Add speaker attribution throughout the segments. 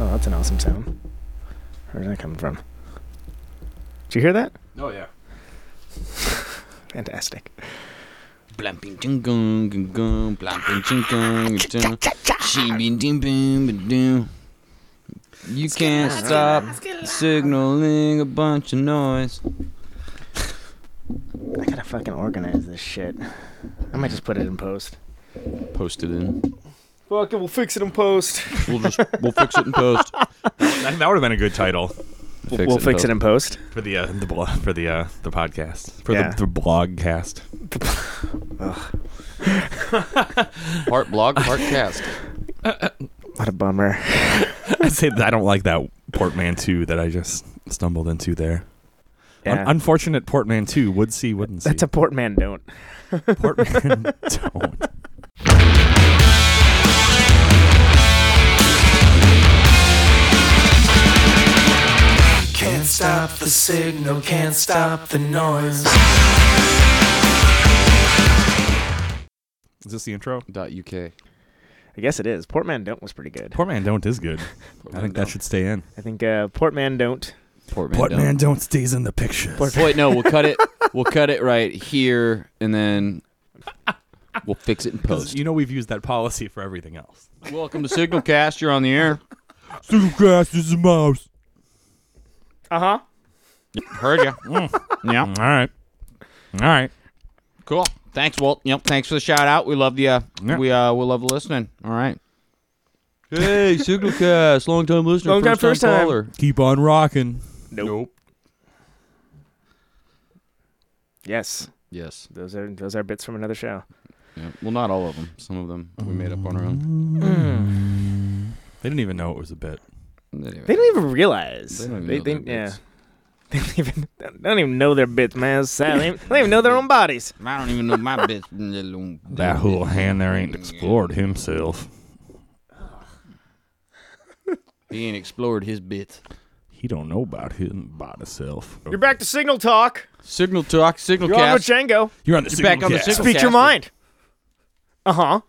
Speaker 1: Oh, that's an awesome sound. Where did that come from? Did you hear that?
Speaker 2: Oh yeah.
Speaker 1: Fantastic.
Speaker 2: Blamping ching gong gong gong, blamping ching gong gong, shimmy ding bing ba doo. You can't stop signaling a bunch of noise.
Speaker 1: I gotta fucking organize this shit. I might just put it in post.
Speaker 2: Post it in.
Speaker 1: Fuck it, we'll fix it in post.
Speaker 2: We'll just we'll fix it in post.
Speaker 3: That, that would have been a good title
Speaker 1: we'll fix it in post.
Speaker 3: for the uh, the blo- for the uh, the podcast for
Speaker 1: Yeah.
Speaker 3: the, the blog cast.
Speaker 4: Part blog, part cast.
Speaker 1: What a bummer.
Speaker 3: I say that I don't like that portmanteau that I just stumbled into there. Un-
Speaker 1: Yeah.
Speaker 3: unfortunate portmanteau. Would see, wouldn't see.
Speaker 1: that's a Portman don't.
Speaker 3: portmanteau.
Speaker 5: Can't stop the signal, can't stop the noise.
Speaker 3: Is this the intro?
Speaker 4: Dot UK.
Speaker 1: I guess it is. Portman don't was pretty good.
Speaker 3: Portman don't is good. I think that should stay in.
Speaker 1: I think uh, Portman don't.
Speaker 4: Portman.
Speaker 3: Portman don't stays in the pictures.
Speaker 4: don't. Wait, no, we'll cut it. We'll cut it right here, and then we'll fix it in post.
Speaker 3: You know we've used that policy for everything else.
Speaker 4: Welcome to Signal Cast. You're on the air.
Speaker 3: Supercast is a mouse.
Speaker 1: Uh huh.
Speaker 4: Heard you. yeah.
Speaker 3: All right. All right.
Speaker 4: Cool. Thanks, Walt. Yep. Thanks for the shout out. We love the. Uh,
Speaker 3: Yeah.
Speaker 4: We uh, we love listening. All right. Hey, Signalcast, long time listener,
Speaker 1: Long time, first-time first time. caller.
Speaker 3: Keep on rocking.
Speaker 1: Nope. Yes,
Speaker 4: Yes.
Speaker 1: those are those are bits from another show.
Speaker 4: Yeah. Well, not all of them. Some of them we made up on our own.
Speaker 3: They didn't even know it was a bit.
Speaker 4: Anyway.
Speaker 1: They don't even realize.
Speaker 4: They don't even know their
Speaker 1: yeah.
Speaker 4: bits.
Speaker 1: They don't even they don't even know their bits, man. It's sad. They don't even- they don't even know their own bodies.
Speaker 4: I don't even know my bitch.
Speaker 3: That whole hand there ain't explored himself.
Speaker 4: He ain't explored his bits.
Speaker 3: He don't know about him about himself.
Speaker 1: You're back to Signal Talk.
Speaker 4: Signal talk, signal
Speaker 1: You're on with
Speaker 4: cast.
Speaker 1: Django.
Speaker 3: You're on the
Speaker 4: You're back
Speaker 3: signal
Speaker 4: on the
Speaker 3: cast.
Speaker 4: signal-
Speaker 1: Speak
Speaker 4: Casper.
Speaker 1: your mind. Uh huh.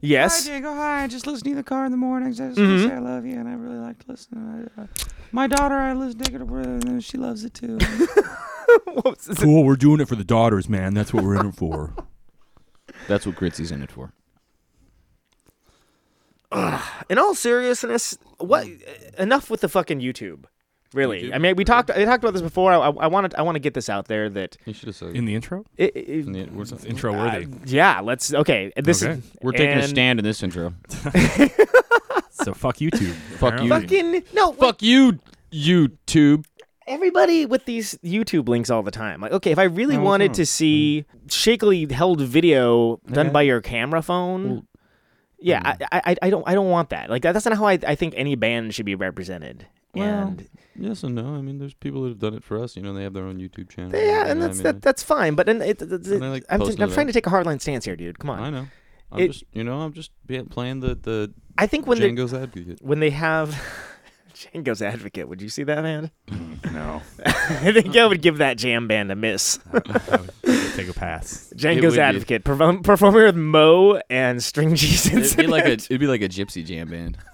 Speaker 1: Yes.
Speaker 6: Hi, Jago. Hi. I just listen to you in the car in the mornings. I just want
Speaker 4: Mm-hmm.
Speaker 6: to say I love you, and I really like to listen. I, uh, my daughter, I listen to her, and she loves it too.
Speaker 3: Cool, we're doing it for the daughters, man. That's what we're in it for.
Speaker 4: That's what Gritzy's in it for.
Speaker 1: In all seriousness, what? Enough with the fucking YouTube. Really,
Speaker 4: YouTube?
Speaker 1: I mean, we talked. I talked about this before. I I want to. I want to get this out there that.
Speaker 4: He should have said.
Speaker 3: In the intro?
Speaker 1: It, it-
Speaker 3: Intro
Speaker 1: uh,
Speaker 3: worthy.
Speaker 1: yeah, let's. Okay, this
Speaker 3: Okay.
Speaker 1: is.
Speaker 4: We're taking a
Speaker 1: and
Speaker 4: stand in this intro.
Speaker 3: so fuck YouTube.
Speaker 4: Fuck you.
Speaker 3: apparently.
Speaker 1: Fucking no, fuck
Speaker 4: Fuck you, YouTube.
Speaker 1: everybody with these YouTube links all the time. Like, okay, if I
Speaker 4: Oh,
Speaker 1: really wanted
Speaker 4: hmm.
Speaker 1: to see shakily held video done by your camera phone, yeah,
Speaker 4: hmm.
Speaker 1: I, I, I don't, I don't want that. Like, that's not how I, I think any band should be represented. and
Speaker 4: Yes and no. I mean, there's people that have done it for us. You know, they have their own YouTube channel. You know
Speaker 1: yeah,
Speaker 4: what
Speaker 1: and
Speaker 4: I
Speaker 1: that's
Speaker 4: mean?
Speaker 1: that, that's fine. But then it, it, it-
Speaker 4: And I like
Speaker 1: I'm,
Speaker 4: posting
Speaker 1: I'm
Speaker 4: it
Speaker 1: trying to
Speaker 4: up.
Speaker 1: take a hardline stance here, dude. Come on.
Speaker 4: I know. I'm
Speaker 1: It-
Speaker 4: just, you know, I'm just be- playing the the
Speaker 1: I think when they
Speaker 4: Django's advocate.
Speaker 1: when they have Django's Advocate, would you see that man?
Speaker 3: No.
Speaker 1: I think I would give that jam band a miss.
Speaker 3: I would take a pass.
Speaker 4: would
Speaker 1: Django's
Speaker 4: be-
Speaker 1: Advocate perform, performing with Mo and String Jesus.
Speaker 4: It'd be like a it'd be like a gypsy jam band.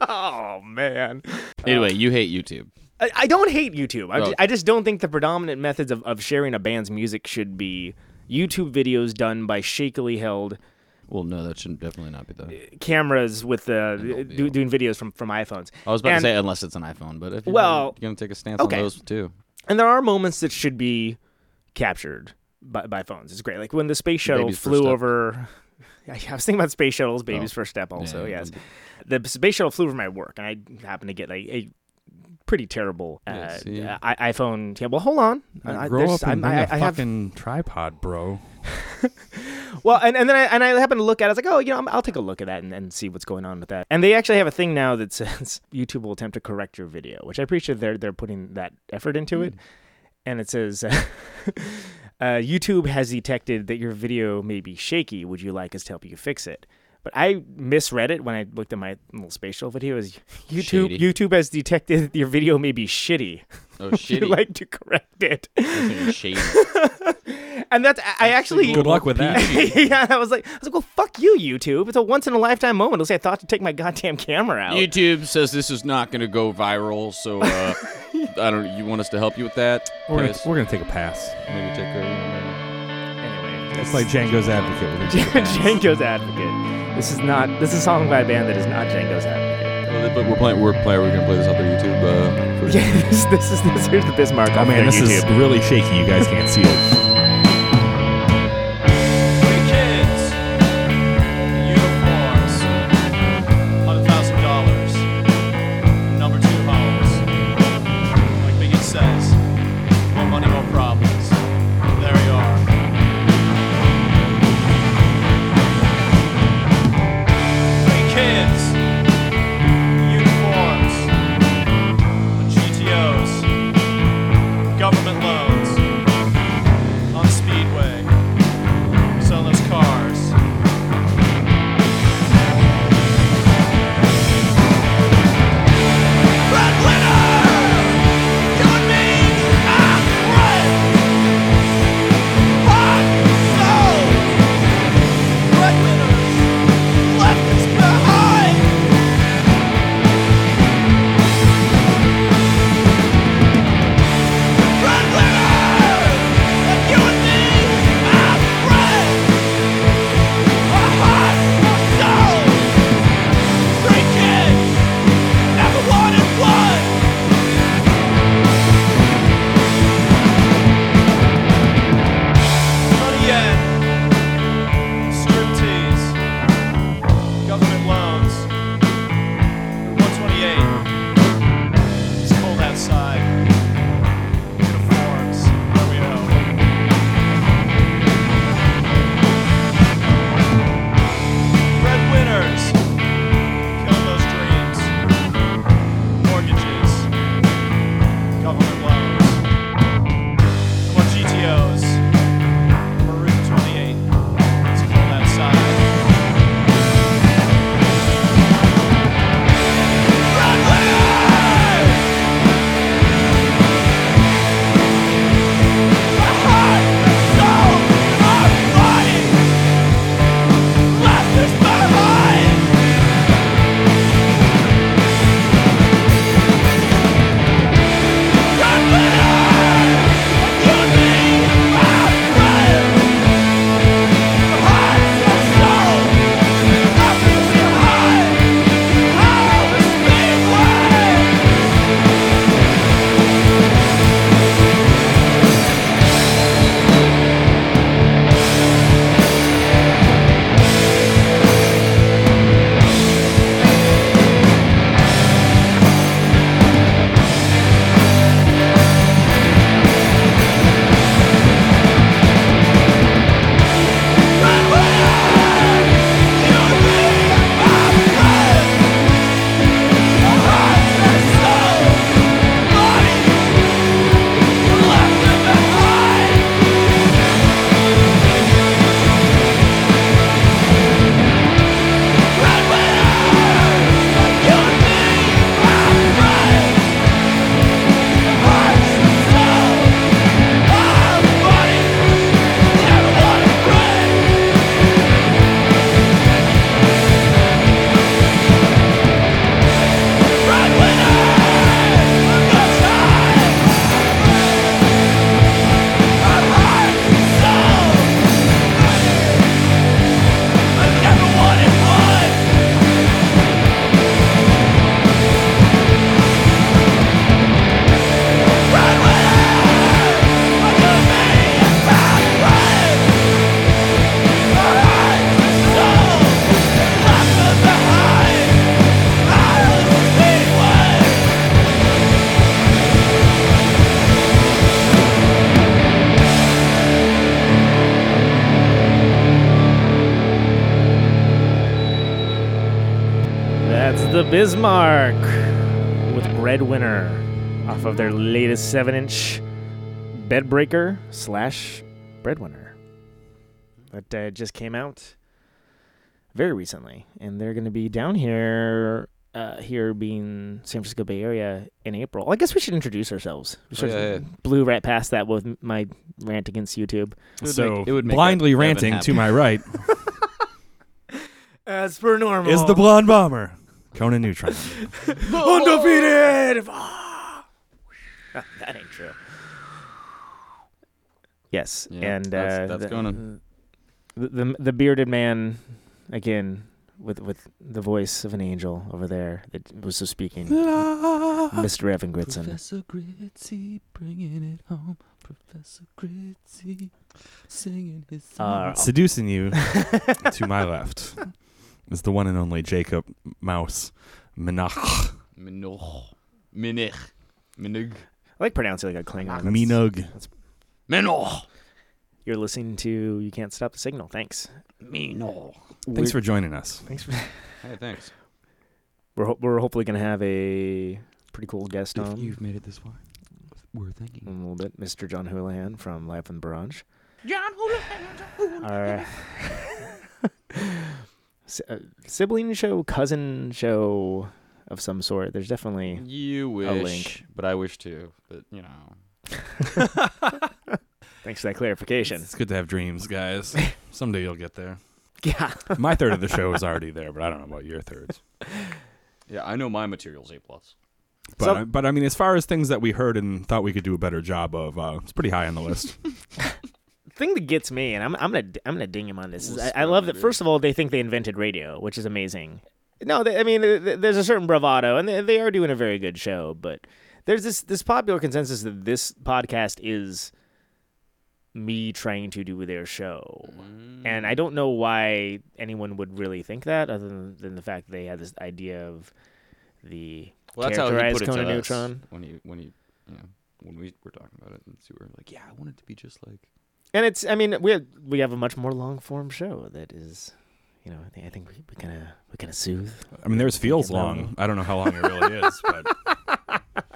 Speaker 4: Uh,
Speaker 1: oh man.
Speaker 4: Anyway, you hate YouTube.
Speaker 1: I, I don't hate YouTube. I,
Speaker 4: Oh.
Speaker 1: ju- I just don't think the predominant methods of, of sharing a band's music should be YouTube videos done by shakily held
Speaker 4: Well, no, that shouldn't definitely not be the.
Speaker 1: cameras with the do, doing videos from from iPhones.
Speaker 4: I was about
Speaker 1: And-
Speaker 4: to say unless it's an iPhone, but if you're
Speaker 1: Well,
Speaker 4: gonna, you're gonna take a stance
Speaker 1: okay.
Speaker 4: on those too.
Speaker 1: And there are moments that should be captured by, by phones. It's great. Like when the space shuttle
Speaker 4: Baby's first
Speaker 1: flew
Speaker 4: step.
Speaker 1: over. I was thinking about space shuttles, baby's
Speaker 4: Oh.
Speaker 1: first step. Also,
Speaker 4: Yeah,
Speaker 1: yes, the space shuttle flew over my work, and I happened to get like a pretty terrible uh,
Speaker 4: Yeah, see?
Speaker 1: uh, I- iPhone. Yeah, well, hold on. I- I-
Speaker 3: grow
Speaker 1: there's-
Speaker 3: up and
Speaker 1: I'm- I-
Speaker 3: bring a
Speaker 1: I have-
Speaker 3: fucking tripod, bro.
Speaker 1: Well, and, and then I, and I happened to look at it. I was like, oh, you know, I'm- I'll take a look at that and, and see what's going on with that. And they actually have a thing now that says YouTube will attempt to correct your video, which I appreciate they're, they're putting that effort into
Speaker 4: Mm.
Speaker 1: it. And it says, uh, YouTube has detected that your video may be shaky. Would you like us to help you fix it? But I misread it when I looked at my little spatial video. It was YouTube
Speaker 4: Shady.
Speaker 1: YouTube has detected that your video may be shitty.
Speaker 4: Oh,
Speaker 1: you
Speaker 4: shitty.
Speaker 1: like to correct it.
Speaker 4: shady.
Speaker 1: And that's I- I actually
Speaker 3: Good luck with that.
Speaker 1: yeah, I was like, I was like, well, fuck you, YouTube. It's a once in a lifetime moment. Let's say I thought to take my goddamn camera out.
Speaker 4: YouTube says this is not going to go viral, so uh, I don't. You want us to help you with that?
Speaker 3: We're gonna,
Speaker 4: Piss.
Speaker 3: we're gonna take a pass.
Speaker 4: Maybe take a.
Speaker 1: anyway,
Speaker 3: It's like Django's Advocate. We're gonna take a pass.
Speaker 1: Django's Advocate. This is not. This is a song by a band that is not Django's Advocate.
Speaker 4: But we're playing. We're playing. We're gonna play this on their YouTube. Uh, footage.
Speaker 1: Yeah, this, this is this. Here's the Bismarck.
Speaker 3: Oh
Speaker 1: off their
Speaker 3: man, this
Speaker 1: YouTube.
Speaker 3: is really shaky. You guys can't see it.
Speaker 5: Government loans on the speedway, selling those cars. Government loans. Route 128. It's cold outside. Uniforms. Romeo. Breadwinners. Kill those dreams. Mortgages. Government loans. I want GTOs. Or Route 28. It's cold outside.
Speaker 1: That's the Bismarck with Breadwinner off of their latest 7 inch Bedbreaker slash Breadwinner that uh, just came out very recently. And they're going to be down here uh, here being San Francisco Bay Area in April. I guess we should introduce ourselves. We sort
Speaker 4: yeah,
Speaker 1: of blew right past that with my rant against YouTube.
Speaker 4: would
Speaker 3: so
Speaker 4: make- it would make
Speaker 3: blindly
Speaker 4: Evan
Speaker 3: ranting
Speaker 4: happy.
Speaker 3: to my right
Speaker 1: As per normal,
Speaker 3: is the blonde bomber, Conan Neutron.
Speaker 1: undefeated. that ain't true. Yes,
Speaker 4: Yeah,
Speaker 1: and
Speaker 4: that's-
Speaker 1: uh,
Speaker 4: that's
Speaker 1: the,
Speaker 4: going
Speaker 1: The, the the bearded man again with with the voice of an angel over there that was just speaking. Mr. Evan Gritson.
Speaker 2: Professor Gritzy, bringing it home. Professor Gritzy, singing his
Speaker 1: Uh,
Speaker 3: Seducing you to my left is the one and only Jacob Mouse Minach
Speaker 4: Minoch. Minich. Minig.
Speaker 1: I like pronouncing like a Klingon. That's-
Speaker 3: Minog.
Speaker 4: Minoch.
Speaker 1: You're listening to You Can't Stop the Signal. Thanks.
Speaker 4: Minoch.
Speaker 3: Thanks for joining us.
Speaker 1: Thanks for.
Speaker 4: Hey, thanks.
Speaker 1: We're ho- we're hopefully gonna have a pretty cool guest
Speaker 2: If
Speaker 1: on
Speaker 2: you've made it this far, we're thanking
Speaker 1: in
Speaker 2: you.
Speaker 1: a little bit, Mr. John Houlihan from Live from the Barrage. John Houlihan. Our uh, sibling show, cousin show of some sort. There's definitely.
Speaker 4: You wish.
Speaker 1: link.
Speaker 4: But I wish too. But, you know.
Speaker 1: Thanks for that clarification.
Speaker 3: It's good to have dreams, guys. Someday you'll get there.
Speaker 1: Yeah.
Speaker 3: My third of the show is already there, but I don't know about your thirds.
Speaker 4: Yeah, I know my material's A. plus.
Speaker 3: But,
Speaker 1: So-
Speaker 3: I, but I mean, as far as things that we heard and thought we could do a better job of, uh, it's pretty high on the list.
Speaker 1: thing that gets me, and I'm, I'm gonna I'm gonna ding him on this. Is I, I love that. First of all, they think they invented radio, which is amazing. No, they, I mean, th- th- there's a certain bravado, and they, they are doing a very good show. But there's this this popular consensus that this podcast is me trying to do their show, and I don't know why anyone would really think that, other than, than the fact that they had this idea of the
Speaker 4: Well, that's how he
Speaker 1: Characterize
Speaker 4: put it
Speaker 1: Conan
Speaker 4: to
Speaker 1: Neutron.
Speaker 4: us when he when he you know, when we were talking about it, and so we were like, yeah, I want it to be just like
Speaker 1: and it's I mean we have, we have a much more long form show that is. You know, I think I think we, we kind of we kind of soothe
Speaker 3: I mean, theirs feels
Speaker 1: Thinking about
Speaker 3: long. I don't know how long it really is, but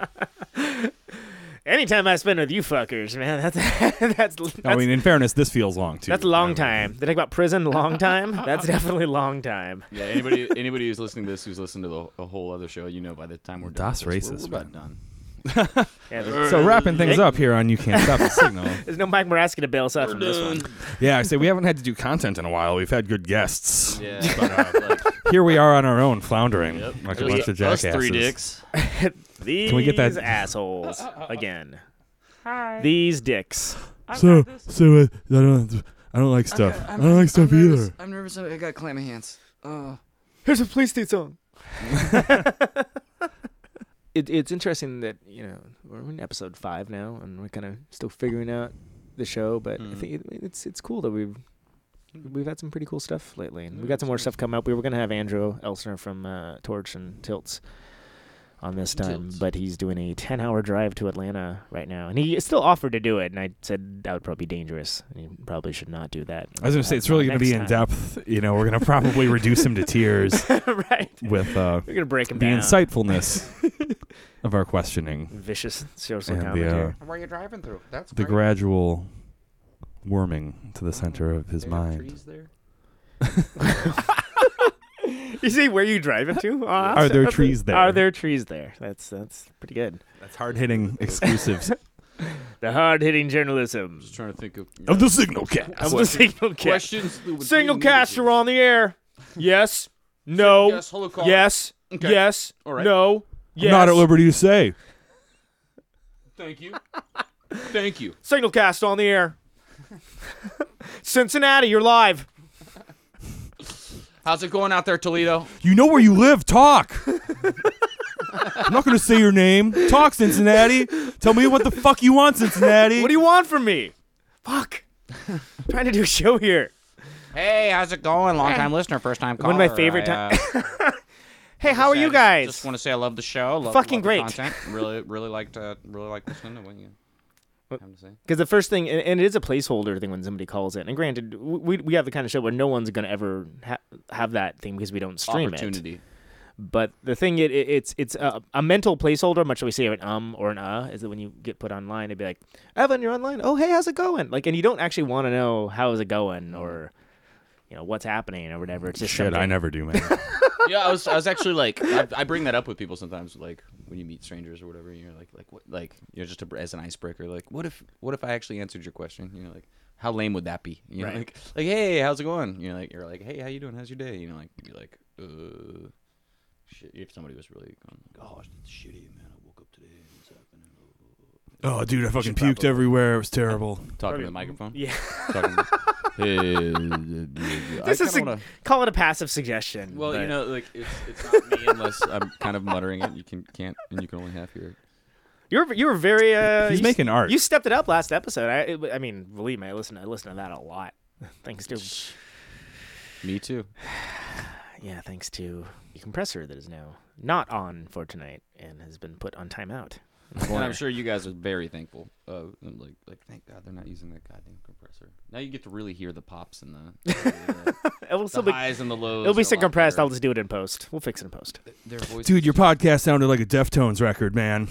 Speaker 1: Anytime I spend with you fuckers, man, that's that's that's,
Speaker 3: I mean, in fairness, this feels long too.
Speaker 1: that's
Speaker 3: I
Speaker 1: long
Speaker 3: mean,
Speaker 1: time. They talk about prison, long time. That's definitely long time.
Speaker 4: yeah. Anybody anybody who's listening to this who's listened to the a whole other show, you know, by the time we're done,
Speaker 3: Das
Speaker 4: with this, we're-
Speaker 3: racist,
Speaker 4: we're about
Speaker 3: man.
Speaker 4: done.
Speaker 1: Yeah, there's,
Speaker 3: So wrapping things up here on You Can't Stop the Signal.
Speaker 1: there's no Mike Moraski to bail us out from this one.
Speaker 3: Yeah, I say we haven't had to do content in a while. We've had good guests.
Speaker 4: Yeah, uh,
Speaker 3: Here we are on our own, floundering like a
Speaker 4: Just
Speaker 3: bunch of
Speaker 4: us
Speaker 3: jackasses.
Speaker 4: three dicks.
Speaker 1: These
Speaker 3: we get that-
Speaker 1: assholes again?
Speaker 6: Hi.
Speaker 1: These dicks.
Speaker 6: I've
Speaker 7: So,
Speaker 6: got this.
Speaker 7: so uh, I don't, I don't like stuff. I don't like stuff either.
Speaker 2: I'm nervous. I got clammy hands. Oh.
Speaker 1: Here's a police state song. it, it's interesting that you know we're in episode five now, and we're kind of still figuring out the show. But I
Speaker 4: Mhm.
Speaker 1: think
Speaker 3: Mm.
Speaker 1: it, it's it's cool that we've we've had some pretty cool stuff lately, and we got some more stuff coming up. We were gonna have Andrew Elsner from uh, Torch and Tilts on this time,
Speaker 4: Tilts.
Speaker 1: but he's doing a ten-hour drive to Atlanta right now, and he still offered to do it, and I said that would probably be dangerous. and You probably should not do that.
Speaker 3: I was gonna say it's really gonna
Speaker 1: Next
Speaker 3: be in
Speaker 1: time.
Speaker 3: depth. You know, we're gonna probably reduce him to tears
Speaker 1: right?
Speaker 3: with uh,
Speaker 1: We're gonna break him
Speaker 3: the
Speaker 1: down.
Speaker 3: insightfulness of our questioning
Speaker 1: vicious social
Speaker 3: and
Speaker 1: commentary.
Speaker 3: the uh,
Speaker 2: Where are you driving through? That's
Speaker 3: the gradual warming to the center of his mind.
Speaker 4: there.
Speaker 1: You see where you driving to?
Speaker 3: uh, Are there trees there?
Speaker 1: Are there trees there? That's that's pretty good.
Speaker 3: That's hard hitting exclusives
Speaker 1: The hard hitting journalism
Speaker 4: Just trying to think of
Speaker 3: of the signal cat.
Speaker 1: of the single cast.
Speaker 4: questions. that would
Speaker 1: Single
Speaker 4: be
Speaker 1: cast
Speaker 4: needed.
Speaker 1: are on the air. Yes. No.
Speaker 4: Yes, Holocaust.
Speaker 1: Yes.
Speaker 4: Okay.
Speaker 1: Yes.
Speaker 4: All right.
Speaker 1: No. Yes.
Speaker 3: Not at liberty to say.
Speaker 4: Thank you. Thank you.
Speaker 1: Signal cast on the air. Cincinnati, you're live.
Speaker 4: How's it going out there, Toledo?
Speaker 3: You know where you live. Talk. I'm not going to say your name. Talk, Cincinnati. Tell me what the fuck you want, Cincinnati.
Speaker 1: What do you want from me? Fuck. I'm trying to do a show here.
Speaker 2: Hey, how's it going? Long time listener, first time caller.
Speaker 1: One of my favorite
Speaker 2: I, uh,
Speaker 1: times. hey, how are you guys?
Speaker 2: Just want to say I love the show. Love,
Speaker 1: Fucking
Speaker 2: love the
Speaker 1: great.
Speaker 2: content.
Speaker 4: Really, really liked, uh, really liked listening to what you have to say.
Speaker 1: Because the first thing, and, and it is a placeholder thing when somebody calls in. And granted, w- we we have the kind of show where no one's going to ever ha- have that thing because we don't stream it.
Speaker 4: Opportunity.
Speaker 1: But the thing, it, it it's it's a, a mental placeholder. Much like we say an um or an uh, is that when you get put online, it'd be like, Evan, you're online. Oh, hey, how's it going? Like, and you don't actually want to know how is it going or. you know what's happening or whatever. It's just
Speaker 3: Shit,
Speaker 1: something-
Speaker 3: I never do, man.
Speaker 4: yeah, I was I was actually like I, I bring that up with people sometimes, like when you meet strangers or whatever, and you're like like what like you know just to, as an icebreaker, like what if what if I actually answered your question? You know, like how lame would that be? You know,
Speaker 1: Right.
Speaker 4: like like hey, how's it going? You're like you're like hey, how you doing? How's your day? You know, like you're like uh. Shit, if somebody was really going, oh, it's shitty, man. I woke up today and it's happening.
Speaker 3: oh, dude, I fucking puked everywhere. It was terrible.
Speaker 4: Talking to the microphone.
Speaker 1: Yeah.
Speaker 4: Talking hey,
Speaker 1: This
Speaker 4: I
Speaker 1: is
Speaker 4: kinda
Speaker 1: a,
Speaker 4: wanna-
Speaker 1: call it a passive suggestion.
Speaker 4: Well, you
Speaker 1: but-
Speaker 4: know, like it's it's not me unless I'm kind of muttering it. You can can't and you can only half hear it.
Speaker 1: you were you were very. Uh,
Speaker 3: He's
Speaker 1: you
Speaker 3: making art.
Speaker 1: You stepped it up last episode. I it- I mean, believe me, I listen I listen to that a lot. Thanks to
Speaker 4: Me too.
Speaker 1: yeah, thanks to the compressor that is now not on for tonight and has been put on timeout.
Speaker 4: And I'm sure you guys are very thankful. Uh, and like like thank God they're not using that goddamn compressor. Now you get to really hear the pops and the, the,
Speaker 1: It will still be
Speaker 4: highs and the lows.
Speaker 1: it'll be
Speaker 4: are a
Speaker 1: so
Speaker 4: lot
Speaker 1: compressed. I'll
Speaker 4: better.
Speaker 1: just do it in post. We'll fix it in post.
Speaker 4: Their voice.
Speaker 3: Dude, your podcast sounded like a Deftones record, man.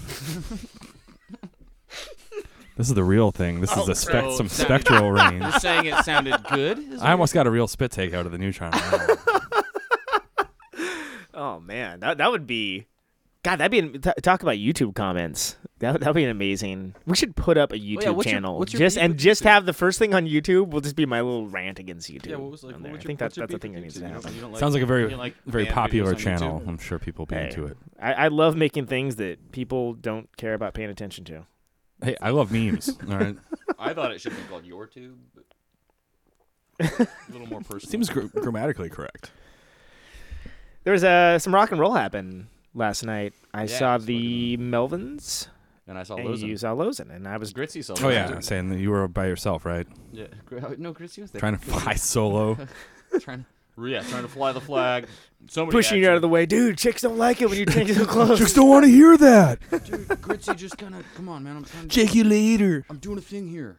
Speaker 3: this is the real thing. This is a spec-
Speaker 4: bro.
Speaker 3: some spectral range.
Speaker 4: You're saying it sounded good. Is
Speaker 3: I almost got a real spit take out of the neutron.
Speaker 1: Oh man, that that would be, God, that'd be an- t- talk about YouTube comments. That that'd be an amazing. We should put up a YouTube
Speaker 4: Oh, yeah, what's your-
Speaker 1: channel.
Speaker 4: what's your
Speaker 1: just
Speaker 4: beef
Speaker 1: and
Speaker 4: with
Speaker 1: just
Speaker 4: YouTube?
Speaker 1: have the first thing on YouTube will just be my little rant against YouTube.
Speaker 4: Yeah, what was like?
Speaker 1: on
Speaker 4: What
Speaker 1: there.
Speaker 4: was
Speaker 1: I
Speaker 4: your,
Speaker 1: think
Speaker 4: what's
Speaker 1: that's
Speaker 4: your
Speaker 1: that's the thing
Speaker 4: beef
Speaker 1: that
Speaker 4: with
Speaker 1: needs
Speaker 4: YouTube?
Speaker 1: to
Speaker 4: You don't-
Speaker 1: happen.
Speaker 4: you don't
Speaker 3: Sounds like a very
Speaker 4: you don't like
Speaker 3: very
Speaker 4: fan
Speaker 3: popular
Speaker 4: videos on YouTube?
Speaker 3: channel. I'm sure people will be
Speaker 1: Hey.
Speaker 3: into it.
Speaker 1: I, I love making things that people don't care about paying attention to.
Speaker 3: Hey, I love memes. All right,
Speaker 4: I thought it should be called Your Tube. but A little more personal.
Speaker 3: seems gr- grammatically correct.
Speaker 1: There was uh, some rock and roll happen last night. I
Speaker 4: Yeah,
Speaker 1: saw
Speaker 4: it's fucking-
Speaker 1: the Melvins
Speaker 4: and I saw
Speaker 1: and
Speaker 4: Lozen.
Speaker 1: you saw Lozen, and I was
Speaker 4: Gritsy saw.
Speaker 3: Oh
Speaker 4: Lozen,
Speaker 3: yeah,
Speaker 4: too.
Speaker 3: saying that you were by yourself, right?
Speaker 4: Yeah. Gr- oh, No, Gritsy was there.
Speaker 3: Trying to fly solo.
Speaker 4: trying to, yeah, trying to fly the flag. Somebody
Speaker 1: pushing you out of the way, dude. Chicks don't like it when you change so close.
Speaker 7: Chicks don't want to hear that.
Speaker 4: Dude, Gritsy just kind of come on, man. I'm trying. To,
Speaker 7: Take you later.
Speaker 4: I'm doing a thing here.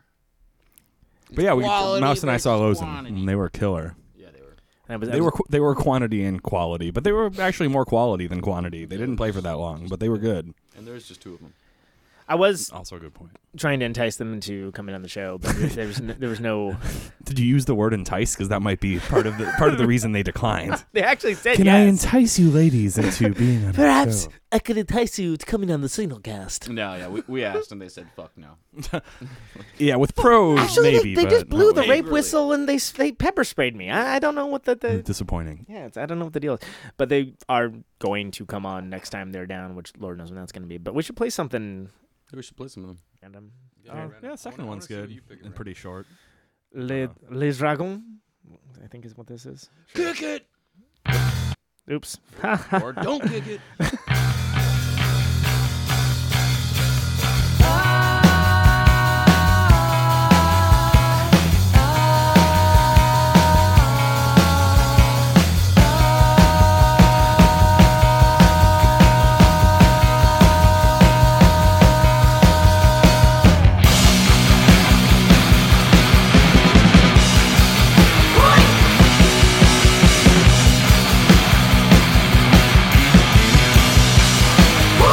Speaker 3: But yeah, we,
Speaker 4: Quality
Speaker 3: Mouse and I saw
Speaker 4: versus
Speaker 3: Lozen,
Speaker 4: quantity.
Speaker 3: and they were killer.
Speaker 4: Yeah, they were.
Speaker 1: And I was- I
Speaker 3: They
Speaker 1: was-
Speaker 3: were qu- they were quantity and quality, but they were actually more quality than quantity. They didn't play for that long, but they were good.
Speaker 4: And there's just two of them.
Speaker 1: I was
Speaker 3: Also a good point.
Speaker 1: trying to entice them into coming on the show, but there there was no, there was no.
Speaker 3: Did you use the word entice? Because that might be part of the part of the reason they declined.
Speaker 1: They actually said
Speaker 7: Can I
Speaker 1: yes.
Speaker 7: entice you ladies into being on the
Speaker 8: Perhaps
Speaker 7: show?
Speaker 8: I could entice you to coming on the signal cast.
Speaker 4: No, yeah, we, we asked and they said fuck no.
Speaker 3: Yeah, with pros
Speaker 8: Actually, they-
Speaker 3: maybe.
Speaker 8: they
Speaker 3: but
Speaker 8: just
Speaker 3: not
Speaker 8: blew
Speaker 3: with-
Speaker 8: the
Speaker 1: the
Speaker 8: Hey,
Speaker 1: rape
Speaker 4: really?
Speaker 1: whistle and they s- they pepper sprayed me. I, I don't know what the,
Speaker 3: Hmm.
Speaker 1: the
Speaker 3: Disappointing.
Speaker 1: yeah it's, I don't know what the deal is, but they are going to come on next time they're down, which Lord knows when that's going to be. But we should play something
Speaker 4: We should play some of them.
Speaker 1: random.
Speaker 4: Oh,
Speaker 3: yeah, second one's good and pretty short.
Speaker 1: Les Les Dragons, I think is what this is.
Speaker 4: Kick it
Speaker 1: Oops.
Speaker 4: or don't kick it.
Speaker 9: Kick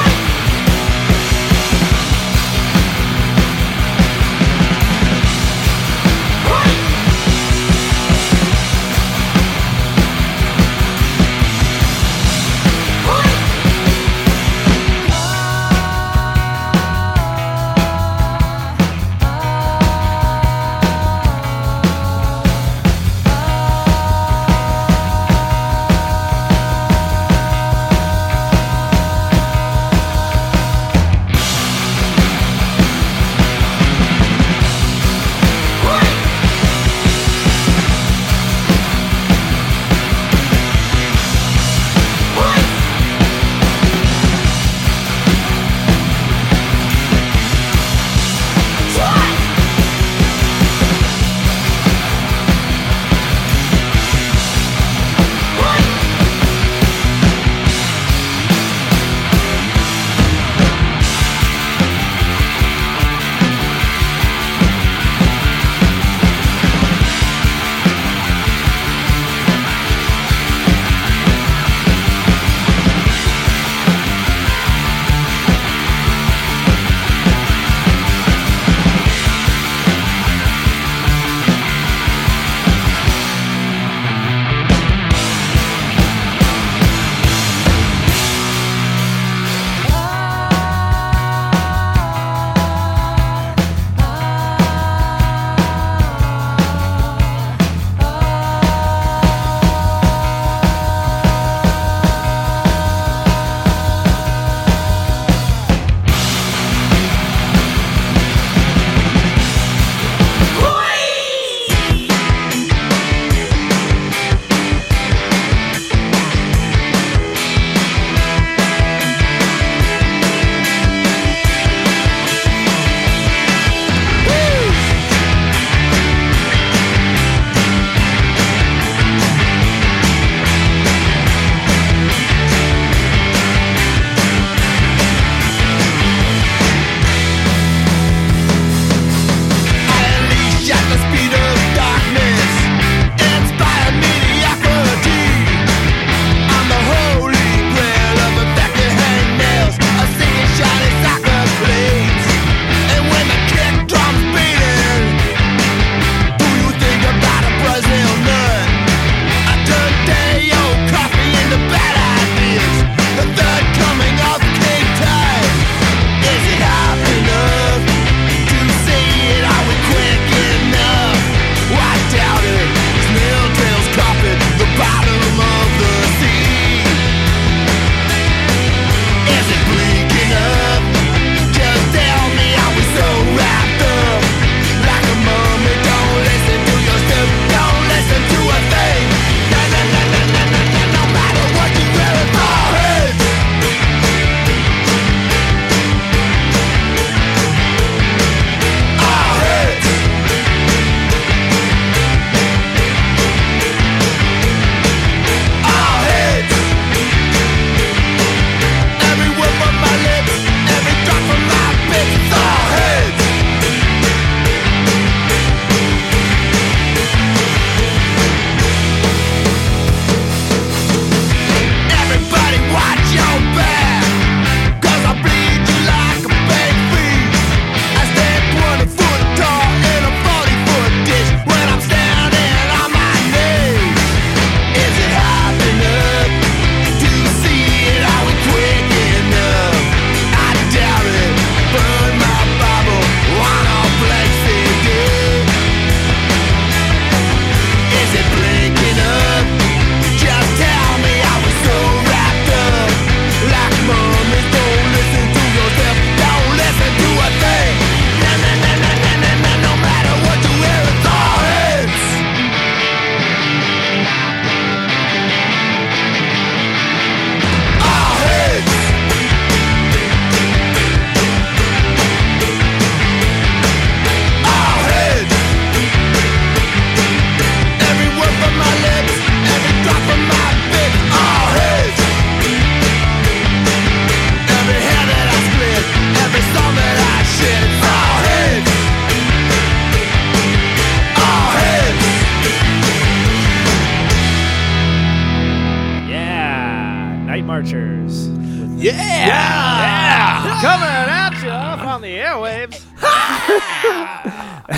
Speaker 4: Oh,
Speaker 1: Coming at you up on the airwaves.
Speaker 4: Oh,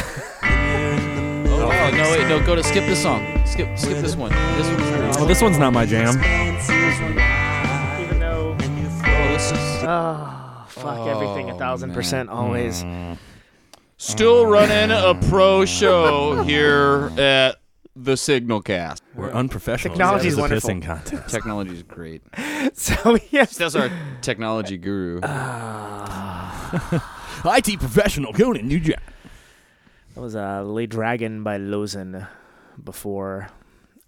Speaker 4: no, wait, no, go to skip this song. Skip, skip this one. This one's
Speaker 3: Well, this one's not my jam.
Speaker 1: Even though,
Speaker 4: Oh, this is
Speaker 1: oh, fuck everything a thousand percent always.
Speaker 4: still running a pro show here at the Signal Cast.
Speaker 3: We're unprofessional.
Speaker 1: Technology's
Speaker 3: This is a
Speaker 1: wonderful.
Speaker 3: pissing contest.
Speaker 4: Technology is great.
Speaker 1: So yes, Ah.
Speaker 4: That's our technology guru.
Speaker 3: IT professional going in New Jack.
Speaker 1: that was uh, "Lay Dragon" by Lozen before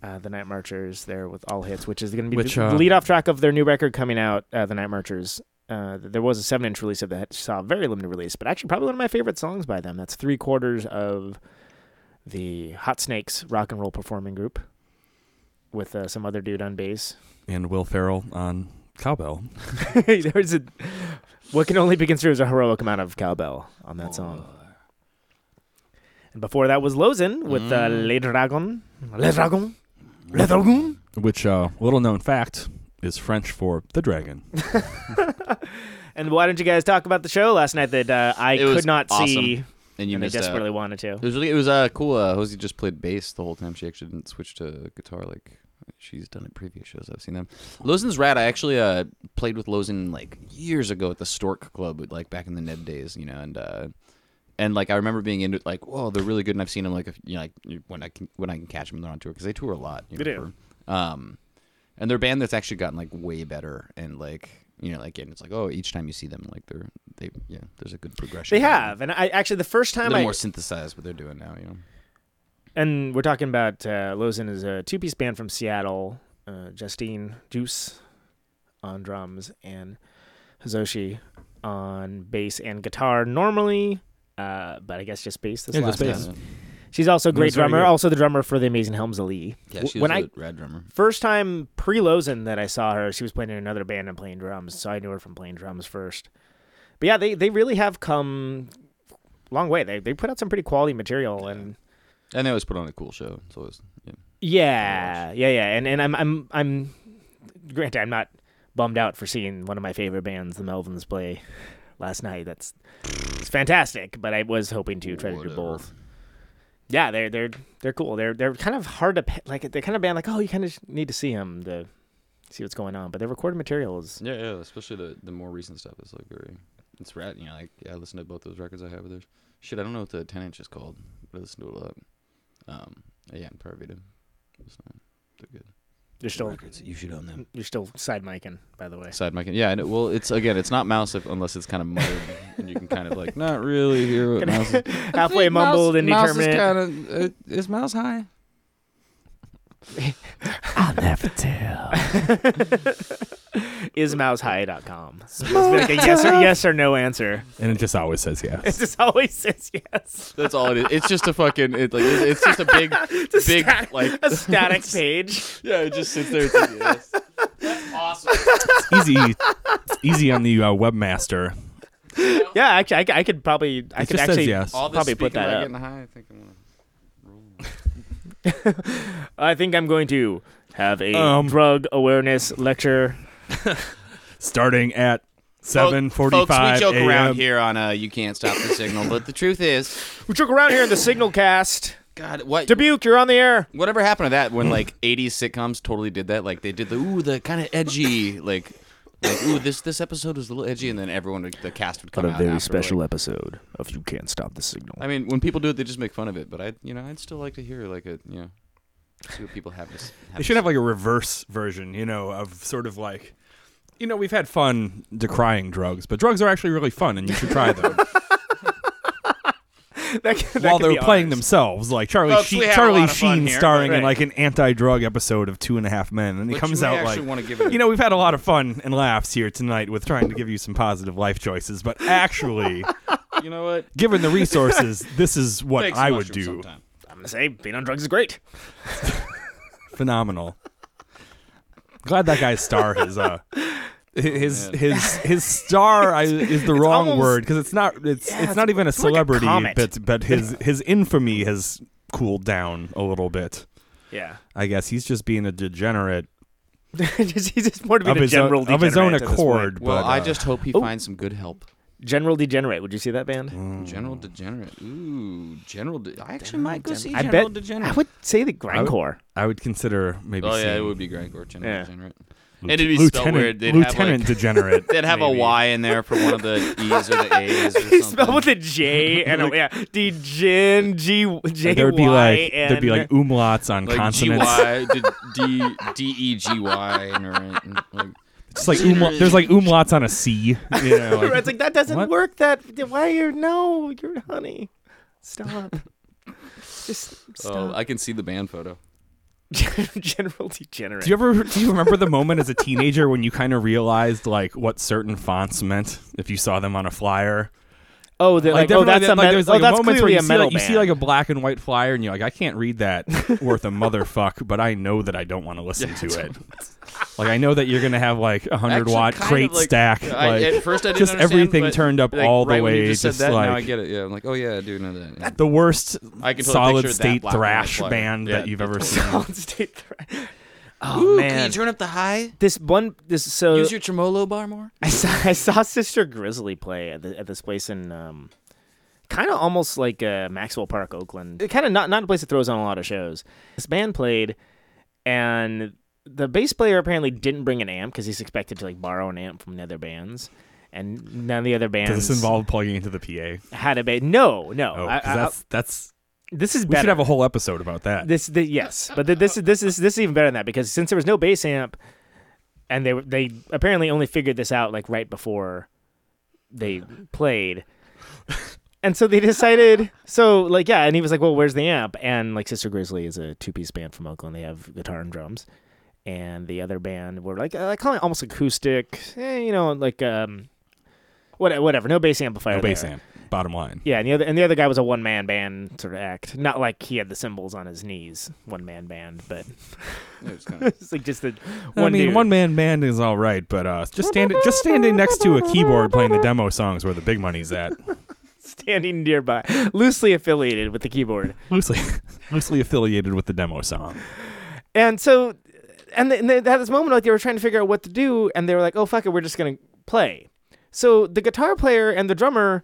Speaker 1: uh, the Night Marchers. There with all hits, which is going to be
Speaker 3: Which,
Speaker 1: the
Speaker 3: uh,
Speaker 1: lead off track of their new record coming out. Uh, the Night Marchers. Uh, there was a seven-inch release of that. Saw a very limited release, but actually probably one of my favorite songs by them. That's three quarters of the Hot Snakes rock and roll performing group with uh, some other dude on bass.
Speaker 3: And Will Ferrell on cowbell.
Speaker 1: there was a what can only be considered as a heroic amount of cowbell on that song.
Speaker 4: Oh,
Speaker 1: And before that was Lozen with uh,
Speaker 3: Mm.
Speaker 1: Le Dragon, Le Dragon, Le Dragon.
Speaker 3: Which, uh, little known fact, is French for the dragon.
Speaker 1: And why don't you guys talk about the show last night that uh, I
Speaker 4: It
Speaker 1: could
Speaker 4: was
Speaker 1: not see
Speaker 4: awesome. And you
Speaker 1: and I
Speaker 4: missed out.
Speaker 1: desperately wanted to?
Speaker 4: It was really it was uh cool. Uh, Josie just played bass the whole time. She actually didn't switch to guitar like she's done at previous shows. I've seen them. Lozen's rad. I actually uh played with Lozen like years ago at the Stork Club, like back in the Ned days, you know, and uh and like I remember being into it, like, whoa, they're really good, and I've seen them like, if- you know, like when I can when I can catch them, they're on tour because they tour a lot. You
Speaker 1: They
Speaker 4: know, for- um, and they're a band that's actually gotten like way better, and like you know, like and it's like, oh, each time you see them, like they're they yeah, there's a good progression.
Speaker 1: They have, and I actually the first
Speaker 4: a
Speaker 1: time
Speaker 4: little
Speaker 1: I
Speaker 4: more synthesized what they're doing now, you know.
Speaker 1: and we're talking about uh, Lozen is a two-piece band from Seattle. Uh, Justine Juice on drums and Hazoshi on bass and guitar normally, uh, but I guess just bass this
Speaker 3: Yeah,
Speaker 1: last
Speaker 3: just bass.
Speaker 1: time. She's also a great
Speaker 3: That's very
Speaker 1: drummer,
Speaker 3: good.
Speaker 1: also the drummer for the Amazing Helms Ali.
Speaker 4: Yeah, she
Speaker 1: when I
Speaker 4: was a rad drummer.
Speaker 1: first time pre Lozen that I saw her, she was playing in another band and playing drums, so I knew her from playing drums first. But yeah, they they really have come a long way. They they put out some pretty quality material and
Speaker 4: And they always put on a cool show. It's always yeah.
Speaker 1: Yeah, yeah, yeah. And and I'm I'm I'm granted I'm not bummed out for seeing one of my favorite bands, the Melvins, play last night. That's it's fantastic. But I was hoping to try to do
Speaker 4: Whatever.
Speaker 1: both. Yeah, they're they're they're cool. They're they're kind of hard to pe- like. They're kind of band like oh you kind of need to see them to see what's going on. But their recorded material is
Speaker 4: yeah, yeah. Especially the the more recent stuff is like very it's rad. You know, like yeah, I listen to both those records I have of theirs. Shit, I don't know what the ten inch is called, but I listen to it a lot. Um, yeah, and Power Vita. It's not- They're good.
Speaker 1: you're still
Speaker 4: records. You should own them.
Speaker 1: you're still side micing by the way.
Speaker 4: Side mic. Yeah, I know. well, it's again, it's not mouse if, unless it's kind of muttered and you can kind of like not really hear what mouse. Is.
Speaker 1: Halfway mumbled and indeterminate.
Speaker 2: Kind of, is mouse high?
Speaker 1: ismousehigh.com. It's like a yes or yes or no answer.
Speaker 3: And it just always says yes.
Speaker 1: It just always says yes.
Speaker 4: That's all it is. It's just a fucking. It like it's, it's just a big, big
Speaker 1: Static-
Speaker 4: like
Speaker 1: a static page.
Speaker 4: yeah. It just sits there. It's like, yes.
Speaker 3: easy, it's easy on the uh, webmaster.
Speaker 1: Yeah, actually, I, c- I could probably, I
Speaker 3: It
Speaker 1: could
Speaker 3: just says
Speaker 1: actually
Speaker 3: yes.
Speaker 4: All this
Speaker 1: probably put
Speaker 4: speaking
Speaker 1: that
Speaker 4: about
Speaker 1: up.
Speaker 4: getting high, I think I'm gonna.
Speaker 1: I think I'm going to have a
Speaker 3: Um,
Speaker 1: drug awareness lecture.
Speaker 3: Starting at seven
Speaker 4: Folks,
Speaker 3: forty-five
Speaker 4: we joke around
Speaker 3: a.m.
Speaker 4: here on uh, "You Can't Stop the Signal," but the truth is,
Speaker 1: We took around here in the signal cast.
Speaker 4: God, what?
Speaker 1: Dubuque, you're on the air.
Speaker 4: Whatever happened to that
Speaker 3: Mm.
Speaker 4: when like '80s sitcoms totally did that? Like they did the ooh, the kind of edgy, like, like ooh, this this episode was a little edgy, and then everyone, would, the cast would come out. after,
Speaker 1: e-
Speaker 4: like-
Speaker 1: episode of You Can't Stop the Signal.
Speaker 4: I mean, when people do it, they just make fun of it. But I, you know, I'd still like to hear like a, you know, see what people have to. s- Have
Speaker 3: They
Speaker 4: to
Speaker 3: should have
Speaker 4: say.
Speaker 3: like a reverse version, you know, of sort of like, you know, we've had fun decrying drugs, but drugs are actually really fun, and you should try them
Speaker 1: that, could- that
Speaker 3: while
Speaker 1: could
Speaker 3: they're
Speaker 1: be
Speaker 3: playing
Speaker 1: ours.
Speaker 3: themselves. Like Charlie,
Speaker 4: Folks,
Speaker 3: Sheen,
Speaker 4: we have a
Speaker 3: Charlie
Speaker 4: lot of fun
Speaker 3: Sheen
Speaker 4: here.
Speaker 3: starring in
Speaker 1: Right.
Speaker 3: like an anti-drug episode of Two and a Half Men, and he
Speaker 4: But
Speaker 3: comes
Speaker 4: you may
Speaker 3: out
Speaker 4: actually
Speaker 3: like,
Speaker 4: want to give it. A,
Speaker 3: you know, we've had a lot of fun and laughs here tonight with trying to give you some positive life choices, but actually,
Speaker 4: you know what?
Speaker 3: given the resources, this is what
Speaker 4: Take some
Speaker 3: I would do.
Speaker 4: mushrooms sometime.
Speaker 1: I'm going to say being on drugs is great.
Speaker 3: phenomenal. Glad that guy's star is uh
Speaker 4: Oh,
Speaker 3: his his his star I, is the wrong
Speaker 1: almost-
Speaker 3: word because it's not it's it's not even a
Speaker 1: like a
Speaker 3: celebrity
Speaker 1: comet.
Speaker 3: but but his his infamy has cooled down a little bit.
Speaker 1: Yeah.
Speaker 3: I guess he's just being a degenerate
Speaker 1: Just- he's just more to be
Speaker 3: of
Speaker 1: the
Speaker 3: his,
Speaker 1: general
Speaker 3: own, of his
Speaker 1: degenerate
Speaker 3: own
Speaker 1: at this point.
Speaker 3: accord.
Speaker 4: Well,
Speaker 3: but,
Speaker 4: I
Speaker 3: uh,
Speaker 4: just hope he
Speaker 1: oh.
Speaker 4: finds some good help.
Speaker 1: General Degenerate. Would you see that band?
Speaker 4: General Degenerate. Ooh, General. De- I actually might go see
Speaker 1: I
Speaker 4: General
Speaker 1: bet.
Speaker 4: Degenerate.
Speaker 1: I would say the grindcore.
Speaker 3: I would consider maybe.
Speaker 4: oh yeah, it
Speaker 3: seeing
Speaker 4: would be Gregor General
Speaker 1: Yeah.
Speaker 4: Degenerate.
Speaker 3: Lieuten-
Speaker 4: it'd be spelled
Speaker 3: Lieutenant,
Speaker 4: weird. They'd have,
Speaker 3: Lieutenant
Speaker 4: like-
Speaker 3: Degenerate.
Speaker 4: They'd have
Speaker 3: maybe.
Speaker 4: a Y in there for one of the E's or the A's. Or
Speaker 1: He
Speaker 4: something.
Speaker 1: spelled with a J and a yeah. Degen G J
Speaker 3: There'd be
Speaker 1: Y
Speaker 3: like
Speaker 1: and
Speaker 3: there'd be like umlauts on
Speaker 4: like
Speaker 3: consonants.
Speaker 4: GY, D- D- E D-E-G-Y, and right, like,
Speaker 3: It's like umla- there's like umlauts on a C. You know, like,
Speaker 1: it's like that doesn't
Speaker 3: What?
Speaker 1: work. That why you're no, you're honey. Stop. Just stop.
Speaker 4: oh, I can see the band photo.
Speaker 1: General Degenerate.
Speaker 3: do you ever do you remember the moment as a teenager when you kind of realized like what certain fonts meant if you saw them on a flyer?
Speaker 1: oh, they're like, oh,
Speaker 3: definitely,
Speaker 1: that's a
Speaker 3: like,
Speaker 1: metal.
Speaker 3: there's like
Speaker 1: oh, that's
Speaker 3: moments
Speaker 1: clearly
Speaker 3: where you
Speaker 1: a
Speaker 3: see,
Speaker 1: metal
Speaker 3: like, you
Speaker 1: band.
Speaker 3: see like a black and white flyer and you're like, I can't read that worth a motherfuck, but I know that I don't want to listen to it. Like I know that you're gonna have like a hundred
Speaker 4: Actually,
Speaker 3: watt
Speaker 4: kind of,
Speaker 3: crate
Speaker 4: like-
Speaker 3: stack.
Speaker 4: I,
Speaker 3: like,
Speaker 4: at first, I didn't
Speaker 3: just
Speaker 4: understand,
Speaker 3: everything
Speaker 4: but,
Speaker 3: turned up
Speaker 4: like,
Speaker 3: all the
Speaker 4: right when
Speaker 3: way,
Speaker 4: you just
Speaker 3: just
Speaker 4: said that, now I
Speaker 3: like-
Speaker 4: get it. Yeah, I'm like, oh yeah, I do know that. yeah.
Speaker 3: the worst
Speaker 4: I can totally
Speaker 3: solid
Speaker 4: picture that
Speaker 3: state
Speaker 4: black and white
Speaker 3: thrash
Speaker 4: flyer.
Speaker 3: band
Speaker 4: Yeah,
Speaker 3: that you've ever
Speaker 4: totally.
Speaker 3: seen.
Speaker 1: Solid state threat. Oh
Speaker 4: Ooh,
Speaker 1: man,
Speaker 4: can you turn up the high?
Speaker 1: this one, this so
Speaker 4: Use your tremolo bar more.
Speaker 1: I saw I saw Sister Grizzly play at, the, at this place in um, kind of almost like uh, Maxwell Park, Oakland. Kind of not not a place that throws on a lot of shows. This band played, and the bass player apparently didn't bring an amp because he's expected to like borrow an amp from the other bands, and none of the other bands
Speaker 3: Does this involve plugging into the PA?
Speaker 1: had a bass. No, no,
Speaker 3: Oh,
Speaker 1: I-
Speaker 3: 'cause
Speaker 1: I-
Speaker 3: that's that's
Speaker 1: this is
Speaker 3: we should
Speaker 1: better.
Speaker 3: have a whole episode about that.
Speaker 1: This, the, yes, but th this is this is this is even better than that because since there was no bass amp, and they were- they apparently only figured this out like right before they played, and so they decided. So like yeah, and he was like, well, where's the amp? And like Sister Grizzly is a two piece band from Oakland. They have guitar and drums, and the other band were like uh, kind of almost acoustic, eh, you know, like um, what whatever, no bass amplifier,
Speaker 3: no bass
Speaker 1: there.
Speaker 3: amp. Bottom line.
Speaker 1: Yeah, and the other and the other guy was a one man band sort of act. Not like he had the cymbals on his knees, one man band, but
Speaker 4: It's kind of-
Speaker 1: it's like just the
Speaker 3: I
Speaker 1: one
Speaker 3: mean,
Speaker 1: dude.
Speaker 3: one man band is all right, but uh, just standing just standing next to a keyboard playing the demo songs where the big money's at.
Speaker 1: standing nearby, loosely affiliated with the keyboard.
Speaker 3: loosely loosely affiliated with the demo song.
Speaker 1: And so, and, th- and they, at this moment, like they were trying to figure out what to do, and they were like, "Oh fuck it, we're just gonna play." So the guitar player and the drummer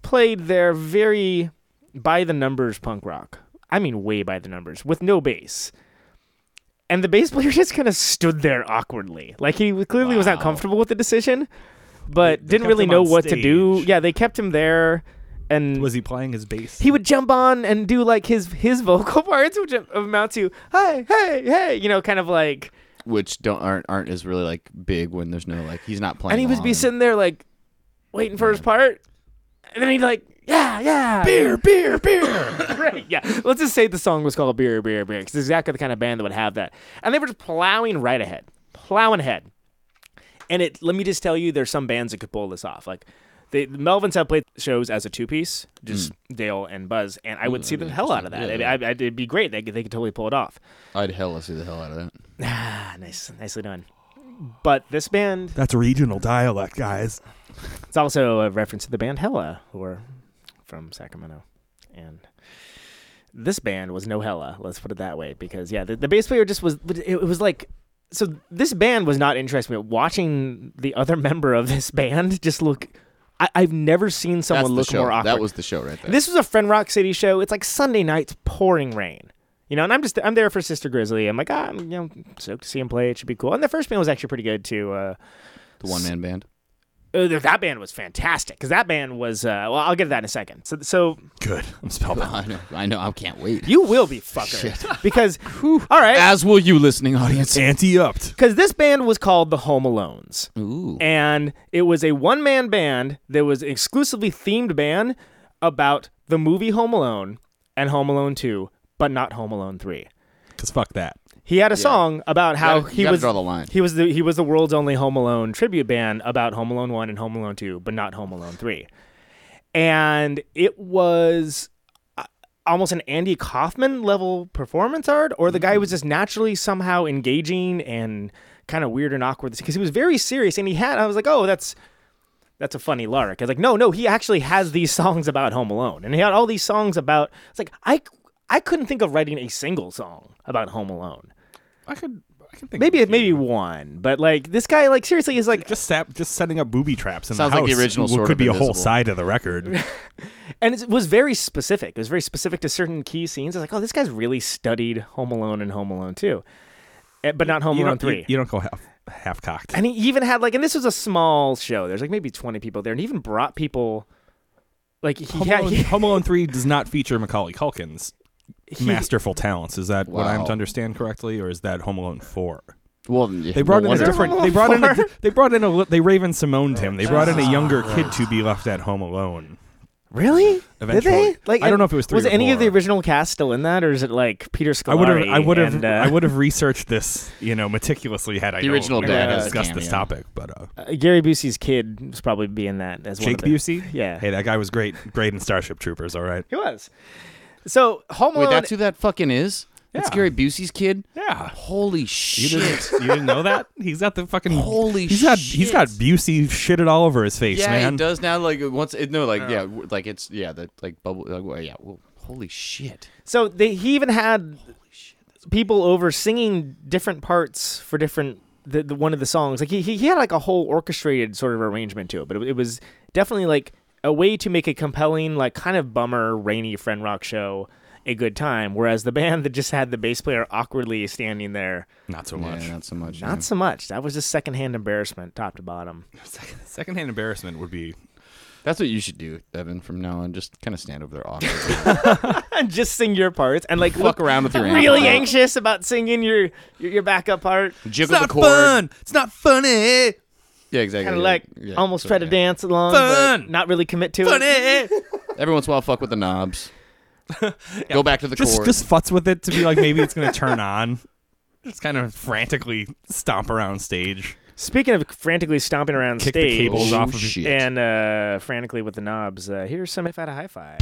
Speaker 1: played their very by the numbers punk rock. I mean, way by the numbers with no bass. And the bass player just kind of stood there awkwardly, like he w- clearly was not
Speaker 4: Wow.
Speaker 1: comfortable with the decision, but
Speaker 3: They- they
Speaker 1: didn't
Speaker 3: kept
Speaker 1: really
Speaker 3: him
Speaker 1: know
Speaker 3: on
Speaker 1: what to do.
Speaker 3: stage.
Speaker 1: Yeah, they kept him there, and
Speaker 3: Was he playing his bass?
Speaker 1: he would jump on and do like his his vocal parts, which amount to hey hey hey, you know, kind of like.
Speaker 4: Which don't aren't aren't as really like big when there's no like he's not playing.
Speaker 1: And he was
Speaker 4: along.
Speaker 1: be sitting there like waiting for his part, and then he'd like yeah yeah beer beer beer right yeah. Let's just say the song was called beer beer beer because exactly the kind of band that would have that, and they were just plowing right ahead, plowing ahead. And it let me just tell you, there's some bands that could pull this off. Like they, the Melvins have played shows as a two piece, just Dale and Buzz, and I would see the hell out of that.
Speaker 4: Yeah.
Speaker 1: I, I, it'd be great. They could, they could totally pull it off.
Speaker 4: I'd hella see the hell out of that.
Speaker 1: Ah, nice, nicely done. But this band,
Speaker 7: That's regional dialect, guys.
Speaker 1: it's also a reference to the band Hella, who are from Sacramento, and this band was no Hella. Let's put it that way, because yeah, the, the bass player just was. It, it was like so. This band was not interesting. But watching the other member of this band just look, I, I've never seen someone
Speaker 4: That's the
Speaker 1: look
Speaker 4: show.
Speaker 1: more awkward.
Speaker 4: That was the show right there.
Speaker 1: This was a Friend Rock City show. It's like Sunday nights, pouring rain. You know, and I'm just I'm there for Sister Grizzly. I'm like, ah, I'm you know stoked to see him play. It should be cool. And the first band was actually pretty good too. Uh,
Speaker 4: the one man band.
Speaker 1: uh, that band was fantastic because that band was. Uh, well, I'll get to that in a second. So, so
Speaker 3: Good. I'm spellbound.
Speaker 4: I know. I know. I can't wait.
Speaker 1: you will be fucker because all right
Speaker 4: As will you, listening audience.
Speaker 3: Anti-upped.
Speaker 1: because this band was called the Home Alones.
Speaker 4: Ooh.
Speaker 1: and it was a one man band that was an exclusively themed band about the movie Home Alone and Home Alone 2, but not Home Alone 3.
Speaker 3: Cause fuck that.
Speaker 1: He had a song about how
Speaker 4: gotta- you
Speaker 1: he
Speaker 4: gotta
Speaker 1: was
Speaker 4: draw the line.
Speaker 1: he was the he was the world's only Home Alone tribute band about Home Alone 1 and Home Alone 2, but not Home Alone 3. And it was uh, almost an Andy Kaufman level performance art or the
Speaker 4: Mm.
Speaker 1: guy was just naturally somehow engaging and kind of weird and awkward because he was very serious and he had I was like, "Oh, that's that's a funny lark. I was like, no, no, he actually has these songs about Home Alone, and he had all these songs about. It's like I, I couldn't think of writing a single song about Home Alone.
Speaker 3: I could I can think
Speaker 1: Maybe
Speaker 3: of a
Speaker 1: maybe
Speaker 3: few.
Speaker 1: one, but like this guy, like seriously, is like,
Speaker 3: just sap, just setting up booby traps in
Speaker 4: Sounds
Speaker 3: the
Speaker 4: like
Speaker 3: house.
Speaker 4: the original
Speaker 3: w-
Speaker 4: Sword
Speaker 3: could
Speaker 4: of
Speaker 3: be a whole
Speaker 4: Invisible.
Speaker 3: side of the record.
Speaker 1: and it was very specific. It was very specific to certain key scenes. I was like, oh, this guy's really studied Home Alone and Home Alone Two, Eh, but not Home
Speaker 3: you,
Speaker 1: Alone
Speaker 3: don't,
Speaker 1: Three.
Speaker 3: you, you don't go half half cocked.
Speaker 1: and he even had like, and this was a small show. There's like maybe 20 people there, and he even brought people. Like he
Speaker 3: Home,
Speaker 1: had
Speaker 3: Alone,
Speaker 1: he-
Speaker 3: Home Alone Three does not feature Macaulay Culkin's
Speaker 1: he-
Speaker 3: masterful talents. Is that what I'm
Speaker 4: Wow.
Speaker 3: to understand correctly, or is that Home Alone Four?
Speaker 4: Well,
Speaker 3: They brought in a
Speaker 1: wonder.
Speaker 3: different.
Speaker 1: Home
Speaker 3: They brought in. A,
Speaker 1: Alone
Speaker 3: they brought in a. li- They Raven Simone'd him. They brought in a younger kid to be left at home alone.
Speaker 1: Really?
Speaker 3: Eventually.
Speaker 1: Did they? Like
Speaker 3: I don't
Speaker 1: and
Speaker 3: know if it was three
Speaker 1: Was
Speaker 3: or
Speaker 1: any of the
Speaker 3: four.
Speaker 1: original cast still in that, or is it like Peter Scolari?
Speaker 3: I would have. I would have.
Speaker 1: and, uh,
Speaker 3: I would have researched this. You know, meticulously had I
Speaker 4: The
Speaker 3: known
Speaker 4: original
Speaker 3: we were gonna
Speaker 1: dad has a
Speaker 3: discuss this
Speaker 4: cameo.
Speaker 3: topic, but uh,
Speaker 1: uh, Gary Busey's kid was probably be in that as
Speaker 3: Jake
Speaker 1: one. of
Speaker 3: Busey.
Speaker 1: the- Yeah,
Speaker 3: Hey, that guy was great. Great in Starship Troopers. All right.
Speaker 1: he was. So Home Alone.
Speaker 4: Wait, that's who that fucking is? That's
Speaker 3: Yeah.
Speaker 4: Gary Busey's kid?
Speaker 3: Yeah.
Speaker 4: Holy
Speaker 3: You
Speaker 4: shit.
Speaker 3: didn't, you didn't know that? He's got the fucking
Speaker 4: Holy
Speaker 3: He's got he's
Speaker 4: shit.
Speaker 3: got Busey shitted all over his face,
Speaker 4: Yeah,
Speaker 3: man.
Speaker 4: he does now. Like uh, once, it, no, like yeah, w- like it's yeah, the like bubble. Like, well, yeah, well, holy shit.
Speaker 1: so they, he even had people over singing different parts for different the, the one of the songs. Like he, he he had like a whole orchestrated sort of arrangement to it, but it, it was definitely like a way to make a compelling, like kind of bummer, rainy friend rock show a good time. Whereas the band that just had the bass player awkwardly standing there.
Speaker 3: Not so
Speaker 4: Yeah,
Speaker 3: much.
Speaker 4: not so much.
Speaker 1: Not so much. That was just secondhand embarrassment, top to bottom.
Speaker 3: Secondhand embarrassment would be
Speaker 4: That's what you should do, Evan, from now on. Just kind of stand over there awkwardly.
Speaker 1: And just sing your parts and like look
Speaker 4: Fuck around with your
Speaker 1: really
Speaker 4: amp.
Speaker 1: anxious about singing your your, your backup part.
Speaker 4: Jiggle the cord.
Speaker 3: It's not funny.
Speaker 4: Yeah, exactly.
Speaker 1: Kind of
Speaker 4: yeah,
Speaker 1: like
Speaker 4: yeah,
Speaker 1: almost
Speaker 4: so,
Speaker 1: try to
Speaker 4: yeah.
Speaker 1: dance along, but
Speaker 3: Fun.
Speaker 1: not really commit to it.
Speaker 4: Every once in a while, fuck with the knobs. Go back to the
Speaker 3: Just
Speaker 4: cord.
Speaker 3: just futz with it to be like maybe it's gonna turn on. Just kind of frantically stomp around stage,
Speaker 1: Speaking of frantically stomping around
Speaker 3: kick
Speaker 1: stage
Speaker 3: the cables
Speaker 4: Oh,
Speaker 3: off of
Speaker 4: shit.
Speaker 1: and uh, frantically with the knobs, uh, here's some if I had a hi fi.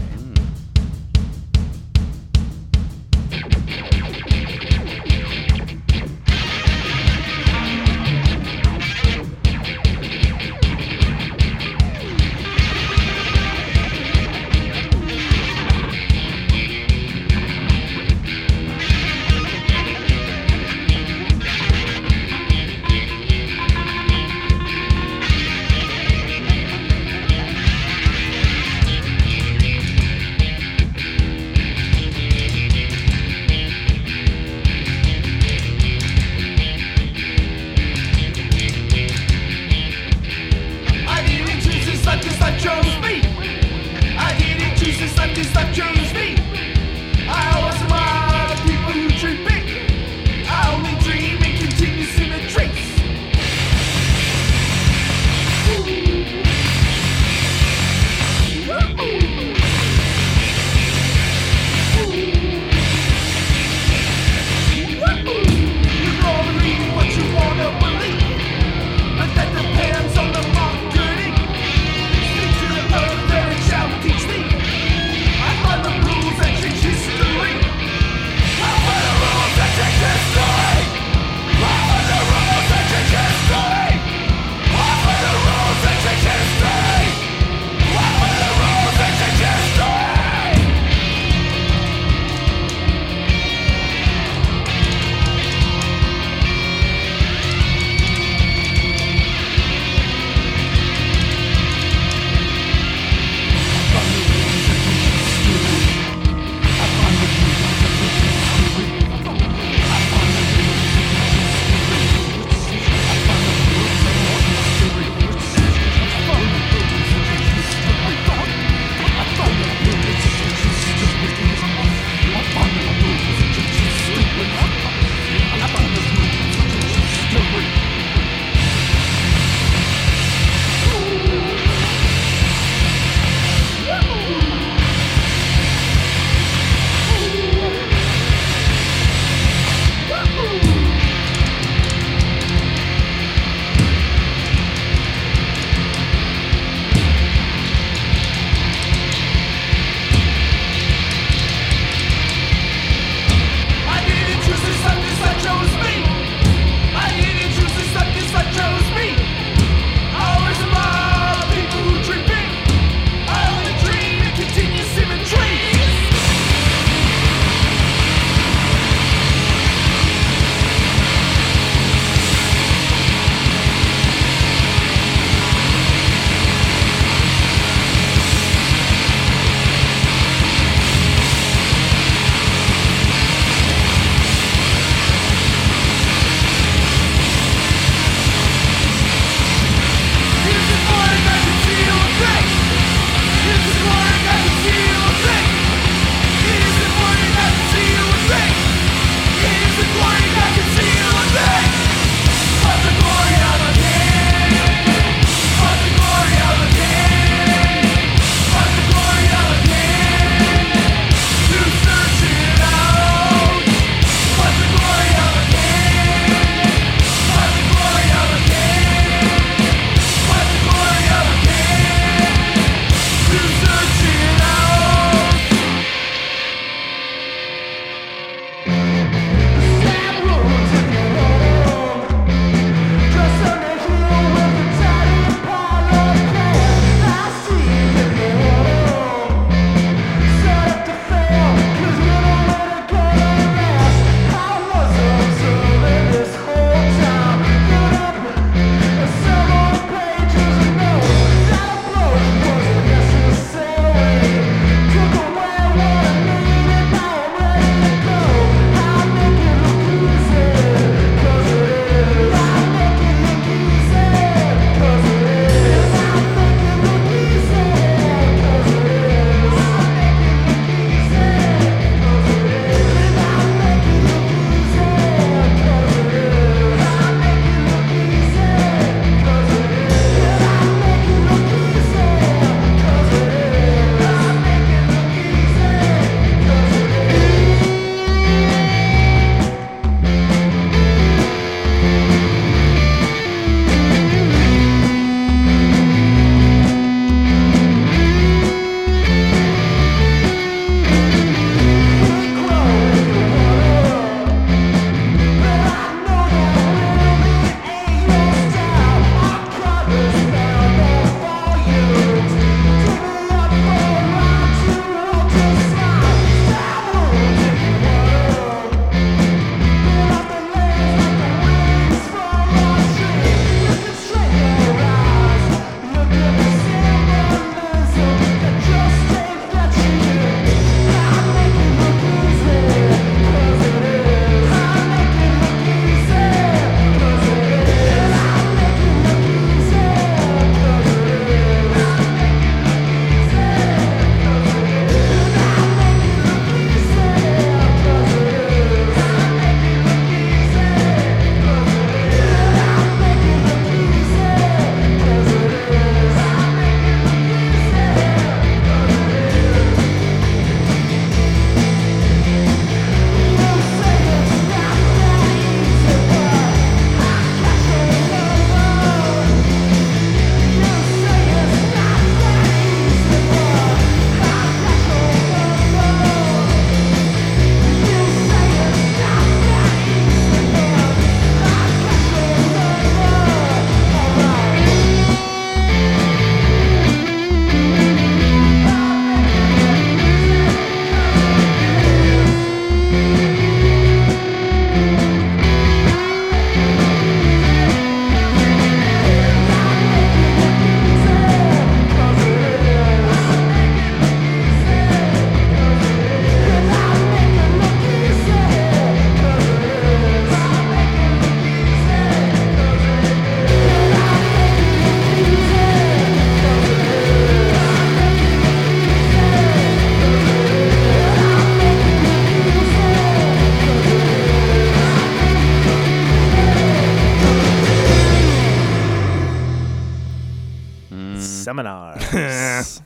Speaker 1: seminars.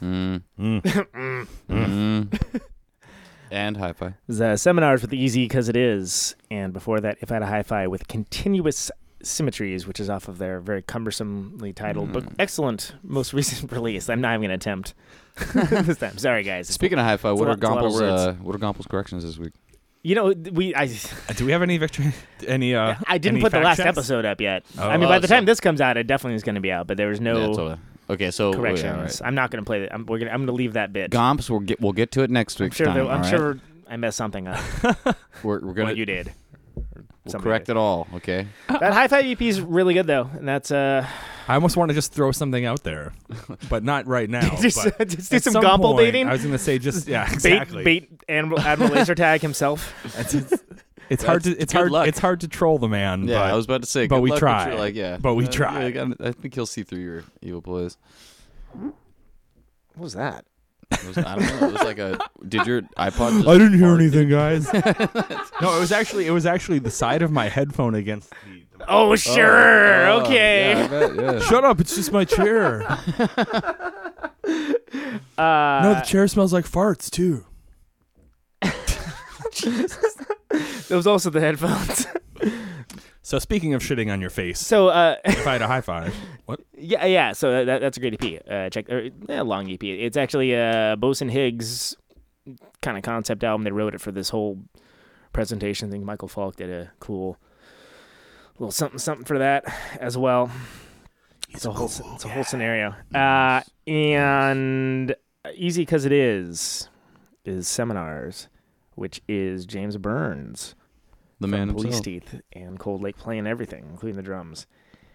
Speaker 4: Mm. Mm. and hi fi.
Speaker 1: was, uh, seminars with Easy Because It Is, and before that, If I Had a Hi Fi with Continuous Symmetries, which is off of their very cumbersomely titled but excellent most recent release. I'm not even going to attempt this time. Sorry, guys.
Speaker 4: Speaking of hi fi, what
Speaker 1: a
Speaker 4: are
Speaker 1: lot- it's a lot of
Speaker 4: Gompel's
Speaker 1: words.
Speaker 4: uh, what are Gompel's corrections this week?
Speaker 1: you know, we I
Speaker 3: Do we have any victory? Any? Uh,
Speaker 1: I didn't
Speaker 3: any
Speaker 1: put the
Speaker 3: fact
Speaker 1: last
Speaker 3: checks?
Speaker 1: episode up yet.
Speaker 3: Oh.
Speaker 1: I mean, by
Speaker 4: Oh,
Speaker 1: the
Speaker 4: so-
Speaker 1: time this comes out, it definitely is going to be out. But there was
Speaker 4: Yeah,
Speaker 1: no
Speaker 4: it's all- okay, so
Speaker 1: Oh, corrections.
Speaker 4: Yeah, all right.
Speaker 1: I'm not going to play that. I'm, we're gonna, I'm going to leave that bit.
Speaker 4: Gomps, we'll get we'll get to it next
Speaker 1: I'm
Speaker 4: week's
Speaker 1: sure.
Speaker 4: time.
Speaker 1: that- I'm
Speaker 4: all right?
Speaker 1: sure I messed something up.
Speaker 4: we're, we're gonna
Speaker 1: what you did. Or
Speaker 4: we'll
Speaker 1: somebody
Speaker 4: correct
Speaker 1: did.
Speaker 4: it all. Okay.
Speaker 1: That high five EP is really good though, and that's uh,
Speaker 3: I almost want to just throw something out there, but not right now.
Speaker 1: just,
Speaker 3: but
Speaker 1: just do
Speaker 3: at
Speaker 1: some,
Speaker 3: some
Speaker 1: gomble
Speaker 3: point-
Speaker 1: baiting.
Speaker 3: I was gonna say just yeah, exactly.
Speaker 1: Bait, bait Admiral, Admiral Laser Tag himself.
Speaker 3: It's hard to it's
Speaker 4: good
Speaker 3: hard
Speaker 4: luck.
Speaker 3: it's hard to troll the man.
Speaker 4: Yeah,
Speaker 3: but
Speaker 4: I was about to say.
Speaker 3: but
Speaker 4: good
Speaker 3: we
Speaker 4: luck with
Speaker 3: try.
Speaker 4: your- Like yeah,
Speaker 3: But we
Speaker 4: Uh,
Speaker 3: try.
Speaker 4: like, I, I think he'll see through your evil plays.
Speaker 1: What was that?
Speaker 4: It was, I don't know. It was like a. Did your iPod? Just
Speaker 7: I didn't hear
Speaker 4: fart?
Speaker 7: anything, guys.
Speaker 3: no, it was actually it was actually the side of my headphone against. The,
Speaker 1: Oh sure,
Speaker 4: Oh,
Speaker 1: okay.
Speaker 4: yeah, I bet, yeah.
Speaker 3: Shut up! It's just my chair.
Speaker 1: Uh,
Speaker 7: no, the chair smells like farts too.
Speaker 1: it was also the headphones.
Speaker 3: so speaking of shitting on your face,
Speaker 1: so uh,
Speaker 3: if I had a high five, what?
Speaker 1: yeah, yeah. So that- that, that's a great EP. Uh, check, or, yeah, long EP. It's actually uh, Boson Higgs kind of concept album. They wrote it for this whole presentation thing. Michael Falk did a cool little something something for that as well. It's a whole, it's a whole scenario. Uh, and easy because it is is seminars, which is James Burns
Speaker 4: The
Speaker 1: from
Speaker 4: man
Speaker 1: Police
Speaker 4: himself.
Speaker 1: Teeth and Cold Lake playing everything, including the drums.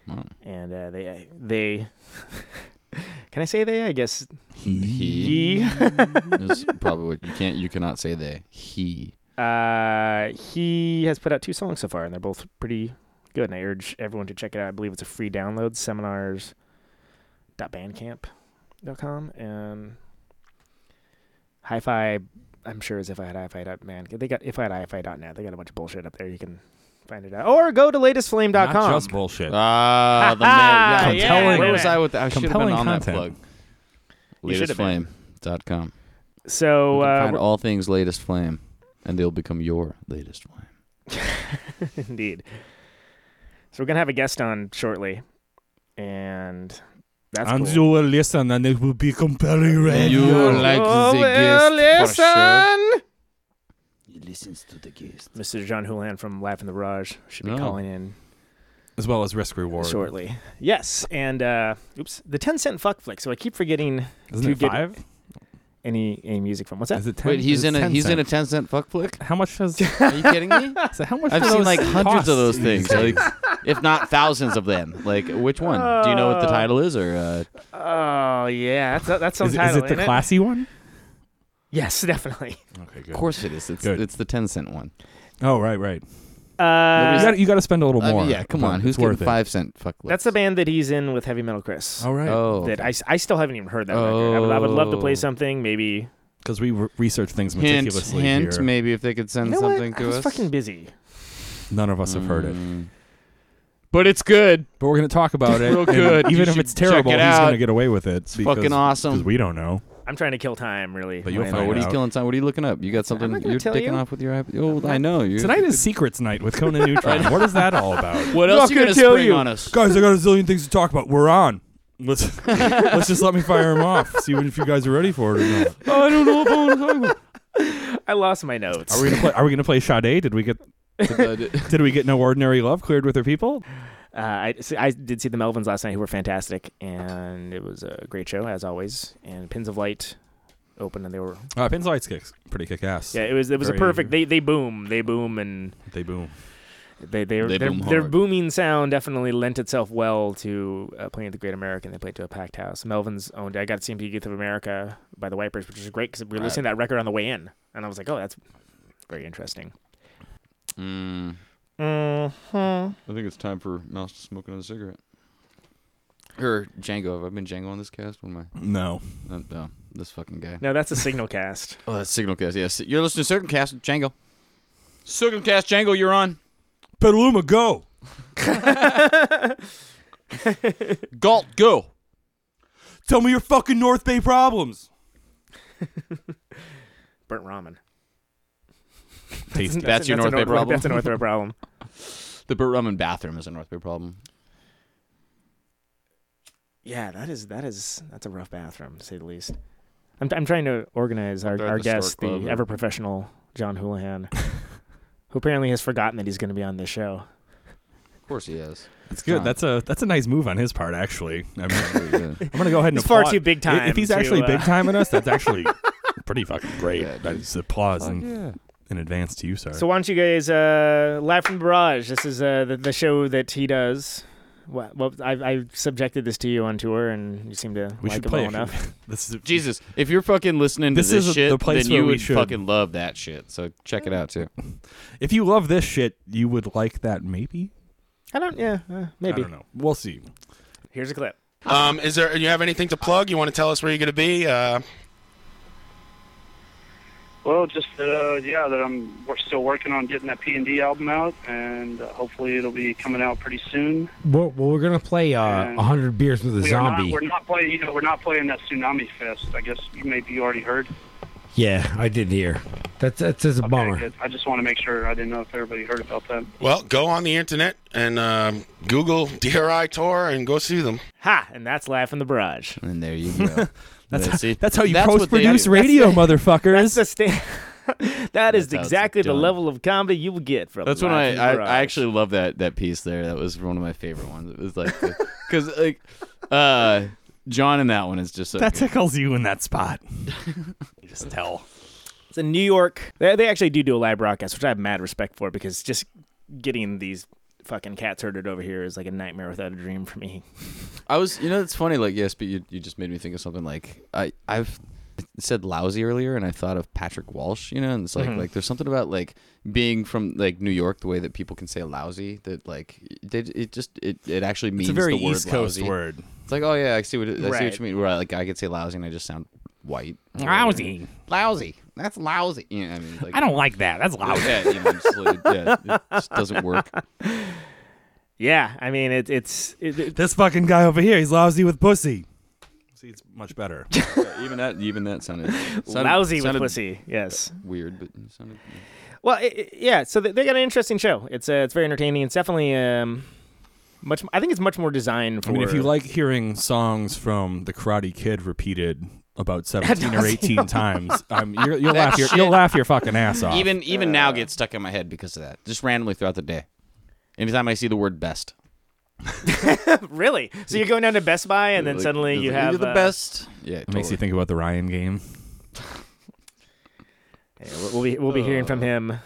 Speaker 4: Wow.
Speaker 1: And uh, they they can I say they? I guess
Speaker 4: He
Speaker 1: he
Speaker 4: is probably what you can't. You cannot say they. He.
Speaker 1: uh, he has put out two songs so far, and they're both pretty good. And I urge everyone to check it out. I believe it's a free download. Seminars.bandcamp.com and hi-fi. I'm sure is if I had hi-fi dot man. They got if I had hi-fi dot net. They got a bunch of bullshit up there. You can find it out, or go to latestflame.com.
Speaker 3: Not just bullshit.
Speaker 4: Ah, the
Speaker 1: Ha-ha,
Speaker 4: man. Yeah,
Speaker 3: compelling-
Speaker 4: Where was I with that? I should have been
Speaker 3: compelling
Speaker 4: on that plug.
Speaker 3: content.
Speaker 1: You should have been.
Speaker 4: Latestflame.com. You
Speaker 1: so
Speaker 4: can
Speaker 1: uh,
Speaker 4: find all things latest flame, and they'll become your latest flame.
Speaker 1: Indeed. So we're gonna have a guest on shortly, and that's
Speaker 3: and
Speaker 1: cool.
Speaker 3: you will listen, and it will be compelling radio.
Speaker 4: You will like
Speaker 1: Oh,
Speaker 4: the
Speaker 1: well,
Speaker 4: guest for sure.
Speaker 1: listen!
Speaker 2: He listens to the guest.
Speaker 1: Mr. John Hulan from Laugh in the Raj should be
Speaker 4: Oh.
Speaker 1: calling in
Speaker 3: as well as risk reward.
Speaker 1: shortly. Yes, and uh, oops, the ten cent fuck flick. So I keep forgetting
Speaker 3: Isn't
Speaker 1: Do you
Speaker 3: it
Speaker 1: get-
Speaker 3: five?
Speaker 1: any any music from. What's that?
Speaker 3: Is it ten?
Speaker 4: Wait, he's
Speaker 3: is it
Speaker 4: in a
Speaker 3: 10
Speaker 4: he's in a
Speaker 3: cents?
Speaker 4: ten cent fuck flick.
Speaker 3: How much does?
Speaker 4: Are you kidding me?
Speaker 3: so how much?
Speaker 4: I've
Speaker 3: do
Speaker 4: seen
Speaker 3: those
Speaker 4: like hundreds
Speaker 3: cost
Speaker 4: of those things,
Speaker 3: these days?
Speaker 4: like if not thousands of them. Like which one? Do you know what the
Speaker 1: Uh,
Speaker 4: title is? Or uh,
Speaker 1: Oh yeah, that's that's some
Speaker 3: is, it- is
Speaker 1: title.
Speaker 3: it the
Speaker 1: ain't
Speaker 3: classy one?
Speaker 1: Yes, definitely.
Speaker 3: Okay,
Speaker 4: of course it is. It's
Speaker 3: Good.
Speaker 4: it's the ten cent one.
Speaker 3: Oh right, right. you,
Speaker 1: Uh,
Speaker 3: gotta, you gotta spend a little
Speaker 4: I mean,
Speaker 3: more.
Speaker 4: yeah, come
Speaker 3: but
Speaker 4: on. Who's
Speaker 3: it's worth
Speaker 4: getting five cent fuck flicks?
Speaker 1: that's the band that he's in with Heavy Metal Chris.
Speaker 3: It. All right.
Speaker 4: Oh,
Speaker 1: That I, s- I still haven't even heard that record. I would, I would love to play
Speaker 4: Oh.
Speaker 1: something. Maybe
Speaker 3: Because we re- research things
Speaker 4: hint
Speaker 3: meticulously
Speaker 4: hint.
Speaker 3: here.
Speaker 4: Maybe if they could send
Speaker 1: you know
Speaker 4: something
Speaker 1: what?
Speaker 4: to
Speaker 1: I was
Speaker 4: us.
Speaker 1: fucking busy.
Speaker 3: None of us have heard it,
Speaker 4: Mm. But it's good.
Speaker 3: but we're gonna talk about it.
Speaker 4: Real
Speaker 3: and
Speaker 4: good. You
Speaker 3: Even if
Speaker 4: should
Speaker 3: it's terrible,
Speaker 4: check it
Speaker 3: he's gonna
Speaker 4: out.
Speaker 3: get away with it. It's
Speaker 4: Fucking awesome.
Speaker 3: we don't know.
Speaker 1: I'm trying to kill time, really.
Speaker 3: But you'll
Speaker 1: when-
Speaker 3: find
Speaker 4: Oh, what are you
Speaker 3: out.
Speaker 4: killing time? What are you looking up? You got
Speaker 1: I'm
Speaker 4: something
Speaker 1: not gonna
Speaker 4: you're
Speaker 1: tell
Speaker 4: taking
Speaker 1: you.
Speaker 4: off with your iPad? Oh, I
Speaker 1: not-
Speaker 4: know. You
Speaker 3: Tonight is Secrets Night with Conan Neutron. what is that all about?
Speaker 4: What
Speaker 1: else
Speaker 4: else
Speaker 1: you
Speaker 4: you
Speaker 1: gonna
Speaker 4: gonna
Speaker 1: tell
Speaker 4: spring
Speaker 1: you?
Speaker 4: on us?
Speaker 3: guys, I got a zillion things to talk about. We're on. Let's let's just let me fire him off. See if you guys are ready for it or not.
Speaker 4: I don't know if I want to talk about.
Speaker 1: I lost my notes.
Speaker 3: Are we gonna play? Are we gonna play Sade? Did we get Did we get No Ordinary Love cleared with her people?
Speaker 1: Uh, I, see- I did see the Melvins last night, who were fantastic, and it was a great show as always. And Pins of Light opened, and they were
Speaker 3: Uh, Pins Lights kicks pretty kick ass.
Speaker 1: yeah, it was it was
Speaker 3: Very-
Speaker 1: a perfect. They they boom, they boom, and
Speaker 3: They boom.
Speaker 1: they they,
Speaker 4: They
Speaker 1: their,
Speaker 4: boom
Speaker 1: their
Speaker 4: hard.
Speaker 1: booming sound definitely lent itself well to uh, playing at the Great American. They played to a packed house. Melvins owned. I got CMP Youth of America by the Wipers, which was great because we were
Speaker 4: Right.
Speaker 1: listening to that record on the way in, and I was like, oh, that's very interesting.
Speaker 4: Mm,
Speaker 1: Mm-hmm.
Speaker 4: I think it's time for Mouse to smoke another cigarette. Or Django. Have I been Django on this cast? What am
Speaker 3: No.
Speaker 4: I? Uh, no, this fucking guy.
Speaker 1: No, that's a signal cast.
Speaker 4: Oh, that's Signal Cast. Yes, you're listening to Signal Cast, Django. Signal Cast, Django, you're on.
Speaker 3: Petaluma, go!
Speaker 4: Galt, go.
Speaker 3: Tell me your fucking North Bay problems.
Speaker 1: Burnt ramen.
Speaker 3: Tasty.
Speaker 4: That's your
Speaker 1: a
Speaker 4: North Bay problem?
Speaker 1: That's a North Bay problem.
Speaker 4: The Burt Ramen bathroom is a North Bay problem.
Speaker 1: Yeah, that is that is that's a rough bathroom to say the least. I'm I'm trying to organize our
Speaker 4: They're at
Speaker 1: our
Speaker 4: the
Speaker 1: guest,
Speaker 4: Stork Club.
Speaker 1: the ever professional John Houlihan, who apparently has forgotten that he's going to be on this show.
Speaker 4: Of course he is.
Speaker 3: That's good. That's a that's a nice move on his part, actually. I mean,
Speaker 4: Yeah.
Speaker 3: I'm gonna go ahead and
Speaker 1: He's far
Speaker 3: applaud-
Speaker 1: too big
Speaker 3: I-
Speaker 1: time.
Speaker 3: If he's
Speaker 1: to,
Speaker 3: actually
Speaker 1: uh,
Speaker 3: big time at us, that's actually pretty fucking great.
Speaker 4: Yeah, dude.
Speaker 3: that's applause in,
Speaker 4: yeah.
Speaker 3: in advance to you, sir.
Speaker 1: So why don't you guys uh, live from the barrage? This is uh, the, the show that he does. Well, well I, I subjected this to you on tour, and you seem to
Speaker 3: we
Speaker 1: like
Speaker 3: should
Speaker 1: it
Speaker 3: play
Speaker 1: well
Speaker 3: a few-
Speaker 1: enough.
Speaker 3: this is
Speaker 4: Jesus, if you're fucking listening to
Speaker 3: This
Speaker 4: this,
Speaker 3: is
Speaker 4: shit,
Speaker 3: the place
Speaker 4: then
Speaker 3: where
Speaker 4: you
Speaker 3: we
Speaker 4: would
Speaker 3: should-
Speaker 4: fucking love that shit. So check it out too.
Speaker 3: If you love this shit, you would like that maybe.
Speaker 1: I don't. Yeah, uh,
Speaker 3: I
Speaker 1: maybe.
Speaker 3: don't know. We'll see.
Speaker 1: Here's a clip.
Speaker 9: Um, is there? You have anything to plug? You want to tell us where you're going to be? Uh,
Speaker 10: Well, just uh, yeah, that I'm we're still working on getting that P and D album out, and uh, hopefully it'll be coming out pretty soon.
Speaker 11: Well, well we're gonna play uh,
Speaker 10: And
Speaker 11: hundred beers with a
Speaker 10: we Are
Speaker 11: zombie.
Speaker 10: not, we're not playing, you know, we're not playing that tsunami fest. I guess you maybe you already heard.
Speaker 11: yeah, I did hear. That's that's, that's a bummer.
Speaker 10: Good. I just want to make sure I didn't know if everybody heard about that.
Speaker 9: well, go on the internet and um, Google DRI tour and go see them.
Speaker 1: Ha! And that's live from the barrage.
Speaker 4: And there you go.
Speaker 3: That's
Speaker 4: Let's
Speaker 3: how,
Speaker 4: see.
Speaker 3: that's how you
Speaker 4: That's
Speaker 3: post
Speaker 4: what they do.
Speaker 3: produce radio,
Speaker 1: That's
Speaker 3: motherfuckers.
Speaker 1: the sta- That is
Speaker 4: That's how it's
Speaker 1: exactly the
Speaker 4: done.
Speaker 1: level of comedy you will get from.
Speaker 4: That's when
Speaker 1: Live
Speaker 4: I,
Speaker 1: from the
Speaker 4: I,
Speaker 1: Barrage.
Speaker 4: I actually love that that piece there. That was one of my favorite ones. It was like because like uh John in that one is just so
Speaker 3: That
Speaker 4: good.
Speaker 3: tickles you in that spot. Just tell.
Speaker 1: It's in New York. They, they actually do do a live broadcast, which I have mad respect for because just getting these fucking cats herded over here is like a nightmare without a dream for me.
Speaker 4: I was, you know, it's funny. Like, yes, but you, you just made me think of something. Like, I I've said lousy earlier, and I thought of Patrick Walsh. You know, and it's like
Speaker 3: Mm-hmm.
Speaker 1: Mhm.
Speaker 4: like there's something about like being from like New York, the way that people can say lousy. That like they, it just it, it actually means
Speaker 3: It's a very
Speaker 4: the word
Speaker 3: East Coast
Speaker 4: lousy.
Speaker 3: word.
Speaker 4: It's like oh yeah, I see what it- I see
Speaker 1: Right.
Speaker 4: what you mean. Where like I could say lousy, and I just sound white.
Speaker 3: Lousy.
Speaker 4: lousy. That's lousy. You know, what I mean, like,
Speaker 3: I don't like that. That's loud.
Speaker 4: Yeah, you know, just like- yeah, it just doesn't work.
Speaker 1: Yeah, I mean it, it's it, it-
Speaker 3: This fucking guy over here, he's lousy with pussy. See, it's much better.
Speaker 4: Yeah, even that, even that sounded, sounded
Speaker 1: lousy with
Speaker 4: sounded
Speaker 1: pussy. Yes.
Speaker 4: Weird, but it sounded.
Speaker 1: Well, it, it- yeah. So they, they got an interesting show. It's uh, it's very entertaining. It's definitely um, much. I think it's much more designed for.
Speaker 3: I mean, if you like hearing songs from the Karate Kid repeated about 17 or 18 times, um, you're, you'll laugh your you'll laugh your fucking ass off.
Speaker 4: Even even now gets stuck in my head because of that. Just randomly throughout the day. Anytime I see the word best.
Speaker 1: really, so you're going down to Best Buy and then
Speaker 4: Like,
Speaker 1: suddenly
Speaker 4: it's
Speaker 1: you
Speaker 4: like,
Speaker 1: have
Speaker 4: You're the
Speaker 1: uh,
Speaker 4: best. Yeah,
Speaker 3: it makes
Speaker 4: totally.
Speaker 3: you think about the Ryan game.
Speaker 1: yeah, we'll- we'll be we'll be hearing from him. I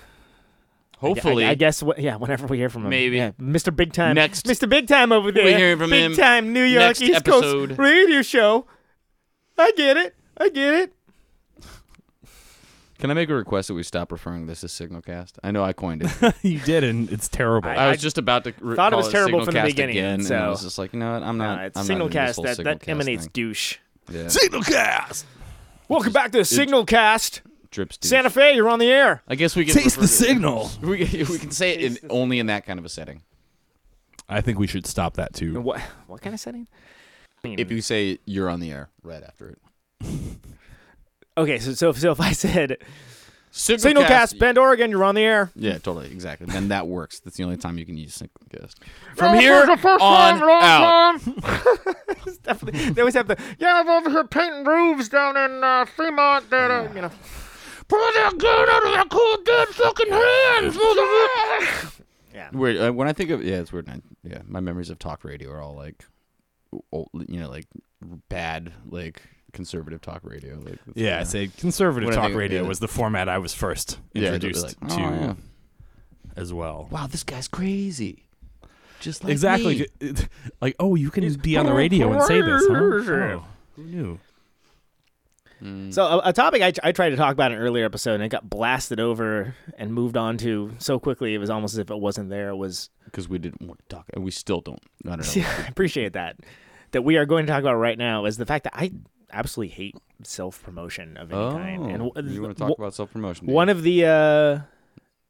Speaker 1: gu-
Speaker 4: Hopefully.
Speaker 1: I, guess. What, yeah, whenever we hear from him,
Speaker 4: Maybe.
Speaker 1: Yeah, Mr. Big Time,
Speaker 4: Next-
Speaker 1: Mr. Big Time over there.
Speaker 4: hearing from
Speaker 1: Big
Speaker 4: him
Speaker 1: Time New York
Speaker 4: next
Speaker 1: East
Speaker 4: episode.
Speaker 1: Coast radio show. I get it. I get it.
Speaker 4: Can I make a request that we stop referring to this as Signalcast? I know I coined it.
Speaker 3: you did, and it's terrible.
Speaker 4: I
Speaker 1: I
Speaker 4: was just about to re-
Speaker 1: thought it
Speaker 4: call
Speaker 1: was terrible from the
Speaker 4: Signalcast
Speaker 1: beginning,
Speaker 4: Again, and I
Speaker 1: so-
Speaker 4: was just like, you know what? I'm not.
Speaker 1: Uh, it's
Speaker 4: I'm not into this
Speaker 1: Signalcast
Speaker 4: whole
Speaker 1: that that
Speaker 4: Signalcast
Speaker 1: emanates
Speaker 4: thing.
Speaker 1: douche.
Speaker 4: Yeah,
Speaker 3: Signalcast.
Speaker 1: Welcome back to Signalcast,
Speaker 4: drips. Dude.
Speaker 1: Santa Fe. You're on the air.
Speaker 4: I guess we can
Speaker 3: Taste the
Speaker 4: refer to it-
Speaker 3: signal.
Speaker 4: We, can- we can say it in, only in that kind of a setting.
Speaker 1: Mm-hmm.
Speaker 3: I think we should stop that too.
Speaker 1: What what kind of setting?
Speaker 4: If you say you're on the air right after it.
Speaker 1: Okay, so so, so if I said
Speaker 4: Signalcast.
Speaker 1: Signalcast, Bend, Oregon, you're on the air.
Speaker 4: Yeah, totally, exactly. Then that works. That's the only time you can use Signalcast.
Speaker 1: From here
Speaker 4: on out.
Speaker 1: definitely, they always have the yeah. I'm over here painting roofs down in uh, Fremont. That uh, you know. Pull that gun out of that cool dead fucking hands, motherfucker.
Speaker 4: Weird. Uh, when I think of yeah, it's weird. I, yeah, my memories of talk radio are all like, old, you know, like bad, like conservative talk radio. Like that's-
Speaker 3: Yeah, I say conservative
Speaker 4: What I
Speaker 3: talk
Speaker 4: think-
Speaker 3: radio
Speaker 4: yeah.
Speaker 3: was the format I was first
Speaker 4: Yeah, it'd be
Speaker 3: introduced
Speaker 4: like,
Speaker 3: to
Speaker 4: "Oh, yeah.
Speaker 3: as well.
Speaker 4: Wow, this guy's crazy. Just like
Speaker 3: exactly.
Speaker 4: me."
Speaker 3: It- Like, oh, you can be on the radio and say this. Huh? Oh, who knew? Mm.
Speaker 1: So a, a topic I, I tried to talk about in an earlier episode and it got blasted over and moved on to so quickly it was almost as if it wasn't there was
Speaker 4: Because we didn't want to talk, and we still don't. I don't know.
Speaker 1: yeah, I appreciate that that we are going to talk about right now is the fact that I absolutely hate self promotion of any
Speaker 4: oh,
Speaker 1: kind and w-
Speaker 4: you want to
Speaker 1: w-
Speaker 4: talk about self promotion?
Speaker 1: One of the uh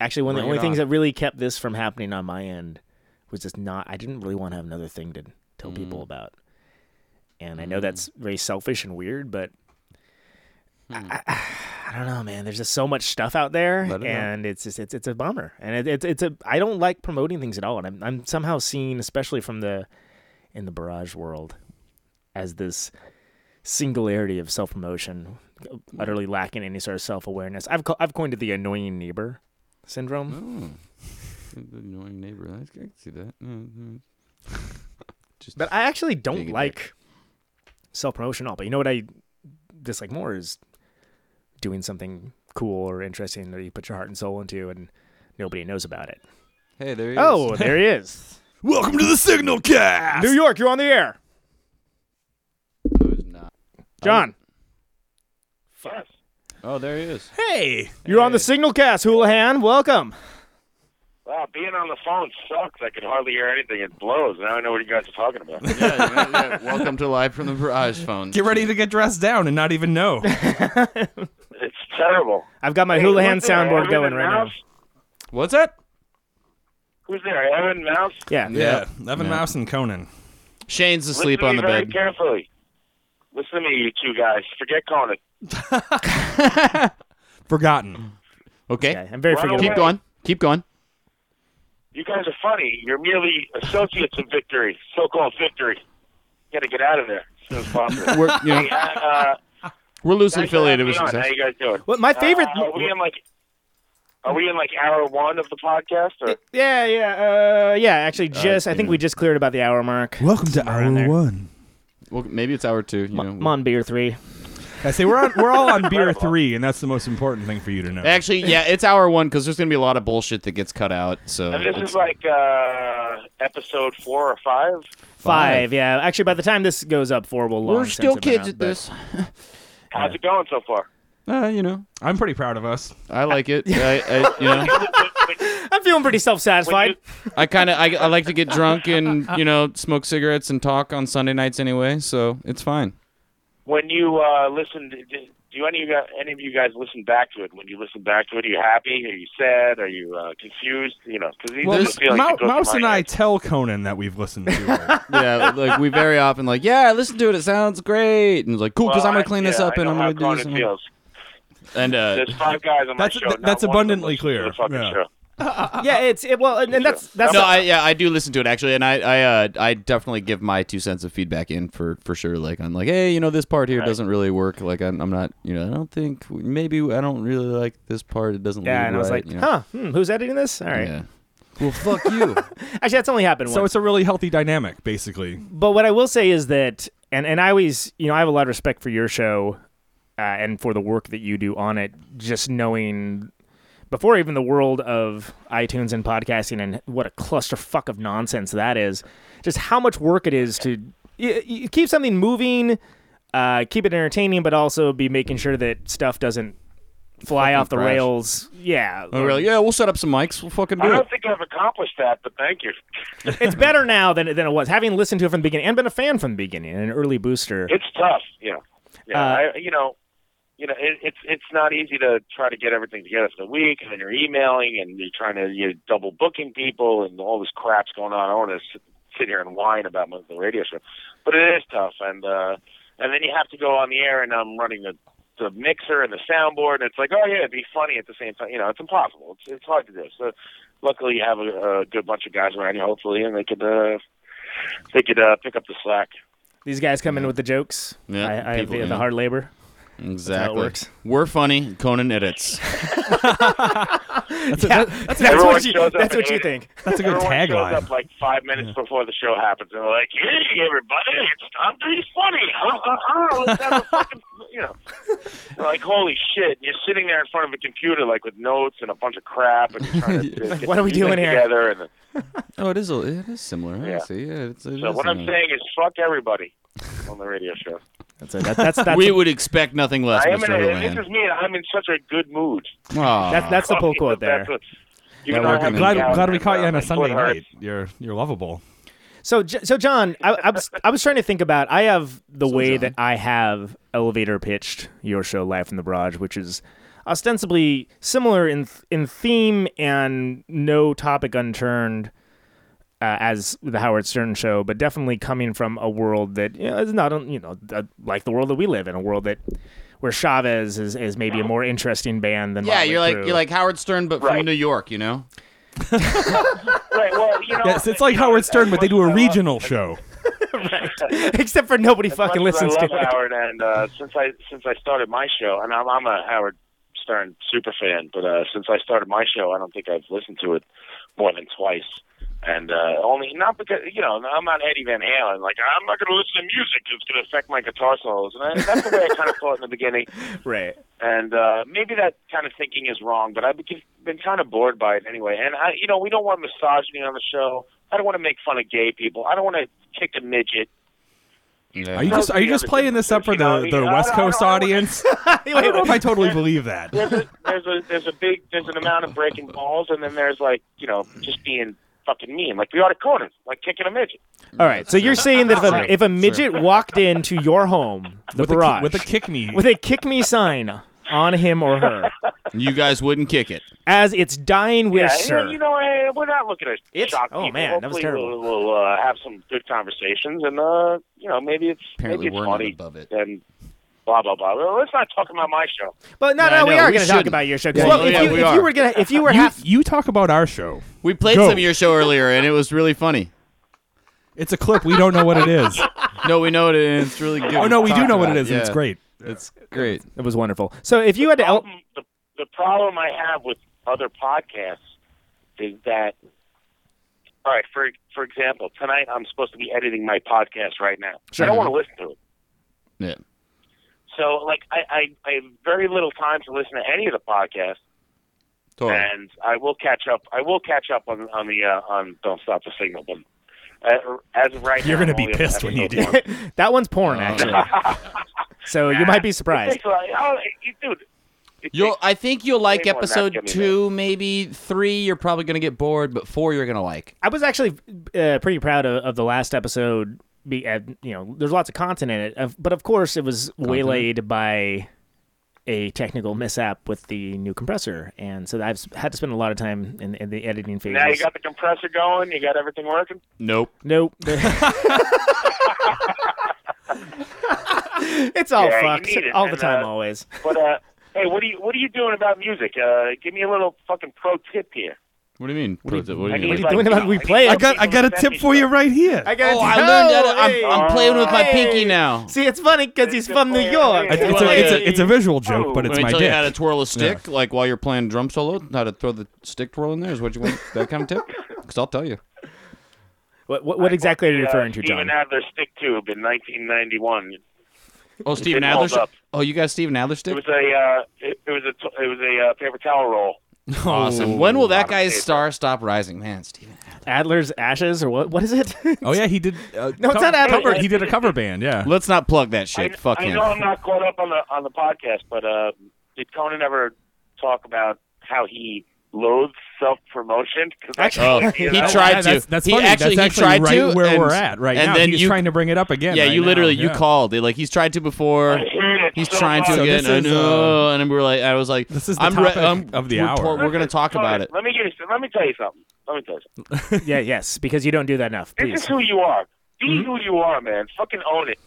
Speaker 1: actually one of the
Speaker 4: Bring it
Speaker 1: only things
Speaker 4: on.
Speaker 1: that really kept this from happening on my end was just not I didn't really want to have another thing to tell people about. And I know that's very selfish and weird, but I, I, I don't know, man. There's just so much stuff out there,
Speaker 12: Let it out.
Speaker 1: and it's just it's it's a bummer. And it, it's it's a I don't like promoting things at all. And I'm I'm somehow seen, especially from the in the barrage world, as this singularity of self promotion, utterly lacking any sort of self awareness. I've co- I've coined it the annoying neighbor
Speaker 2: Hmm.
Speaker 4: Oh,
Speaker 1: syndrome.
Speaker 2: The annoying neighbor. I can see that. Mm, mm.
Speaker 1: but I actually don't like self promotion at all. But you know what I dislike more is doing something cool or interesting that you put your heart and soul into and nobody knows about it.
Speaker 2: Hey, there he
Speaker 1: oh,
Speaker 2: is.
Speaker 1: there he is.
Speaker 2: Welcome to the Signal Cast.
Speaker 1: New York, you're on the air.
Speaker 2: Um,
Speaker 1: John.
Speaker 2: Oh, there he is.
Speaker 1: Hey, you're on the Signal Cast, Houlihan. Welcome.
Speaker 13: Wow, being on the phone sucks. I can hardly hear anything. It blows. Now I know what you guys are talking about.
Speaker 4: Welcome to live from the barrage phone.
Speaker 3: Get ready to get dressed down and not even know.
Speaker 13: it's terrible.
Speaker 1: I've got my
Speaker 13: Hey,
Speaker 1: Houlihan
Speaker 13: what's that,
Speaker 1: soundboard
Speaker 13: Evan
Speaker 1: going
Speaker 13: and
Speaker 1: right now.
Speaker 13: Mouse?
Speaker 3: What's that?
Speaker 13: Who's there? Evan Mouse.
Speaker 1: Yeah.
Speaker 3: Yeah. Evan
Speaker 13: Yeah.
Speaker 3: Mouse and Conan.
Speaker 4: Shane's
Speaker 13: Listen to me very Carefully. Listen to me, you two guys. Forget Conan.
Speaker 3: Forgotten.
Speaker 4: Okay.
Speaker 1: I'm
Speaker 13: very Run forgettable.
Speaker 4: Keep
Speaker 13: away.
Speaker 4: going. Keep going.
Speaker 13: You guys are funny. You're merely associates of victory, so-called victory. You got to get out of there as soon as possible.
Speaker 4: We're- you know-
Speaker 13: Hey, uh, uh,
Speaker 4: We're loosely
Speaker 13: thanks for having
Speaker 4: affiliated with
Speaker 13: me on.
Speaker 4: success.
Speaker 13: How you guys doing?
Speaker 1: Well, my favorite-
Speaker 13: Uh, are we in like? Are we in like hour one of the podcast? Or
Speaker 1: Yeah, yeah, uh, yeah. Actually, just I think we just cleared about the hour mark.
Speaker 4: Welcome to
Speaker 1: around there.
Speaker 4: one. Well, maybe it's hour two. You know,
Speaker 1: I'm on beer three.
Speaker 3: I say we're on we're all on beer three, and that's the most important thing for you to know.
Speaker 4: Actually, yeah, it's hour one because there's gonna be a lot of bullshit that gets cut out. So
Speaker 13: and this
Speaker 4: it's-
Speaker 13: is like uh, episode four or five.
Speaker 1: Five, yeah. Actually, by the time this goes up, four will.
Speaker 13: We're
Speaker 1: long since
Speaker 13: still
Speaker 1: have been
Speaker 13: kids
Speaker 1: out,
Speaker 13: at
Speaker 1: but-
Speaker 13: this. How's it going so far?
Speaker 4: Uh, you know,
Speaker 3: I'm pretty proud of us.
Speaker 4: I like it. I, I, you know,
Speaker 1: I'm feeling pretty self-satisfied.
Speaker 4: I kind of I, I like to get drunk and you know smoke cigarettes and talk on Sunday nights anyway, so it's fine.
Speaker 13: When you uh, listen, to, do any of you guys, any of you guys listen back to it? When you listen back to it, are you happy? Are you sad? Are you uh, confused? You know, because these are the feelings
Speaker 3: Mou-
Speaker 13: that go through
Speaker 3: Mouse
Speaker 13: my
Speaker 3: and I tell Conan that we've listened to. Her.
Speaker 4: yeah, like we very often like, yeah, I listened to it. It sounds great, and it's like cool because
Speaker 13: Well,
Speaker 4: I'm
Speaker 13: I-
Speaker 4: gonna clean this
Speaker 13: yeah,
Speaker 4: up
Speaker 13: I
Speaker 4: and
Speaker 13: know
Speaker 4: I'm
Speaker 13: how
Speaker 4: gonna do
Speaker 13: Conan
Speaker 4: this. and-
Speaker 13: feels.
Speaker 4: And uh,
Speaker 13: There's five guys on my
Speaker 4: that's-
Speaker 13: show.
Speaker 4: that-
Speaker 13: not
Speaker 4: that's
Speaker 13: one of them
Speaker 4: abundantly
Speaker 13: listens to
Speaker 4: clear.
Speaker 13: the fucking
Speaker 4: Yeah.
Speaker 13: show.
Speaker 1: yeah, it's it, well, and, and that's that's
Speaker 4: no, I, uh, yeah, I do listen to it actually, and I, I, uh, I definitely give my two cents of feedback in for for sure. Like I'm like, hey, you know, this part here doesn't really work. Like I'm, I'm not, you know, I don't think maybe I don't really like this part. It doesn't.
Speaker 1: yeah.
Speaker 4: lead
Speaker 1: And I was
Speaker 4: right,
Speaker 1: like,
Speaker 4: you know?
Speaker 1: huh, hmm, who's editing this? All right.
Speaker 4: Yeah. Well, fuck you.
Speaker 1: Actually, that's only happened
Speaker 3: so
Speaker 1: once.
Speaker 3: it's a really healthy dynamic, basically.
Speaker 1: But what I will say is that, and, and I always, you know, I have a lot of respect for your show uh, and for the work that you do on it, just knowing before even the world of iTunes and podcasting and what a clusterfuck of nonsense that is, just how much work it is to y- y- keep something moving, uh, keep it entertaining, but also be making sure that stuff doesn't fly off the
Speaker 4: crash.
Speaker 1: rails. Yeah.
Speaker 4: And we're like, yeah, we'll set up some mics. We'll fucking
Speaker 13: I
Speaker 4: do it.
Speaker 13: don't think I've accomplished that, but thank you.
Speaker 1: it's better now than, than it was. Having listened to it from the beginning and been a fan from the beginning and an early booster.
Speaker 13: It's tough. Yeah. Yeah.
Speaker 1: Uh,
Speaker 13: I, you know, you know, it, it's it's not easy to try to get everything together for the week, and then you're emailing and you're trying to you're double booking people and all this crap's going on. I don't want to sit here and whine about my, the radio show, but it is tough, and uh, and then you have to go on the air, and I'm running the the mixer and the soundboard, and it's like, oh yeah, it'd be funny at the same time. You know, it's impossible. It's it's hard to do. So, luckily, you have a, a good bunch of guys around you, hopefully, and they could uh, they could uh, pick up the slack.
Speaker 1: These guys come in with the jokes.
Speaker 4: Yeah,
Speaker 1: I, I have
Speaker 4: people,
Speaker 1: the,
Speaker 4: yeah.
Speaker 1: the hard labor.
Speaker 4: Exactly.
Speaker 1: works.
Speaker 4: We're funny. Conan edits.
Speaker 1: That's,
Speaker 4: that-
Speaker 1: that's,
Speaker 4: Everyone
Speaker 1: what you,
Speaker 4: shows up
Speaker 1: that's
Speaker 4: and
Speaker 1: what you
Speaker 4: hates
Speaker 1: think.
Speaker 3: That's
Speaker 13: Everyone shows up like five minutes before the show happens, and they're like, "Hey, everybody, it's time to be funny." Ha, ha, ha. Let's have a fucking, you know, They're like holy shit. And you're sitting there in front of a computer, like with notes and a bunch of crap, and you're trying to get
Speaker 4: What are we
Speaker 13: everything
Speaker 4: doing here?
Speaker 13: Together, and then-
Speaker 4: Oh, it is. A, it is similar. I see. Yeah, it's, it
Speaker 13: so
Speaker 4: is
Speaker 13: what I'm
Speaker 4: similar.
Speaker 13: saying is, fuck everybody on the radio show.
Speaker 1: That's it. That, that's, that's
Speaker 4: we would expect nothing less,
Speaker 13: I am
Speaker 4: Mr.
Speaker 13: in a, this
Speaker 4: Houlihan.
Speaker 13: is me. and I'm in such a good mood.
Speaker 4: Aw.
Speaker 3: That's- that's the pull quote there.
Speaker 13: That's what-
Speaker 3: Yeah,
Speaker 13: even though I
Speaker 3: we're-
Speaker 13: have
Speaker 3: glad,
Speaker 13: to go out
Speaker 3: glad we
Speaker 13: and,
Speaker 3: caught
Speaker 13: uh,
Speaker 3: you on
Speaker 13: my
Speaker 3: a
Speaker 13: foot
Speaker 3: Sunday
Speaker 13: hurts.
Speaker 3: night. You're you're lovable.
Speaker 1: So, J- so John, I, I was I was trying to think about. I have the way that I have elevator pitched your show live from the barrage, which is ostensibly similar in in theme and no topic unturned. uh, as the Howard Stern show, but definitely coming from a world that you know, is not you know uh, like the world that we live in, a world that where Chavez is, is maybe a more interesting band than
Speaker 4: yeah,
Speaker 1: Motley
Speaker 4: you're like
Speaker 1: Crue.
Speaker 4: you're like Howard Stern, but from New York, you know.
Speaker 13: right. Well, you know,
Speaker 3: Yes, it's like Howard Stern, but they do a regional show.
Speaker 1: except for nobody
Speaker 13: as
Speaker 1: fucking
Speaker 13: much as
Speaker 1: listens
Speaker 13: I
Speaker 1: to
Speaker 13: love
Speaker 1: it.
Speaker 13: Howard, and uh, since I since I started my show, and I'm, I'm a Howard Stern super fan, but uh, since I started my show, I don't think I've listened to it more than twice. And uh, only not because you know I'm not Eddie Van Halen. Like I'm not going to listen to music; it's going to affect my guitar solos. And I, that's the way I kind of thought in the beginning.
Speaker 1: Right.
Speaker 13: And uh, maybe that kind of thinking is wrong, but I've been- been kind of bored by it anyway. And I, you know, we don't want misogyny on the show. I don't want to make fun of gay people. I don't want to kick a midget.
Speaker 3: Are you just are you just playing this up for the, the West Coast audience? I don't know if I totally believe that.
Speaker 13: there's a there's a there's a big there's an amount of breaking balls, and then there's like you know just being fucking mean, like the art of Conan, like kicking a midget.
Speaker 1: All right, so you're saying that if a, if a midget walked into your home, the
Speaker 3: With a ki-
Speaker 1: barrage,
Speaker 3: with a kick me.
Speaker 1: with a kick me sign on him or her,
Speaker 4: You guys wouldn't kick it.
Speaker 1: as its dying wish,
Speaker 13: yeah,
Speaker 1: sir.
Speaker 13: you know eh, we're not looking at it's, shock
Speaker 1: oh,
Speaker 13: people.
Speaker 1: man, that was
Speaker 13: Hopefully
Speaker 1: terrible.
Speaker 13: We'll, we'll uh, have some good conversations, and uh, you know maybe it's
Speaker 4: Apparently
Speaker 13: maybe
Speaker 4: we're
Speaker 13: it's
Speaker 4: not
Speaker 13: funny
Speaker 4: above it.
Speaker 13: and blah blah blah. Well, let's not talk about my show.
Speaker 1: But no,
Speaker 13: Yeah, I
Speaker 1: no, we
Speaker 13: know,
Speaker 1: are going
Speaker 13: we
Speaker 1: to talk
Speaker 13: shouldn't.
Speaker 1: about your show. 'cause
Speaker 4: Yeah,
Speaker 1: look, if,
Speaker 4: yeah,
Speaker 1: you,
Speaker 4: we
Speaker 1: if
Speaker 4: are.
Speaker 1: you were gonna, if you were half,
Speaker 3: You talk about our show.
Speaker 4: We played
Speaker 3: Go.
Speaker 4: some of your show earlier, and it was really funny.
Speaker 3: It's a clip. We don't know what it is.
Speaker 4: No, we know it, and it's really good.
Speaker 3: Oh, no, we do
Speaker 4: Talk
Speaker 3: know what
Speaker 4: about
Speaker 3: it is, and it's
Speaker 4: yeah.
Speaker 3: great.
Speaker 4: It's great.
Speaker 1: it was wonderful. So if you had to, el-
Speaker 13: the problem I have with other podcasts is that, all right, for for example, tonight I'm supposed to be editing my podcast right now.
Speaker 4: Sure.
Speaker 13: I don't want to listen to it.
Speaker 4: Yeah.
Speaker 13: So, like, I, I, I have very little time to listen to any of the podcasts.
Speaker 4: Totally.
Speaker 13: And I will catch up. I will catch up on on the uh, on Don't Stop the Signal. But uh, as of right
Speaker 1: You're gonna
Speaker 13: now, I'm
Speaker 1: be
Speaker 13: only up
Speaker 1: pissed
Speaker 13: to
Speaker 1: when you
Speaker 13: episode
Speaker 1: do.
Speaker 13: one.
Speaker 1: that one's porn, actually. so you might be
Speaker 13: It
Speaker 1: surprised.
Speaker 13: takes a lot- oh, you- dude, it
Speaker 4: You'll. I think you'll like
Speaker 13: Anyone not
Speaker 4: episode
Speaker 13: give me
Speaker 4: two, maybe three. You're probably gonna get bored, but four you're gonna like.
Speaker 1: I was actually uh, pretty proud of, of the last episode. Be, uh, you know, there's lots of content in it, of, but of course, it was waylaid by a technical mishap with the new compressor, and so I've s- had to spend a lot of time in, in the editing phase.
Speaker 13: Now you got the compressor going. You got everything working.
Speaker 4: Nope.
Speaker 1: Nope. it's all
Speaker 13: Yeah, you
Speaker 1: fucked
Speaker 13: need it,
Speaker 1: all the
Speaker 13: and,
Speaker 1: time,
Speaker 13: uh,
Speaker 1: always.
Speaker 13: But uh, hey, what are you what are you doing about music? Uh, give me a little fucking pro tip here.
Speaker 4: What do you mean? What, do
Speaker 13: I
Speaker 4: you
Speaker 13: need,
Speaker 4: mean?
Speaker 13: like, you know, I need
Speaker 3: I
Speaker 13: some
Speaker 3: got I
Speaker 13: people
Speaker 3: got a
Speaker 13: to send
Speaker 3: tip
Speaker 13: me
Speaker 3: for you right here.
Speaker 1: I got.
Speaker 4: Oh, I learned how to- I'm- I'm playing with my pinky now.
Speaker 1: See, it's funny because he's from New York.
Speaker 3: It's, it's a, it's, a, it's a visual joke, but
Speaker 4: Let
Speaker 3: it's
Speaker 4: me
Speaker 3: my
Speaker 4: tell
Speaker 3: dick.
Speaker 4: you how to twirl a stick, like while you're playing drum solo. How to throw the stick twirl in there is what you want. That kind of tip, because I'll tell you.
Speaker 1: What, what, what exactly are you
Speaker 13: Yeah,
Speaker 1: referring to,
Speaker 13: Steven
Speaker 1: John?
Speaker 13: Adler stick tube in 1991.
Speaker 4: Oh, Steven
Speaker 13: It holds
Speaker 4: Adler.
Speaker 13: up.
Speaker 4: Oh, you got Steven Adler
Speaker 13: It
Speaker 4: stick.
Speaker 13: was a uh, it, it was a t- it was a uh, paper towel roll.
Speaker 4: Awesome. When will that guy's star stop rising, man? Steven.
Speaker 1: Adler's Ashes, or what? What is it?
Speaker 3: Oh yeah, he did. Uh,
Speaker 1: No, it's
Speaker 3: co-
Speaker 1: not Adler.
Speaker 3: cover- He did a cover band. Yeah.
Speaker 4: Let's not plug that shit. Fuck
Speaker 13: I
Speaker 4: him.
Speaker 13: know I'm not caught up on the on the podcast, but uh, did Conan ever talk about how he loathes self promotion?
Speaker 4: Actually, Oh, he tried
Speaker 3: Yeah,
Speaker 4: to.
Speaker 3: That's, that's
Speaker 4: He
Speaker 3: funny.
Speaker 4: actually-
Speaker 3: that's
Speaker 4: he tried
Speaker 3: right
Speaker 4: to,
Speaker 3: where
Speaker 4: and-
Speaker 3: we're at right
Speaker 4: and
Speaker 3: now.
Speaker 4: then
Speaker 3: he's
Speaker 4: you-
Speaker 3: trying to bring it up again.
Speaker 4: yeah,
Speaker 3: right
Speaker 4: you
Speaker 3: now,
Speaker 4: literally you
Speaker 3: yeah.
Speaker 4: called it. Like he's tried to before. He's trying to
Speaker 3: So
Speaker 4: again.
Speaker 3: this is, um,
Speaker 4: I know, and we were like, I was like,
Speaker 3: this is the
Speaker 4: I'm,
Speaker 3: topic
Speaker 4: I'm
Speaker 3: of the
Speaker 4: we're
Speaker 3: hour.
Speaker 4: to- we're gonna talk about it.
Speaker 13: Let me get you, let me tell you something. Let me tell you something.
Speaker 1: yeah, yes, because you don't do that enough.
Speaker 13: This
Speaker 1: Please.
Speaker 13: is who you are. Be
Speaker 4: Mm-hmm.
Speaker 13: who you are, man. Fucking own it.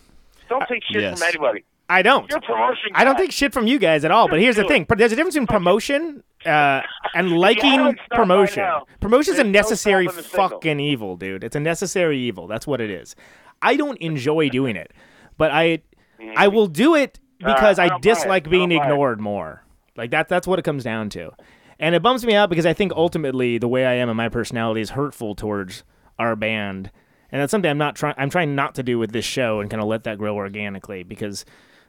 Speaker 13: Don't take shit
Speaker 1: yes.
Speaker 13: from anybody.
Speaker 1: I don't.
Speaker 13: You're a promotion
Speaker 1: I don't
Speaker 13: guy.
Speaker 1: think shit from you guys at all. But here's the
Speaker 13: Dude.
Speaker 1: thing: there's a difference between promotion uh, and liking
Speaker 13: haven't stopped by
Speaker 1: promotion.
Speaker 13: now,
Speaker 1: Promotion's a
Speaker 13: there's no
Speaker 1: necessary
Speaker 13: stopping the signal.
Speaker 1: fucking evil, dude. It's a necessary evil. That's what it is. I don't enjoy doing it, but I, I will do it because
Speaker 13: Uh, I
Speaker 1: I,
Speaker 13: don't buy it.
Speaker 1: dislike
Speaker 13: I
Speaker 1: being
Speaker 13: don't buy it.
Speaker 1: ignored more. Like that. That's what it comes down to, and it bums me out because I think ultimately the way I am and my personality is hurtful towards our band. And that's something I'm not trying. I'm trying not to do with this show and kind of let that grow organically because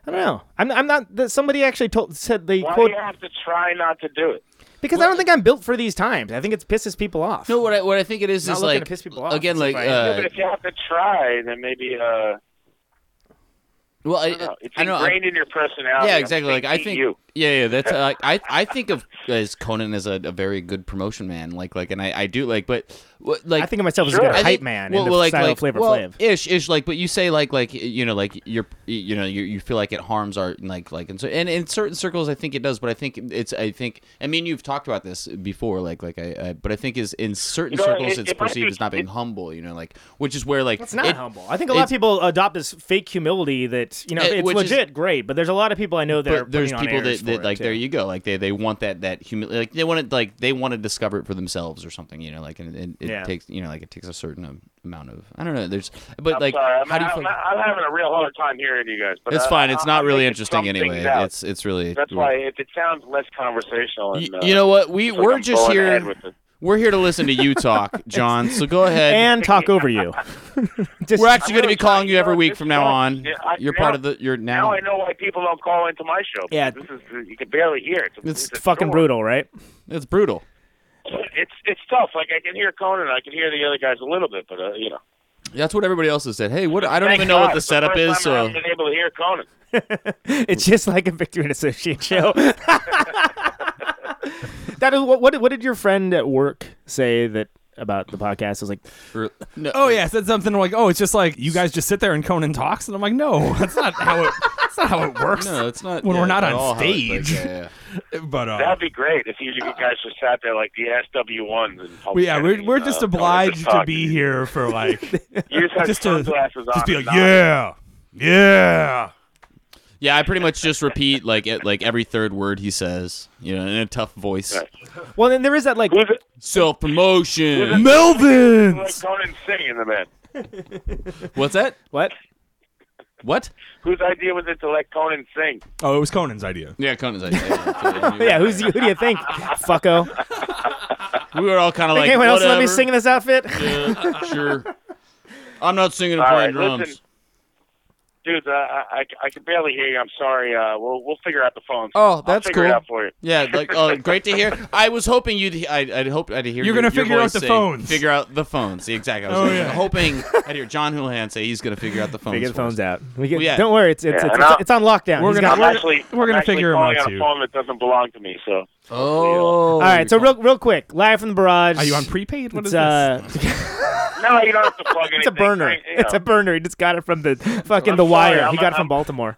Speaker 1: I don't know. I'm, I'm not. That somebody actually told said they
Speaker 13: Why
Speaker 1: quote
Speaker 13: do you have to try not to do it?
Speaker 1: because I don't think I'm built for these times. I think it pisses people off.
Speaker 4: No, what I what I think it is
Speaker 1: Not
Speaker 4: is
Speaker 1: looking
Speaker 4: like
Speaker 1: to piss people off,
Speaker 4: again,
Speaker 1: it's
Speaker 4: like
Speaker 1: fine.
Speaker 13: Yeah,
Speaker 4: uh,
Speaker 13: but if you have to try, then maybe uh,
Speaker 4: well, I,
Speaker 13: I don't know. It's
Speaker 4: I know, I-
Speaker 13: ingrained in your personality.
Speaker 4: yeah,
Speaker 13: I'm
Speaker 4: exactly. Like I
Speaker 13: be
Speaker 4: think
Speaker 13: you.
Speaker 4: Yeah, yeah, that's uh, like I I think of as Conan as a, a very good promotion man, like like, and I, I do like, but what, like
Speaker 1: I think of myself as a good
Speaker 4: I
Speaker 1: hype
Speaker 4: think-
Speaker 1: man in the style of Flavor
Speaker 4: well,
Speaker 1: Flav.
Speaker 4: ish ish like, but you say like like you know like you're you know you, you feel like it harms our like like and so and in certain circles I think it does, but I think it's I think I mean you've talked about this before, like like I, I but I think is in certain
Speaker 1: No,
Speaker 4: circles
Speaker 1: it-
Speaker 4: it's
Speaker 1: it might
Speaker 4: perceived
Speaker 1: be-
Speaker 4: as not being
Speaker 1: it-
Speaker 4: humble, you know, like which is where like
Speaker 1: It's not
Speaker 4: it-
Speaker 1: humble. I think a lot
Speaker 4: it's-
Speaker 1: of people adopt this fake humility that you know
Speaker 4: It-
Speaker 1: it's
Speaker 4: which is-
Speaker 1: legit, great, but there's a lot of people I know that are
Speaker 4: but there's
Speaker 1: putting on
Speaker 4: people
Speaker 1: airs for
Speaker 4: that, that
Speaker 1: it,
Speaker 4: like
Speaker 1: too.
Speaker 4: there you go like they they want that that humility like they want to like they want to discover it for themselves or something you know like and, and it
Speaker 13: Yeah.
Speaker 4: takes you know like it takes a certain am- amount of I don't know there's but
Speaker 13: I'm
Speaker 4: like
Speaker 13: sorry, I'm,
Speaker 4: how do you
Speaker 13: I'm,
Speaker 4: fuck-
Speaker 13: I'm having a real hard time hearing you guys. But
Speaker 4: it's
Speaker 13: I-
Speaker 4: fine
Speaker 13: I-
Speaker 4: it's not
Speaker 13: I'm
Speaker 4: really
Speaker 13: thinking
Speaker 4: interesting
Speaker 13: something's
Speaker 4: anyway
Speaker 13: out.
Speaker 4: it's it's really
Speaker 13: That's why if it sounds less conversational. And,
Speaker 4: Y-
Speaker 13: uh,
Speaker 4: you know what we
Speaker 13: it's like
Speaker 4: we're
Speaker 13: I'm
Speaker 4: just
Speaker 13: going
Speaker 4: here
Speaker 13: ahead with it.
Speaker 4: we're here to listen to you talk John so go ahead
Speaker 1: and talk over you.
Speaker 4: we're actually going to be calling you every week from now on
Speaker 13: Yeah, I-
Speaker 4: you're
Speaker 13: now-
Speaker 4: part of the you're
Speaker 13: Now
Speaker 4: now
Speaker 13: I know why people don't call into my show.
Speaker 1: Yeah.
Speaker 13: because this is you can barely hear it.
Speaker 1: It's fucking brutal, right?
Speaker 4: It's brutal.
Speaker 13: It's it's tough. Like I can hear Conan, I can hear the other guys a little bit, but uh, you know.
Speaker 4: that's what everybody else has said hey what I don't
Speaker 13: Thank
Speaker 4: even know what
Speaker 13: God.
Speaker 4: the
Speaker 13: It's first
Speaker 4: setup is uh, so
Speaker 13: time I haven't been able to hear Conan.
Speaker 1: It's just like a Victory and Associate show. that is what, what. What did your friend at work say that about the podcast? I was like,
Speaker 3: Oh yeah, I said something like, "Oh, it's just like you guys just sit there and Conan talks," and I'm like, "No, that's not how it. That's not how it works.
Speaker 4: No, it's not-
Speaker 3: when
Speaker 4: yeah,
Speaker 3: we're not
Speaker 4: at all
Speaker 3: on
Speaker 4: how it works,
Speaker 3: stage."
Speaker 4: yeah,
Speaker 3: but uh,
Speaker 13: That'd be great if you, you guys just sat there like the SW ones and.
Speaker 3: well, yeah, we're we're just
Speaker 13: uh,
Speaker 3: obliged to
Speaker 13: talk.
Speaker 3: be here for like
Speaker 13: You just have
Speaker 3: just to
Speaker 13: sunglasses on
Speaker 3: just be
Speaker 13: and
Speaker 3: like,
Speaker 13: not-
Speaker 3: "Yeah, yeah."
Speaker 4: Yeah, I pretty much just repeat like it, like every third word he says, you know, in a tough voice.
Speaker 1: well, then there is that like
Speaker 4: Self promotion.
Speaker 13: Like Conan singing in the band.
Speaker 4: What's that?
Speaker 1: What?
Speaker 4: What?
Speaker 13: Whose idea was it to let Conan sing?
Speaker 3: Oh, it was Conan's idea.
Speaker 4: Yeah, Conan's idea.
Speaker 1: yeah, who's you? Who do you think, fucko?
Speaker 4: we were all kind of
Speaker 1: Think
Speaker 4: like,
Speaker 1: anyone else let me
Speaker 4: "Whatever."
Speaker 1: sing in this outfit?
Speaker 4: Yeah, sure. I'm not singing and
Speaker 13: All
Speaker 4: playing
Speaker 13: right, listen.
Speaker 4: drums.
Speaker 13: Dudes, uh, I, I I can barely hear you. I'm sorry. Uh, we'll we'll figure out the phone.
Speaker 4: Oh,
Speaker 13: I'll
Speaker 4: that's
Speaker 13: figure
Speaker 4: cool.
Speaker 13: It out for you.
Speaker 4: Yeah, like oh, great to hear. I was hoping you'd. I I hoped I'd hear.
Speaker 3: You're
Speaker 4: your-
Speaker 3: gonna
Speaker 4: your
Speaker 3: figure out
Speaker 4: voice
Speaker 3: the
Speaker 4: say,
Speaker 3: phones.
Speaker 4: Figure out the phones. Yeah, Exactly. I was
Speaker 3: Oh, yeah.
Speaker 4: hoping I'd hear John Houlihan say he's gonna figure out the phones.
Speaker 1: Figure the
Speaker 4: for us.
Speaker 1: phones out. We get,
Speaker 4: Well, yeah.
Speaker 1: Don't worry, it's it's,
Speaker 4: Yeah,
Speaker 1: it's,
Speaker 4: and
Speaker 1: it's,
Speaker 4: I'll-
Speaker 1: it's on lockdown.
Speaker 4: We're
Speaker 1: He's
Speaker 4: gonna-
Speaker 1: got-
Speaker 13: I'm actually,
Speaker 4: we're gonna
Speaker 13: I'm actually
Speaker 4: figure him
Speaker 13: calling
Speaker 4: out,
Speaker 13: on
Speaker 4: too.
Speaker 13: a phone that doesn't belong to me. So.
Speaker 4: Oh.
Speaker 1: All right, so real real quick, live from the barrage.
Speaker 13: Are you on prepaid? What
Speaker 1: What
Speaker 13: is
Speaker 1: is Uh,
Speaker 13: No, you don't have to plug anything.
Speaker 1: it's a burner.
Speaker 13: I- you
Speaker 1: It's
Speaker 13: know.
Speaker 1: a burner. He just got it from the fucking
Speaker 13: I'm
Speaker 1: The
Speaker 13: sorry,
Speaker 1: Wire.
Speaker 13: I'm-
Speaker 1: he got it
Speaker 13: I'm-
Speaker 1: from Baltimore.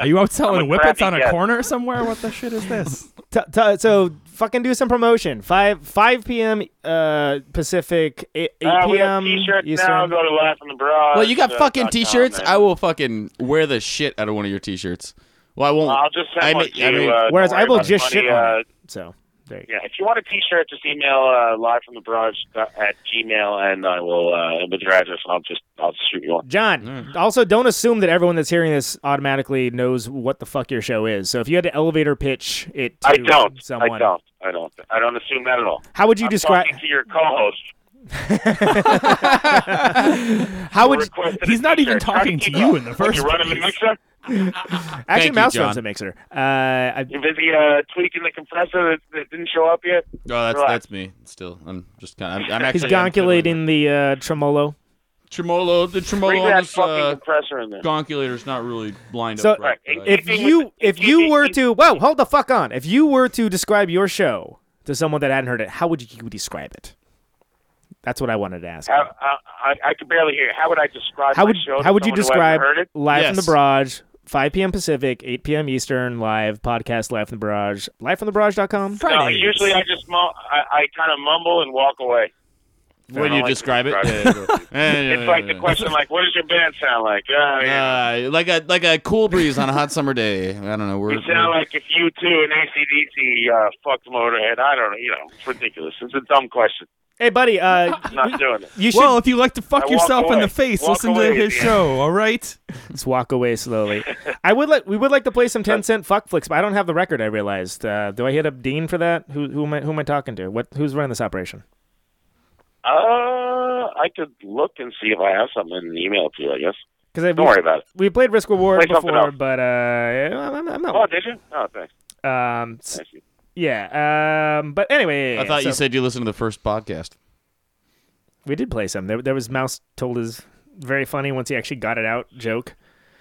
Speaker 3: Are you out selling whippets
Speaker 1: crappy
Speaker 3: on a
Speaker 1: guest.
Speaker 3: corner somewhere? What the shit is this?
Speaker 1: T- t- so fucking do some promotion. Five five p.m. Uh, Pacific, eight, eight
Speaker 13: Uh, we have
Speaker 1: p.m.
Speaker 13: t-shirts now.
Speaker 1: Eastern.
Speaker 13: Go to Laugh in the Barrage.
Speaker 4: Well, you got
Speaker 13: uh,
Speaker 4: fucking
Speaker 13: dot com,
Speaker 4: t-shirts.
Speaker 13: man.
Speaker 4: I will fucking wear the shit out of one of your t-shirts. Well, I won't.
Speaker 13: I'll just send
Speaker 4: I
Speaker 13: one
Speaker 4: mean-
Speaker 13: to
Speaker 4: I mean-
Speaker 13: you. Uh,
Speaker 1: Whereas
Speaker 13: don't worry
Speaker 1: I will
Speaker 13: about the
Speaker 1: just
Speaker 13: money,
Speaker 1: shit
Speaker 13: uh,
Speaker 1: on it. So there you go.
Speaker 13: Yeah, if you want a T-shirt, just email uh, live from the barrage at Gmail, and I will uh, with your address, and I'll just I'll shoot you one.
Speaker 1: John,
Speaker 4: Mm.
Speaker 1: also don't assume that everyone that's hearing this automatically knows what the fuck your show is. So if you had to elevator pitch it to
Speaker 13: I don't.
Speaker 1: someone,
Speaker 13: I don't. I don't. I don't assume that at all.
Speaker 1: How would you
Speaker 13: I'm
Speaker 1: describe-
Speaker 13: talking to your co-host?
Speaker 1: How would
Speaker 13: requested a
Speaker 3: He's not even
Speaker 13: t-shirt. Try
Speaker 3: talking to
Speaker 13: keep
Speaker 3: you
Speaker 13: up.
Speaker 3: in the
Speaker 13: Would
Speaker 3: first
Speaker 13: You run him in the
Speaker 3: place.
Speaker 13: mixer.
Speaker 1: Actually,
Speaker 4: you,
Speaker 1: Mouse
Speaker 4: John.
Speaker 1: runs a mixer. Uh, I,
Speaker 13: You busy uh, tweaking the compressor that, that didn't show up yet?
Speaker 4: No, Oh, that's
Speaker 13: Relax.
Speaker 4: that's me. Still, I'm just kind of. I'm, I'm
Speaker 1: he's
Speaker 4: actually I'm
Speaker 1: gonculating the uh, tremolo.
Speaker 4: Tremolo, the
Speaker 13: Bring
Speaker 4: tremolo
Speaker 13: that
Speaker 4: on this
Speaker 13: fucking
Speaker 4: uh,
Speaker 13: compressor in there.
Speaker 4: gonculator's not really lined
Speaker 1: So
Speaker 4: up right. but I-
Speaker 1: if you if you were to whoa hold the fuck on if you were to describe your show to someone that hadn't heard it, how would you describe it? That's what I wanted to ask.
Speaker 13: How, I, I, I can barely hear. you. How would I describe
Speaker 1: How
Speaker 13: my
Speaker 1: would
Speaker 13: show? to
Speaker 1: how would you
Speaker 13: someone who
Speaker 1: describe
Speaker 13: hasn't heard it?
Speaker 1: live from the barrage? 5 p.m. Pacific, 8 p.m. Eastern, live podcast live from the barrage, live from the barrage.com.
Speaker 13: No, usually I just mum I, I kind of mumble and walk away.
Speaker 4: when you describe it,
Speaker 13: It's like the question, like, what does your band sound like? Uh, you know,
Speaker 4: Uh, like a like a cool breeze on a hot summer day. I don't know. We're,
Speaker 13: You sound
Speaker 4: we're-
Speaker 13: like if you two and ACDC uh, fucked Motorhead. I don't know. You know, it's ridiculous. It's a dumb question.
Speaker 1: Hey, buddy, uh,
Speaker 13: I'm not doing it.
Speaker 1: you should.
Speaker 3: Well, if you like to fuck
Speaker 13: I walk
Speaker 3: yourself in
Speaker 13: away.
Speaker 3: the face,
Speaker 13: Walk
Speaker 3: listen
Speaker 13: away
Speaker 3: to
Speaker 13: at
Speaker 3: his
Speaker 13: the end.
Speaker 3: show. All right.
Speaker 1: Let's walk away slowly. I would like we would like to play some ten cent fuck flicks, but I don't have the record. I realized. Uh, do I hit up Dean for that? Who who am I who am I talking to? What who's running this operation?
Speaker 13: Uh, I could look and see if I have something in the email to you. I guess.
Speaker 1: Because don't
Speaker 13: we- worry about it.
Speaker 1: We played Risk Reward
Speaker 13: Play something
Speaker 1: before,
Speaker 13: else.
Speaker 1: but uh, I'm, I'm
Speaker 13: Oh,
Speaker 1: not.
Speaker 13: did you? Oh, thanks.
Speaker 1: Um, s- yeah. Um, but anyway,
Speaker 4: I thought
Speaker 1: so
Speaker 4: you said you listened to the first podcast.
Speaker 1: we did play some. There there was Mouse told his very funny once he actually got it out joke.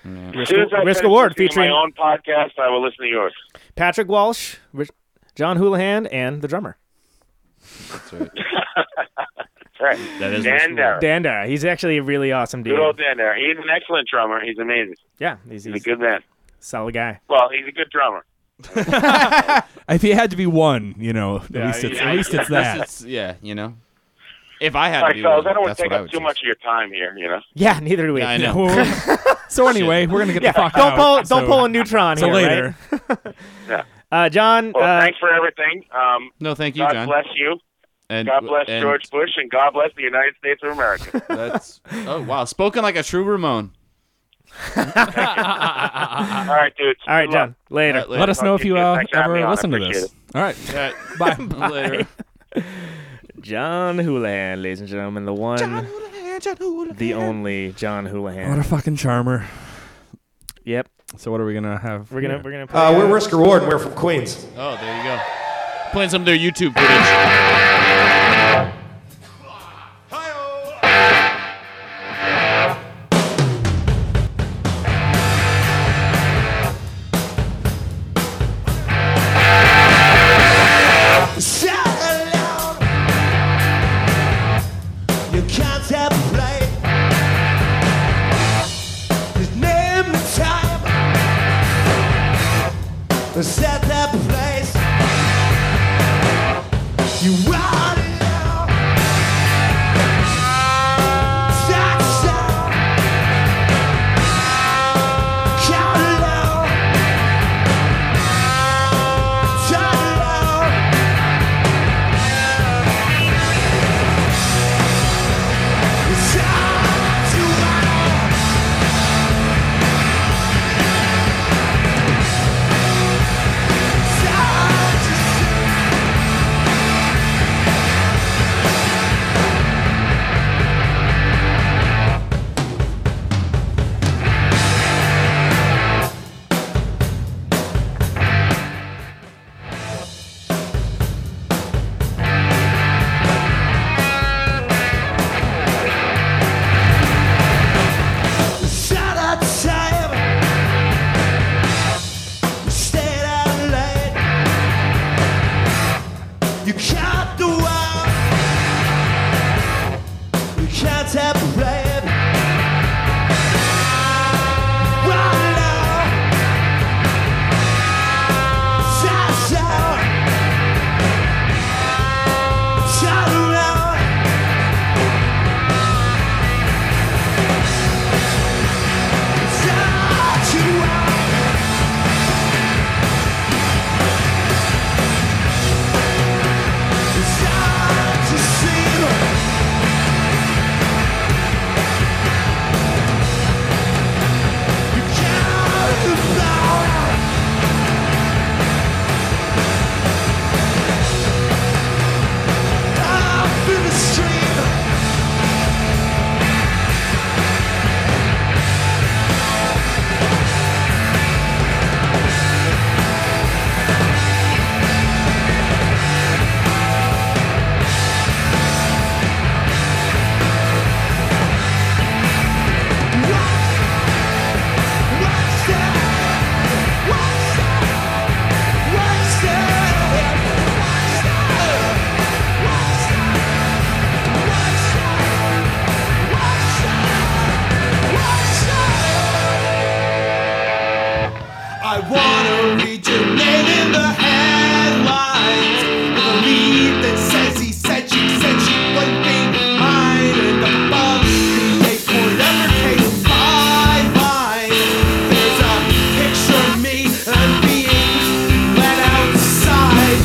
Speaker 4: Mm.
Speaker 13: As soon as I
Speaker 1: Risk
Speaker 13: finish
Speaker 1: Award
Speaker 13: listening to
Speaker 1: featuring
Speaker 13: my own podcast, I will listen to yours.
Speaker 1: Patrick Walsh, Rich- John Houlihan, and the drummer.
Speaker 13: That's right. Dan Darrow.
Speaker 1: Dan Darrow. uh, He's actually a really awesome dude.
Speaker 13: Good old Dan Darrow. He's an excellent drummer. He's amazing.
Speaker 1: Yeah, he's,
Speaker 13: a good man.
Speaker 1: Solid guy.
Speaker 13: Well, he's a good drummer.
Speaker 3: If he had to be one, you know, at
Speaker 4: Yeah,
Speaker 3: least it's
Speaker 4: yeah,
Speaker 3: at least
Speaker 4: yeah.
Speaker 3: it's that.
Speaker 4: It's- yeah, you know. If I had
Speaker 13: All
Speaker 4: to
Speaker 13: right,
Speaker 4: be
Speaker 13: fellas,
Speaker 4: one,
Speaker 13: I don't want
Speaker 4: that's
Speaker 13: to take
Speaker 4: what I
Speaker 13: up
Speaker 4: would
Speaker 13: too much of your time here, you know?
Speaker 1: Yeah, neither do we.
Speaker 4: Yeah, I know.
Speaker 3: so anyway, we're gonna get
Speaker 1: Yeah,
Speaker 3: the fuck
Speaker 1: don't
Speaker 3: out.
Speaker 1: pull- don't
Speaker 3: so-
Speaker 1: pull a neutron
Speaker 3: so
Speaker 1: here,
Speaker 3: later.
Speaker 13: Yeah.
Speaker 1: Uh, John.
Speaker 13: Well,
Speaker 1: uh,
Speaker 13: thanks for everything. Um,
Speaker 4: no, thank
Speaker 1: you,
Speaker 13: God
Speaker 1: John.
Speaker 13: bless you.
Speaker 4: And-
Speaker 13: God bless
Speaker 4: and-
Speaker 13: George Bush, and God bless the United States of America.
Speaker 4: That's oh wow, spoken like a true Ramon.
Speaker 13: All right, dudes.
Speaker 1: All right,
Speaker 13: Good luck.
Speaker 1: John. Later.
Speaker 3: Let us know if you uh,
Speaker 13: Thanks for having me
Speaker 3: ever
Speaker 13: on. I
Speaker 3: listen to
Speaker 13: appreciate
Speaker 3: this.
Speaker 13: it.
Speaker 3: All right.
Speaker 4: Bye.
Speaker 1: Bye.
Speaker 4: Later.
Speaker 1: John Houlihan, ladies and gentlemen, the one, the only John Houlihan.
Speaker 3: What a fucking charmer.
Speaker 1: Yep.
Speaker 3: So what are we gonna have?
Speaker 1: We're gonna-
Speaker 3: here?
Speaker 1: we're gonna
Speaker 11: Uh, we're Risk Reward. and We're from Queens.
Speaker 4: Oh, there you go. Playing some of their YouTube footage.
Speaker 5: Shout aloud. You can't have played. His name and time. They Set that place. You ride it out. Sack, sack. Count it out. Shout it out. Shut up, time. You stayed out late. You can't do out. You can't have blame. Run it out. Shout, shout. Shout it out. I wanna read your name in the headlines With a lead that says he said she said she would be mine And above you make whatever case by mine There's a picture of me and being let outside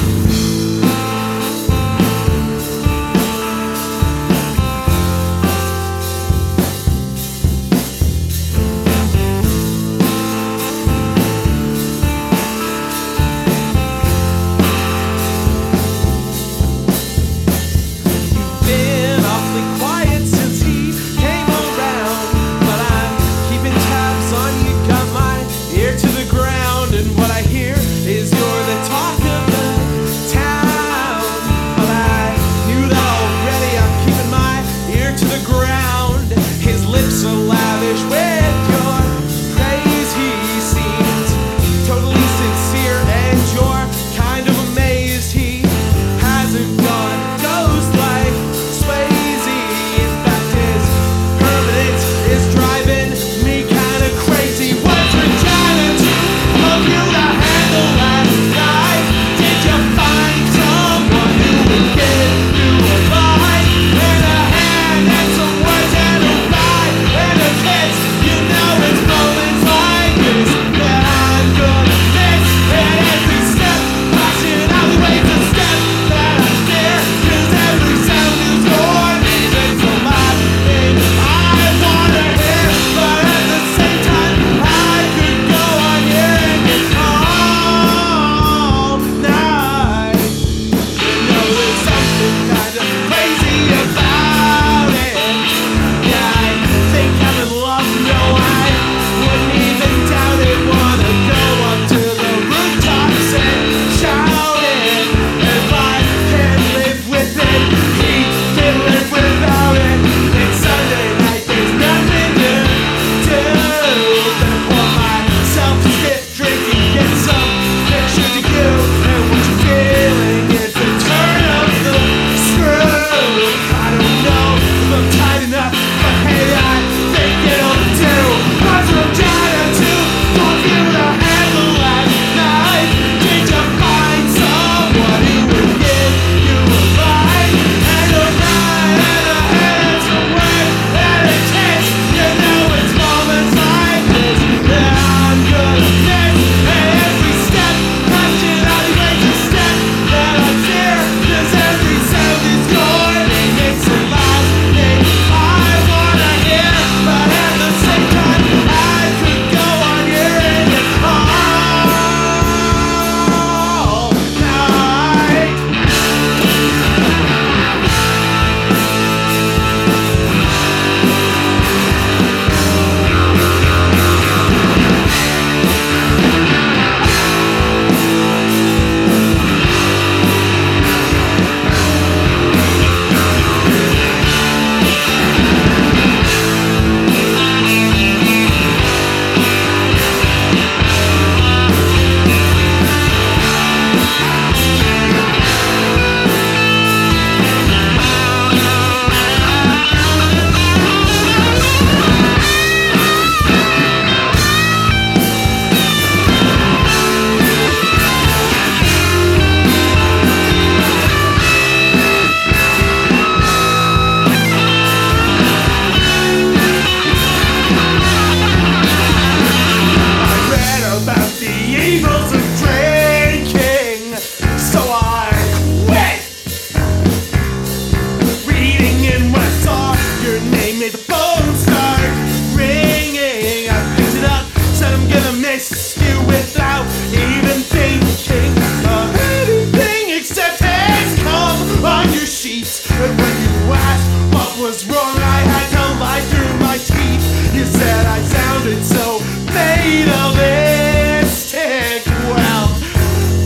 Speaker 5: do without even thinking of anything except eggs come on your sheets. And when you asked what was wrong, I had to lie through my teeth. You said I sounded so fatalistic. Well,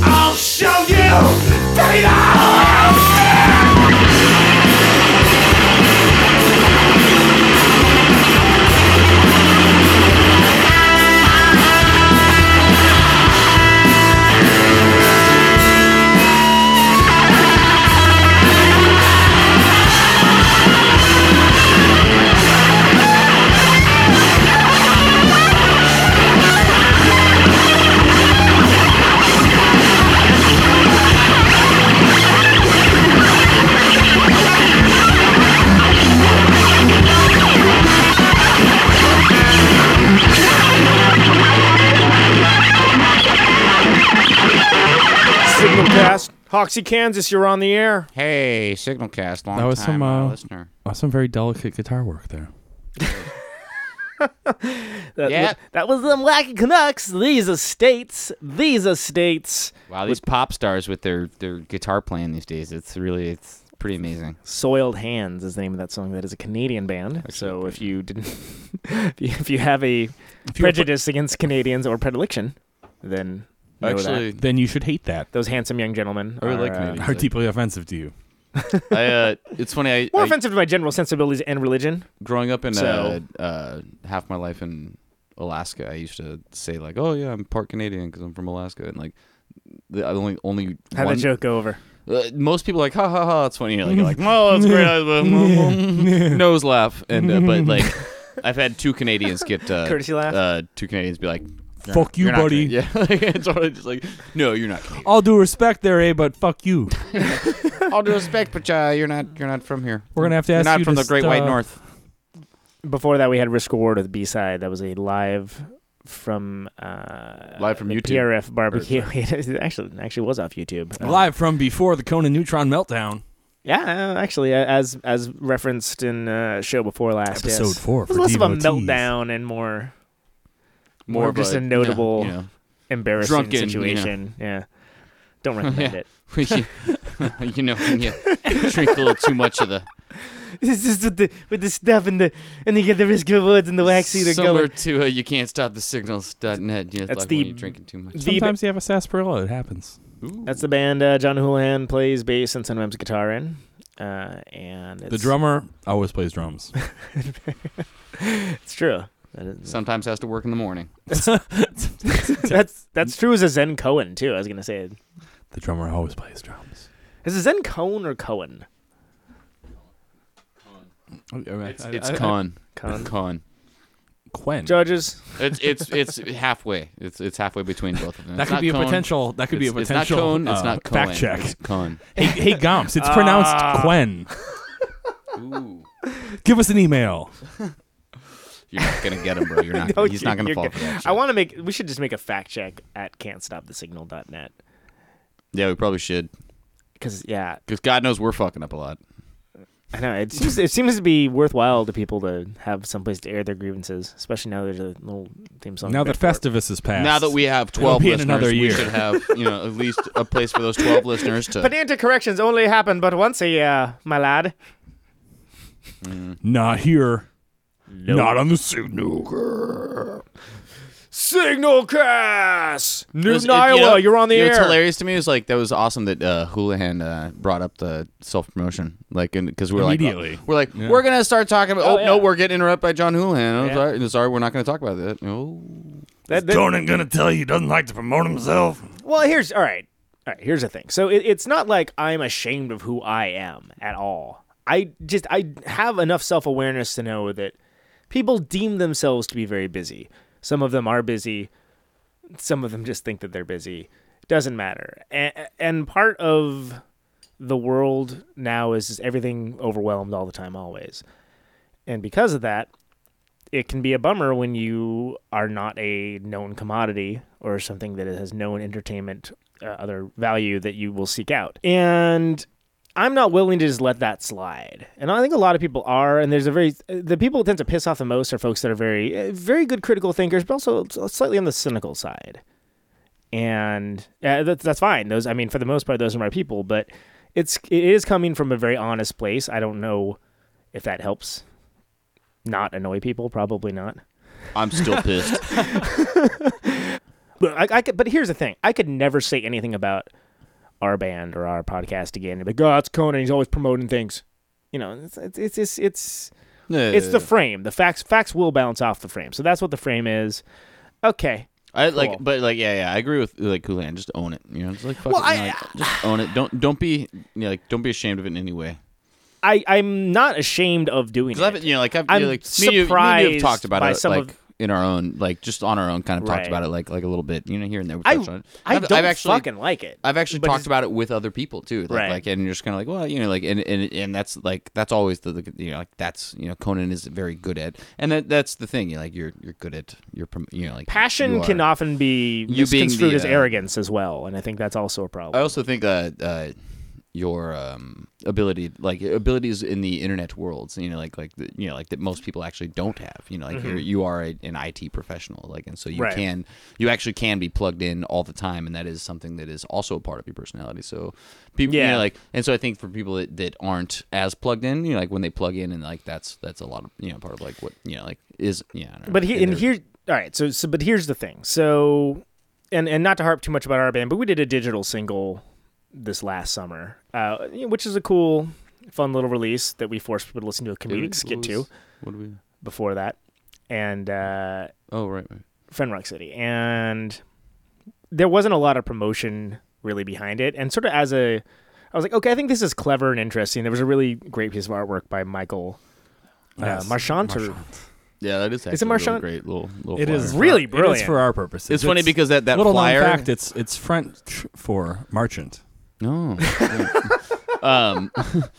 Speaker 5: I'll show you fatalistic.
Speaker 1: Signalcast, Hoxie, Kansas, you're on the air.
Speaker 4: Hey, Signalcast, long
Speaker 3: That was
Speaker 4: time
Speaker 3: some
Speaker 4: uh,
Speaker 3: uh,
Speaker 4: listener.
Speaker 3: uh, some very delicate guitar work there.
Speaker 1: That,
Speaker 4: Yeah.
Speaker 1: that, that was them lacking Canucks. These are states. These are states.
Speaker 4: Wow, these pop stars with their their guitar playing these days. It's really it's pretty amazing.
Speaker 1: Soiled Hands is the name of that song. That is a Canadian band. So if you didn't, if you- if you have a prejudice against Canadians or predilection, then know that.
Speaker 3: then you should hate that.
Speaker 1: those handsome young gentlemen
Speaker 3: Or
Speaker 1: are,
Speaker 3: like
Speaker 1: uh,
Speaker 3: are deeply offensive to you.
Speaker 4: I, uh, it's funny. I,
Speaker 1: more
Speaker 4: I-
Speaker 1: offensive to my general sensibilities and religion.
Speaker 4: growing up in
Speaker 1: So-
Speaker 4: uh, uh, half my life in Alaska, I used to say like, "Oh yeah, I'm part Canadian because I'm from Alaska," and like the only only
Speaker 1: How would
Speaker 4: one-
Speaker 1: that joke go over?
Speaker 4: Uh, most people are like, ha ha ha, it's funny. Like, you're like, oh, that's great. Nose laugh. And, uh, but like, I've had two Canadians get, uh,
Speaker 1: Courtesy laugh?
Speaker 4: Uh, two Canadians be like, "You're
Speaker 3: Fuck
Speaker 4: not-
Speaker 3: you,
Speaker 4: you're not
Speaker 3: buddy."
Speaker 4: Canadian." Yeah. Like, it's already just like, no, you're not Canadian.
Speaker 3: All due respect there, eh, but fuck you.
Speaker 4: All due respect, but uh, you're not, you're not from here.
Speaker 3: We're gonna have to
Speaker 4: You're
Speaker 3: ask
Speaker 4: not
Speaker 3: you
Speaker 4: from
Speaker 3: to
Speaker 4: the Great White
Speaker 3: st-
Speaker 4: North.
Speaker 1: Before that, we had Risk Reward with B side. That was a live from uh,
Speaker 4: Live from
Speaker 1: the
Speaker 4: YouTube.
Speaker 1: PRF barbecue. it actually actually was off YouTube. Uh,
Speaker 3: Live from before the Conan Neutron meltdown.
Speaker 1: Yeah, uh, actually, uh, as as referenced in uh, show before last, yes.
Speaker 3: Episode four
Speaker 1: It was
Speaker 3: for
Speaker 1: less of a
Speaker 3: devotees.
Speaker 1: meltdown and more
Speaker 4: More
Speaker 1: more,
Speaker 4: of
Speaker 1: just
Speaker 4: a,
Speaker 1: a, notable
Speaker 4: yeah, you know,
Speaker 1: embarrassing
Speaker 4: drunken, you know.
Speaker 1: situation. Yeah, don't recommend
Speaker 4: Yeah.
Speaker 1: it.
Speaker 4: you know, when you drink a little too much of the.
Speaker 1: This is with the with the stuff and the and you get the risk rewards and the waxy that
Speaker 4: Similar
Speaker 1: go.
Speaker 4: to uh, you can't stop the signals.net. You know,
Speaker 1: That's
Speaker 4: like
Speaker 1: the-
Speaker 4: when you're drinking too much.
Speaker 1: the-
Speaker 3: Sometimes you have a sarsaparilla. It happens.
Speaker 1: That's the band uh, John Houlihan plays bass and sometimes guitar in, uh, and it's,
Speaker 3: The drummer always plays drums.
Speaker 1: It's true. That is,
Speaker 4: Sometimes has to work in the morning.
Speaker 1: that's that's true as a Zen Cohen too. I was gonna say,
Speaker 3: The drummer always plays drums.
Speaker 1: is it Zen Cohen or Cohen?
Speaker 4: It's, it's con.
Speaker 1: Con.
Speaker 4: Con.
Speaker 3: Quen.
Speaker 1: Judges.
Speaker 4: It's it's it's halfway. It's it's halfway between both of them.
Speaker 3: That
Speaker 4: It's
Speaker 3: could
Speaker 4: not
Speaker 3: be a
Speaker 4: cone.
Speaker 3: potential- that could be a
Speaker 4: It's-
Speaker 3: potential,
Speaker 4: It's not cone. It's
Speaker 3: uh,
Speaker 4: not Cohen.
Speaker 3: fact check.
Speaker 4: It's con.
Speaker 3: Hey, hey Gomps, it's pronounced
Speaker 4: Ah.
Speaker 3: Quen.
Speaker 4: Ooh.
Speaker 3: Give us an email.
Speaker 4: You're not gonna get him, bro. You're not.
Speaker 1: No,
Speaker 4: he's not gonna
Speaker 1: you're
Speaker 4: fall
Speaker 1: good.
Speaker 4: for that.
Speaker 1: I want to make. We should just make a fact check at can'tstopthesignal.net
Speaker 4: Yeah, we probably should.
Speaker 1: because yeah,
Speaker 4: Because God knows we're fucking up a lot.
Speaker 1: I know it seems it seems to be worthwhile to people to have someplace to air their grievances, especially now there's a little theme song.
Speaker 3: Now that
Speaker 1: back-
Speaker 3: Festivus is passed.
Speaker 4: Now that we have twelve
Speaker 3: It'll be in
Speaker 4: listeners,
Speaker 3: another year.
Speaker 4: we should have you know at least a place for those twelve listeners to.
Speaker 1: Pedantic corrections only happen but once a year, my lad.
Speaker 3: Not here. Not on the suit.
Speaker 1: Signal cast.
Speaker 4: It
Speaker 1: Newton,
Speaker 4: was- it-
Speaker 1: Iowa,
Speaker 4: you know-
Speaker 1: you're on the
Speaker 4: you know,
Speaker 1: air.
Speaker 4: It's hilarious to me. It was like that was awesome that uh, Houlihan uh, brought up the self promotion, like because we we're
Speaker 3: Immediately.
Speaker 4: like, oh, we're like,
Speaker 3: Yeah.
Speaker 4: we're gonna start talking about.
Speaker 1: Oh,
Speaker 4: Oh, no,
Speaker 1: yeah.
Speaker 4: we're getting interrupted by John Houlihan. I'm
Speaker 1: Yeah.
Speaker 4: sorry, sorry, we're not gonna talk about that. No.
Speaker 1: That- that-
Speaker 7: gonna tell you he doesn't like to promote himself.
Speaker 1: Well, here's all right. All right, here's the thing. So it, it's not like I'm ashamed of who I am at all. I just I have enough self awareness to know that people deem themselves to be very busy. Some of them are busy. Some of them just think that they're busy. Doesn't matter. And, and part of the world now is just everything overwhelmed all the time, always. And because of that, it can be a bummer when you are not a known commodity or something that has known entertainment uh, other value that you will seek out. And I'm not willing to just let that slide. And I think a lot of people are. And there's a very the people eh, that tend to piss off the most are folks that are very uh, very good critical thinkers, but also slightly on the cynical side. and uh, that's that's fine. Those, I mean, for the most part, those are my people. But it's it is coming from a very honest place. I don't know if that helps. Not annoy people, probably not.
Speaker 4: I'm still pissed.
Speaker 1: But I, I could, but here's the thing: I could never say anything about our band or our podcast again. Like, oh, it's Conan. He's always promoting things. You know, it's it's it's it's it's,
Speaker 4: Yeah,
Speaker 1: it's
Speaker 4: yeah,
Speaker 1: the
Speaker 4: yeah.
Speaker 1: frame. The facts facts will bounce off the frame. So that's what the frame is. Okay.
Speaker 4: I like,
Speaker 1: Cool.
Speaker 4: but like, yeah, yeah, I agree with like Kulan. Just own it, you know. Just like, fuck
Speaker 1: Well,
Speaker 4: it, you
Speaker 1: I-
Speaker 4: know, like, just own it. Don't don't be you know, like don't be ashamed of it in any way.
Speaker 1: I I'm not ashamed of doing it.
Speaker 4: I've, you know, like I've
Speaker 1: I'm
Speaker 4: you know, like, me and you-
Speaker 1: surprised
Speaker 4: me and you have talked about
Speaker 1: by
Speaker 4: it
Speaker 1: some
Speaker 4: like
Speaker 1: of
Speaker 4: in our own, like just on our own, kind of
Speaker 1: Right.
Speaker 4: talked about it like like a little bit, you know, here and there. We
Speaker 1: I-
Speaker 4: touched on it.
Speaker 1: I
Speaker 4: I've, I've
Speaker 1: don't
Speaker 4: actually,
Speaker 1: fucking like it,
Speaker 4: I've actually
Speaker 1: but
Speaker 4: talked
Speaker 1: it's-
Speaker 4: about it with other people too, like,
Speaker 1: Right.
Speaker 4: like and you're just kind of like, well, you know, like and, and and that's like that's always the, the you know like that's you know Conan is very good at, and that that's the thing, you know, like you're you're good at your prom- you know like
Speaker 1: passion
Speaker 4: you are-
Speaker 1: can often be
Speaker 4: you being
Speaker 1: misconstrued
Speaker 4: the,
Speaker 1: as
Speaker 4: uh,
Speaker 1: arrogance as well, and I think that's also a problem.
Speaker 4: I also think uh, uh, your um, ability, like abilities in the internet world, so, you know, like like the, you know, like that most people actually don't have. You know, like
Speaker 1: Mhm.
Speaker 4: you're, you are a, an IT professional, like, and so you
Speaker 1: Right.
Speaker 4: can, you actually can be plugged in all the time, and that is something that is also a part of your personality. So people, yeah,
Speaker 1: Yeah.
Speaker 4: like, and so I think for people that, that aren't as plugged in, you know, like when they plug in, and like that's that's a lot of you know part of like what you know like is yeah. I don't know,
Speaker 1: But he, and
Speaker 4: they're-
Speaker 1: here, all right. So, so, but here's the thing. So, and and not to harp too much about our band, but we did a digital single this last summer, uh, which is a cool, fun little release that we forced people to listen to a comedic
Speaker 4: was-
Speaker 1: skit
Speaker 4: what
Speaker 1: to.
Speaker 4: was- what did we-
Speaker 1: Before that, and uh,
Speaker 4: oh right, right.
Speaker 1: Friend Rock City, and there wasn't a lot of promotion really behind it, and sort of as a. I was like, okay, I think this is clever and interesting. There was a really great piece of artwork by Michael uh,
Speaker 4: Yes,
Speaker 1: Marchant, or-
Speaker 4: Yeah, that is
Speaker 1: Is it
Speaker 4: actually a
Speaker 1: Marchand?
Speaker 4: really great little little
Speaker 1: It
Speaker 4: flyer.
Speaker 1: is really brilliant.
Speaker 3: It is for our purposes.
Speaker 4: It's, funny because that that
Speaker 3: little
Speaker 4: flyer.
Speaker 3: known fact it's it's French for merchant.
Speaker 4: No. Oh, um,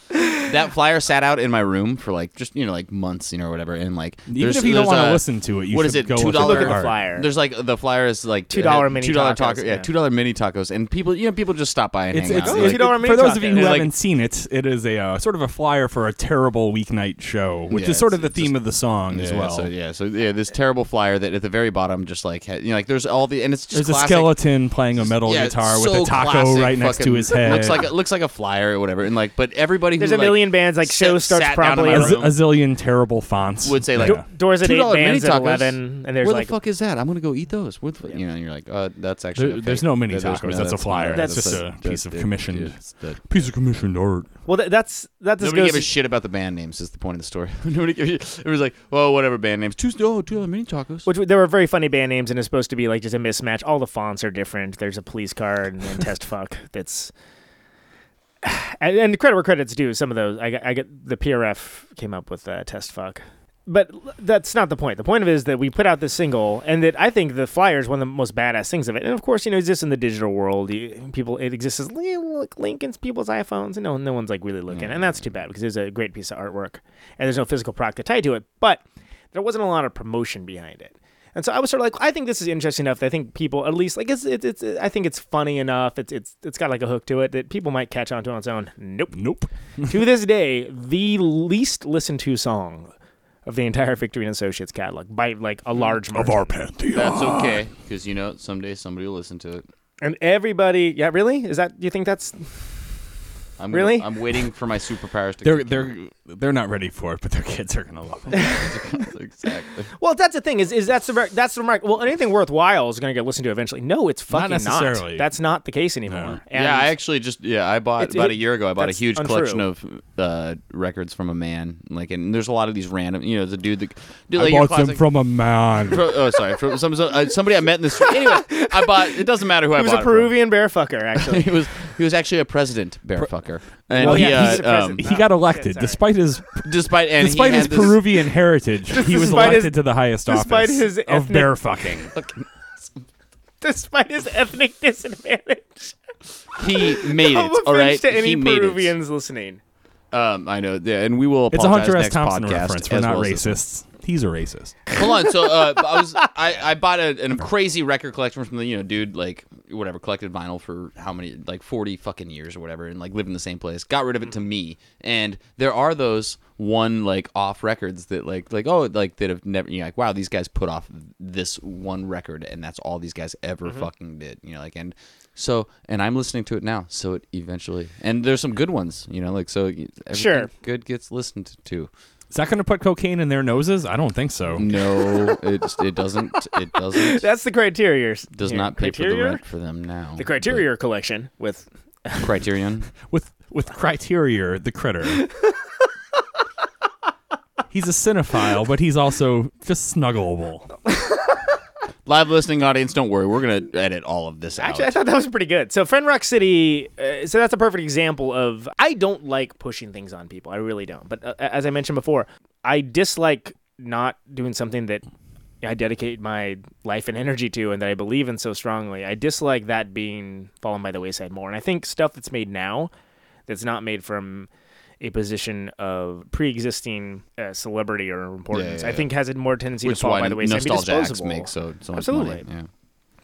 Speaker 4: that flyer sat out in my room for like just you know like months you know or whatever and like
Speaker 3: Even
Speaker 4: there's-
Speaker 3: if you don't
Speaker 4: there's
Speaker 3: wanna
Speaker 4: a-
Speaker 3: listen to it, you
Speaker 4: what is
Speaker 3: should
Speaker 4: it
Speaker 3: go
Speaker 4: two
Speaker 3: look at
Speaker 4: dollar
Speaker 3: the art. flyer.
Speaker 4: there's like the flyer is like
Speaker 1: $2 mini
Speaker 4: two dollar
Speaker 1: tacos,
Speaker 4: taco
Speaker 1: yeah.
Speaker 4: yeah two dollar mini tacos and people you know people just stop by and
Speaker 3: It's,
Speaker 4: hang
Speaker 3: it's,
Speaker 4: out
Speaker 1: Oh,
Speaker 3: it's-
Speaker 4: Like,
Speaker 3: for those of you who
Speaker 4: They're like,
Speaker 3: haven't seen it, it is a uh, sort of a flyer for a terrible weeknight show, which
Speaker 4: Yeah,
Speaker 3: is sort
Speaker 4: it's-
Speaker 3: of the theme of the song as
Speaker 4: yeah,
Speaker 3: well.
Speaker 4: so yeah so yeah this terrible flyer that at the very bottom just like had, you know like there's all the and it's just
Speaker 3: There's a
Speaker 4: classic-
Speaker 3: skeleton playing a metal
Speaker 4: yeah,
Speaker 3: guitar with
Speaker 4: so
Speaker 3: a taco
Speaker 4: classic
Speaker 3: right next to
Speaker 4: fucking-
Speaker 3: his head.
Speaker 4: looks like a, looks like a flyer or whatever and like but everybody
Speaker 1: There's
Speaker 4: who
Speaker 1: a million bands like show starts promptly.
Speaker 3: a, z- a zillion terrible fonts.
Speaker 4: would say like
Speaker 3: Yeah.
Speaker 1: doors at eight,
Speaker 4: $2 mini
Speaker 1: bands at
Speaker 4: tacos?
Speaker 1: 11, and there's
Speaker 4: where
Speaker 1: like-
Speaker 4: the fuck is that? I'm gonna go eat those. What the, You know, and you're like, uh, that's actually
Speaker 3: There-
Speaker 4: a
Speaker 3: there's
Speaker 4: fake.
Speaker 3: no mini
Speaker 4: That-
Speaker 3: tacos. That's, a
Speaker 4: not-
Speaker 3: flyer. That's, just a
Speaker 4: that-
Speaker 3: piece
Speaker 4: that-
Speaker 3: of commissioned
Speaker 4: that-
Speaker 3: piece of commissioned art.
Speaker 1: Well, that, that's that just
Speaker 4: Nobody
Speaker 1: goes.
Speaker 4: gave a shit about the band names. Is the point of the story? Nobody gave a shit. It was like, well, whatever band names. Two, oh, two dollar mini tacos.
Speaker 1: Which there were very funny band names, and it's supposed to be like just a mismatch. All the fonts are different. There's a police car and, and test fuck. That's and, and credit where credits due. Some of those, I, got- I get the PRF came up with uh, test fuck, but l- that's not the point. The point of it is that we put out this single, and that I think the flyer is one of the most badass things of it. And of course, you know, it exists in the digital world. You- people, it exists as li- like Lincoln's people's iPhones, and no, no one's like really looking, and that's too bad because it's a great piece of artwork, and there's no physical product tied to it. But there wasn't a lot of promotion behind it. And so I was sort of like, I think this is interesting enough. That I think people, at least, like it's, it's, it's, I think it's funny enough. It's, it's, it's got like a hook to it that people might catch on to on its own. Nope,
Speaker 3: nope.
Speaker 1: to this day, the least listened to song of the entire Victory and Associates catalog by like a large margin.
Speaker 4: That's okay, because you know someday somebody will listen to it.
Speaker 1: And everybody, yeah, really? Is that? Do you think that's?
Speaker 4: I'm gonna-
Speaker 1: really?
Speaker 4: I'm waiting for my superpowers to.
Speaker 3: They're they're they're not ready for it, but their kids are gonna love it.
Speaker 4: exactly.
Speaker 1: Well, that's the thing. Is is that's the mar- that's the mark? Well, anything worthwhile is going to get listened to eventually. No, it's fucking
Speaker 4: necessarily.
Speaker 1: That's not the case anymore. And-
Speaker 4: yeah, I actually just yeah, I bought
Speaker 1: It's-
Speaker 4: about a
Speaker 1: it-
Speaker 4: year ago. I bought a
Speaker 1: that's
Speaker 4: huge
Speaker 1: untrue.
Speaker 4: collection of uh, records from a man. Like, and there's a lot of these random. You know, the dude that dude,
Speaker 3: I
Speaker 4: like your
Speaker 3: bought them
Speaker 4: classic-
Speaker 3: from a man.
Speaker 4: From- oh, sorry. From some, some- uh, somebody I met in the street. Anyway, I bought. It doesn't matter who I
Speaker 1: he was
Speaker 4: bought
Speaker 1: a Peruvian bear fucker,
Speaker 4: it from.
Speaker 1: actually.
Speaker 4: he was he was actually a president bear fucker, and
Speaker 3: Well,
Speaker 4: he,
Speaker 3: yeah, he's a
Speaker 4: uh, um,
Speaker 3: president. He got elected despite his
Speaker 4: despite and he
Speaker 3: despite
Speaker 4: had
Speaker 3: his
Speaker 4: this-
Speaker 3: Peruvian heritage. He was
Speaker 1: Despite his-
Speaker 3: elected to the highest office
Speaker 1: despite his
Speaker 3: of
Speaker 1: ethnic-
Speaker 3: bear fucking.
Speaker 1: Despite his ethnic disadvantage,
Speaker 4: He made
Speaker 1: No
Speaker 4: it.
Speaker 1: offense
Speaker 4: All right,
Speaker 1: to any
Speaker 4: he made it.
Speaker 1: Peruvians listening.
Speaker 4: Um, I know, yeah, and we will
Speaker 3: It's a
Speaker 4: apologize
Speaker 3: Hunter S.
Speaker 4: next
Speaker 3: Thompson
Speaker 4: podcast.
Speaker 3: reference. We're
Speaker 4: as
Speaker 3: not
Speaker 4: well as this one.
Speaker 3: racists. he's a racist.
Speaker 4: Hold on. So uh, I was I, I bought a, an crazy record collection from the you know dude like whatever collected vinyl for how many like forty fucking years or whatever and like lived in the same place. Got rid of it to me. And there are those one like off records that like like oh like that have never you know like wow these guys put off this one record and that's all these guys ever
Speaker 3: Mhm.
Speaker 4: fucking did you know like and so and I'm listening to it now so it eventually and there's some good ones you know like so everything
Speaker 3: Sure.
Speaker 4: good gets listened to.
Speaker 3: Is that going to put cocaine in their noses? I don't think so.
Speaker 4: No, it it doesn't. It doesn't.
Speaker 1: That's the criteria.
Speaker 4: Does
Speaker 1: here.
Speaker 4: not pay for the
Speaker 1: Criteria?
Speaker 4: rent for them now.
Speaker 1: The criteria collection with
Speaker 4: Criterion.
Speaker 3: with with Criterier, the critter. he's a cinephile, but he's also just snuggleable.
Speaker 4: Live listening audience, don't worry. We're gonna edit all of this
Speaker 1: Actually, I
Speaker 4: out.
Speaker 1: thought that was pretty good. So, Friend Rock City. Uh, so that's a perfect example of I don't like pushing things on people. I really don't. But uh, as I mentioned before, I dislike not doing something that I dedicate my life and energy to, and that I believe in so strongly. I dislike that being fallen by the wayside more. And I think stuff that's made now, that's not made from a position of pre-existing uh, celebrity or importance,
Speaker 4: yeah,
Speaker 1: I
Speaker 4: yeah.
Speaker 1: think has a more tendency
Speaker 4: Which
Speaker 1: to fall
Speaker 4: why
Speaker 1: by the wayside. and be
Speaker 4: nostalgia acts
Speaker 1: disposable.
Speaker 4: make so- so much
Speaker 1: absolutely.
Speaker 4: money, yeah.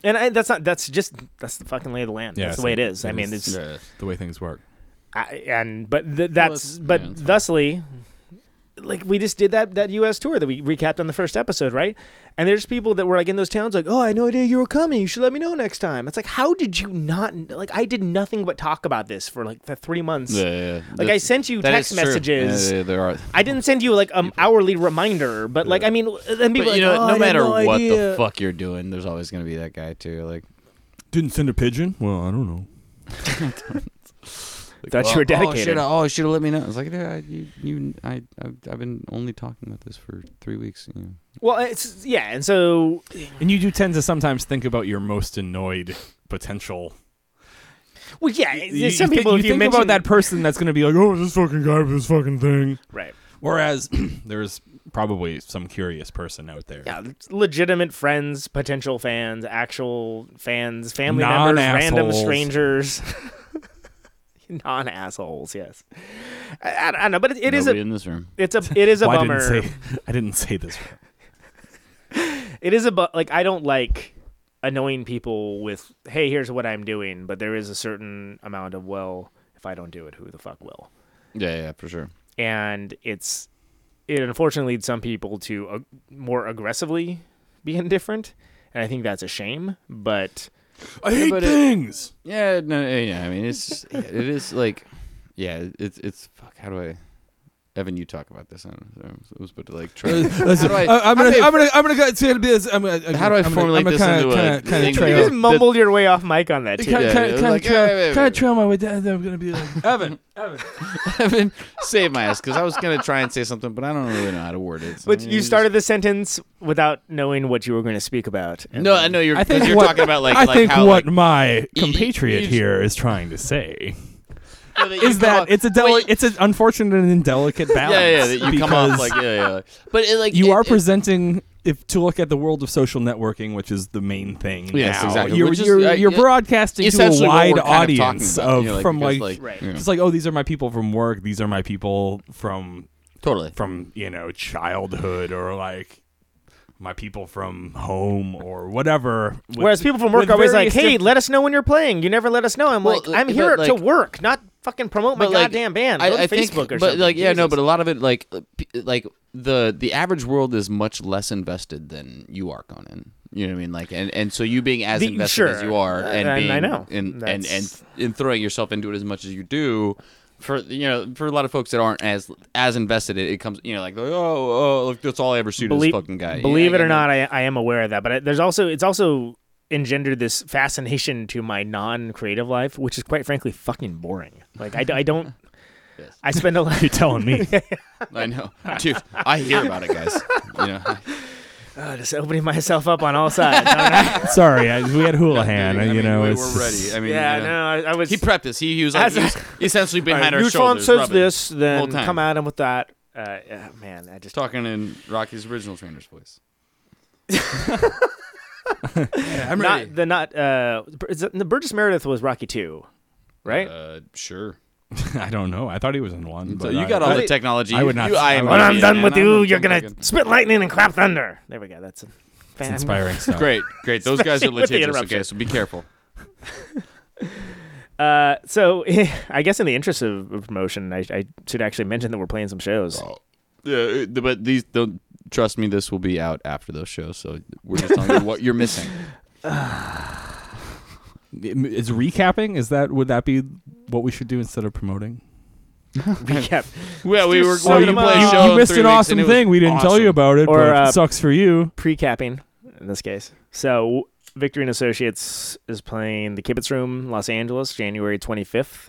Speaker 1: And I, that's not. That's just. That's the fucking lay of the land. that's the way it is. I mean, it's.
Speaker 3: the way things work.
Speaker 1: I, and but th- that's but thusly, like we just did that that U.S. tour that we recapped on the first episode, right? And there's people that were like in those towns, like, oh, I had no idea you were coming. You should let me know next time. It's like, how did you not? Like, I did nothing but talk about this for like the three months.
Speaker 4: Yeah, yeah, yeah.
Speaker 1: Like I
Speaker 4: That's-
Speaker 1: sent you
Speaker 4: that
Speaker 1: text
Speaker 4: is true.
Speaker 1: messages.
Speaker 4: Yeah, yeah, there are-
Speaker 1: I didn't send you like an hourly reminder, but like I mean, then people
Speaker 4: But, you
Speaker 1: are like,
Speaker 4: know,
Speaker 1: "Oh, I
Speaker 4: no
Speaker 1: had
Speaker 4: matter
Speaker 1: no
Speaker 4: what the
Speaker 1: idea."
Speaker 4: fuck you're doing, there's always gonna be that guy too. Like
Speaker 7: Didn't send a pigeon? Well, I don't know.
Speaker 1: Thought you were dedicated.
Speaker 4: Oh, should have let me know. I was like, yeah, you, you, I, I've, I've been only talking about this for three weeks. You know.
Speaker 1: Well, it's yeah, and so
Speaker 3: And you do tend to sometimes think about your most annoyed potential.
Speaker 1: well, yeah.
Speaker 3: You-
Speaker 1: some
Speaker 3: you thi-
Speaker 1: people,
Speaker 3: you
Speaker 1: if you
Speaker 3: think
Speaker 1: mention
Speaker 3: about that person that's going to be like, oh, this fucking guy with this fucking thing.
Speaker 1: Right.
Speaker 3: Whereas there's probably some curious person out there.
Speaker 1: Yeah, legitimate friends, potential fans, actual fans, family members, random
Speaker 3: Non-assholes.
Speaker 1: strangers, non assholes. Yes, I, I don't know, but it, it is
Speaker 4: Nobody
Speaker 1: a
Speaker 4: in this room.
Speaker 1: It's a it is a
Speaker 3: Well, I
Speaker 1: bummer.
Speaker 3: Didn't say, I didn't say this.
Speaker 1: it is a bu- like I don't like annoying people with hey here's what I'm doing, but there is a certain amount of well if I don't do it who the fuck will,
Speaker 4: Yeah, yeah, for sure.
Speaker 1: and it's it unfortunately leads some people to uh, more aggressively be indifferent, and I think that's a shame. But
Speaker 4: Yeah, but it- yeah, no, yeah, yeah. I mean, it's just- yeah, it is like, yeah, it's it's fuck. How do I? Evan, you talk about this. I don't know. I was about to like try.
Speaker 7: Uh, Listen,
Speaker 4: how do I,
Speaker 7: I- I'm
Speaker 4: how
Speaker 7: gonna,
Speaker 4: do I-
Speaker 7: I'm gonna, I'm gonna, go- it's gonna be this. I'm gonna, I'm
Speaker 4: How do I
Speaker 7: gonna- I'm
Speaker 4: formulate
Speaker 7: gonna,
Speaker 4: this
Speaker 7: I'm gonna
Speaker 4: into a
Speaker 7: kinda, kinda,
Speaker 4: thing
Speaker 7: kinda
Speaker 1: you
Speaker 7: trail-
Speaker 1: just mumbled your way off mic on that too.
Speaker 7: Kinda, kinda, kinda,
Speaker 4: like,
Speaker 7: trail,
Speaker 4: yeah, yeah, yeah.
Speaker 7: kinda trail my way down. I'm gonna be like, Evan, Evan.
Speaker 4: Evan, save my ass because I was gonna try and say something, but I don't really know how to word it. so
Speaker 1: But
Speaker 4: I'm
Speaker 1: you
Speaker 4: just-
Speaker 1: started the sentence without knowing what you were going to speak about. and
Speaker 4: No,
Speaker 1: then-
Speaker 4: I know you're.
Speaker 3: I think
Speaker 4: you're
Speaker 3: what-
Speaker 4: talking about like
Speaker 3: I
Speaker 4: like
Speaker 3: think
Speaker 4: how
Speaker 3: what
Speaker 4: like,
Speaker 3: my compatriot
Speaker 4: you-
Speaker 3: here is trying to say
Speaker 4: No, that you
Speaker 3: is
Speaker 4: come
Speaker 3: that
Speaker 4: off-
Speaker 3: it's a deli- it's an unfortunate and delicate
Speaker 4: yeah,
Speaker 3: balance.
Speaker 4: yeah, that you come off
Speaker 3: because
Speaker 4: like yeah, yeah. like- But it, like
Speaker 3: you
Speaker 4: it-
Speaker 3: are
Speaker 4: it-
Speaker 3: presenting if to look at the world of social networking, which is the main thing.
Speaker 4: Yes,
Speaker 3: now,
Speaker 4: exactly,
Speaker 3: You're
Speaker 4: which is,
Speaker 3: you're,
Speaker 4: uh,
Speaker 3: you're
Speaker 4: yeah,
Speaker 3: broadcasting to a
Speaker 4: essentially what
Speaker 3: wide
Speaker 4: we're kind of talking
Speaker 3: audience
Speaker 4: about, you know, like,
Speaker 3: from
Speaker 4: because,
Speaker 3: like,
Speaker 4: like, Right. you know.
Speaker 3: just like oh these are my people from work, these are my people from
Speaker 4: totally
Speaker 3: from you know childhood or like my people from home or whatever. with-
Speaker 1: Whereas people from work
Speaker 3: with
Speaker 1: are always like,
Speaker 3: various
Speaker 1: "Hey,
Speaker 3: diff-
Speaker 1: let us know when you're playing." You never let us know. I'm
Speaker 4: Well,
Speaker 1: like, "I'm
Speaker 4: but,
Speaker 1: here to
Speaker 4: like-
Speaker 1: work, not fucking promote my
Speaker 4: But, like,
Speaker 1: goddamn band." Go to Facebook
Speaker 4: think,
Speaker 1: or
Speaker 4: but
Speaker 1: something.
Speaker 4: like yeah, no,
Speaker 1: Jesus.
Speaker 4: but a lot of it like uh, p- like the the average world is much less invested than you are, Conan. You know what I mean? Like and and so you being as
Speaker 1: The-
Speaker 4: invested as
Speaker 1: sure.
Speaker 4: you are, and,
Speaker 1: And I
Speaker 4: being
Speaker 1: know.
Speaker 4: and and and
Speaker 1: That's-
Speaker 4: and throwing yourself into it as much as you do. For you know, for a lot of folks that aren't as as invested, it, it comes you know like oh oh look that's all I ever shoot
Speaker 1: believe,
Speaker 4: is fucking guy.
Speaker 1: Believe
Speaker 4: Yeah,
Speaker 1: it or
Speaker 4: yeah,
Speaker 1: not, I, I am aware of that. But I, there's also it's also engendered this fascination to my non-creative life, which is quite frankly fucking boring. Like I, d- I don't. I spend a lot.
Speaker 3: You're telling me.
Speaker 4: I know, dude. I hear about it, guys. You know,
Speaker 1: Oh, just opening myself up on all sides. aren't I?
Speaker 3: Sorry, I, we had Houlihan. you know,
Speaker 4: we
Speaker 3: it's
Speaker 4: were
Speaker 3: just-
Speaker 4: ready. I mean,
Speaker 1: yeah,
Speaker 4: you know.
Speaker 1: no, I, I was.
Speaker 4: He prepped us. He, he was like
Speaker 1: As I-
Speaker 4: he was essentially behind
Speaker 1: All
Speaker 4: our
Speaker 1: right, Neutron
Speaker 4: shoulders.
Speaker 1: says
Speaker 4: rubbing
Speaker 1: this,
Speaker 4: the whole
Speaker 1: then
Speaker 4: time.
Speaker 1: come at him with that. Uh, uh, man, I just
Speaker 4: talking in Rocky's original trainer's voice.
Speaker 3: I'm
Speaker 1: not
Speaker 3: ready.
Speaker 1: the not uh, Bur- is it- the Burgess Meredith was Rocky two, right?
Speaker 4: Uh, sure.
Speaker 3: I don't know. I thought he was in one.
Speaker 4: So
Speaker 3: but
Speaker 4: you
Speaker 3: I-
Speaker 4: got all
Speaker 3: I-
Speaker 4: the technology.
Speaker 3: I would not.
Speaker 4: You
Speaker 3: I
Speaker 4: IMDb
Speaker 3: would
Speaker 1: When I'm
Speaker 3: not-
Speaker 1: done with
Speaker 4: I'm
Speaker 1: you,
Speaker 4: looking-
Speaker 1: you're gonna
Speaker 4: looking.
Speaker 1: spit lightning and clap thunder. There we go. That's a fan-
Speaker 3: inspiring stuff.
Speaker 4: Great, great. Those guys are
Speaker 1: Especially with the
Speaker 4: litigious.
Speaker 1: interruption.
Speaker 4: Okay, so be careful.
Speaker 1: Uh, so I guess in the interest of of promotion, I, I should actually mention that we're playing some shows.
Speaker 4: Oh. Yeah, uh, but these don't trust me. This will be out after those shows, so we're just telling you what you're missing.
Speaker 3: Is recapping? Is that would that be what we should do instead of promoting?
Speaker 1: Recap.
Speaker 4: Well, we were
Speaker 3: Oh,
Speaker 4: going to
Speaker 3: you,
Speaker 4: play a
Speaker 3: you-
Speaker 4: show.
Speaker 3: you missed
Speaker 4: three
Speaker 3: an
Speaker 4: weeks,
Speaker 3: awesome
Speaker 4: and it was
Speaker 3: thing. We didn't tell you
Speaker 4: awesome.
Speaker 3: about it,
Speaker 1: Or,
Speaker 3: but
Speaker 1: uh,
Speaker 3: it sucks for you.
Speaker 1: Pre-capping in this case. So Victory and Associates is playing the Kibitz Room, Los Angeles, January 25th.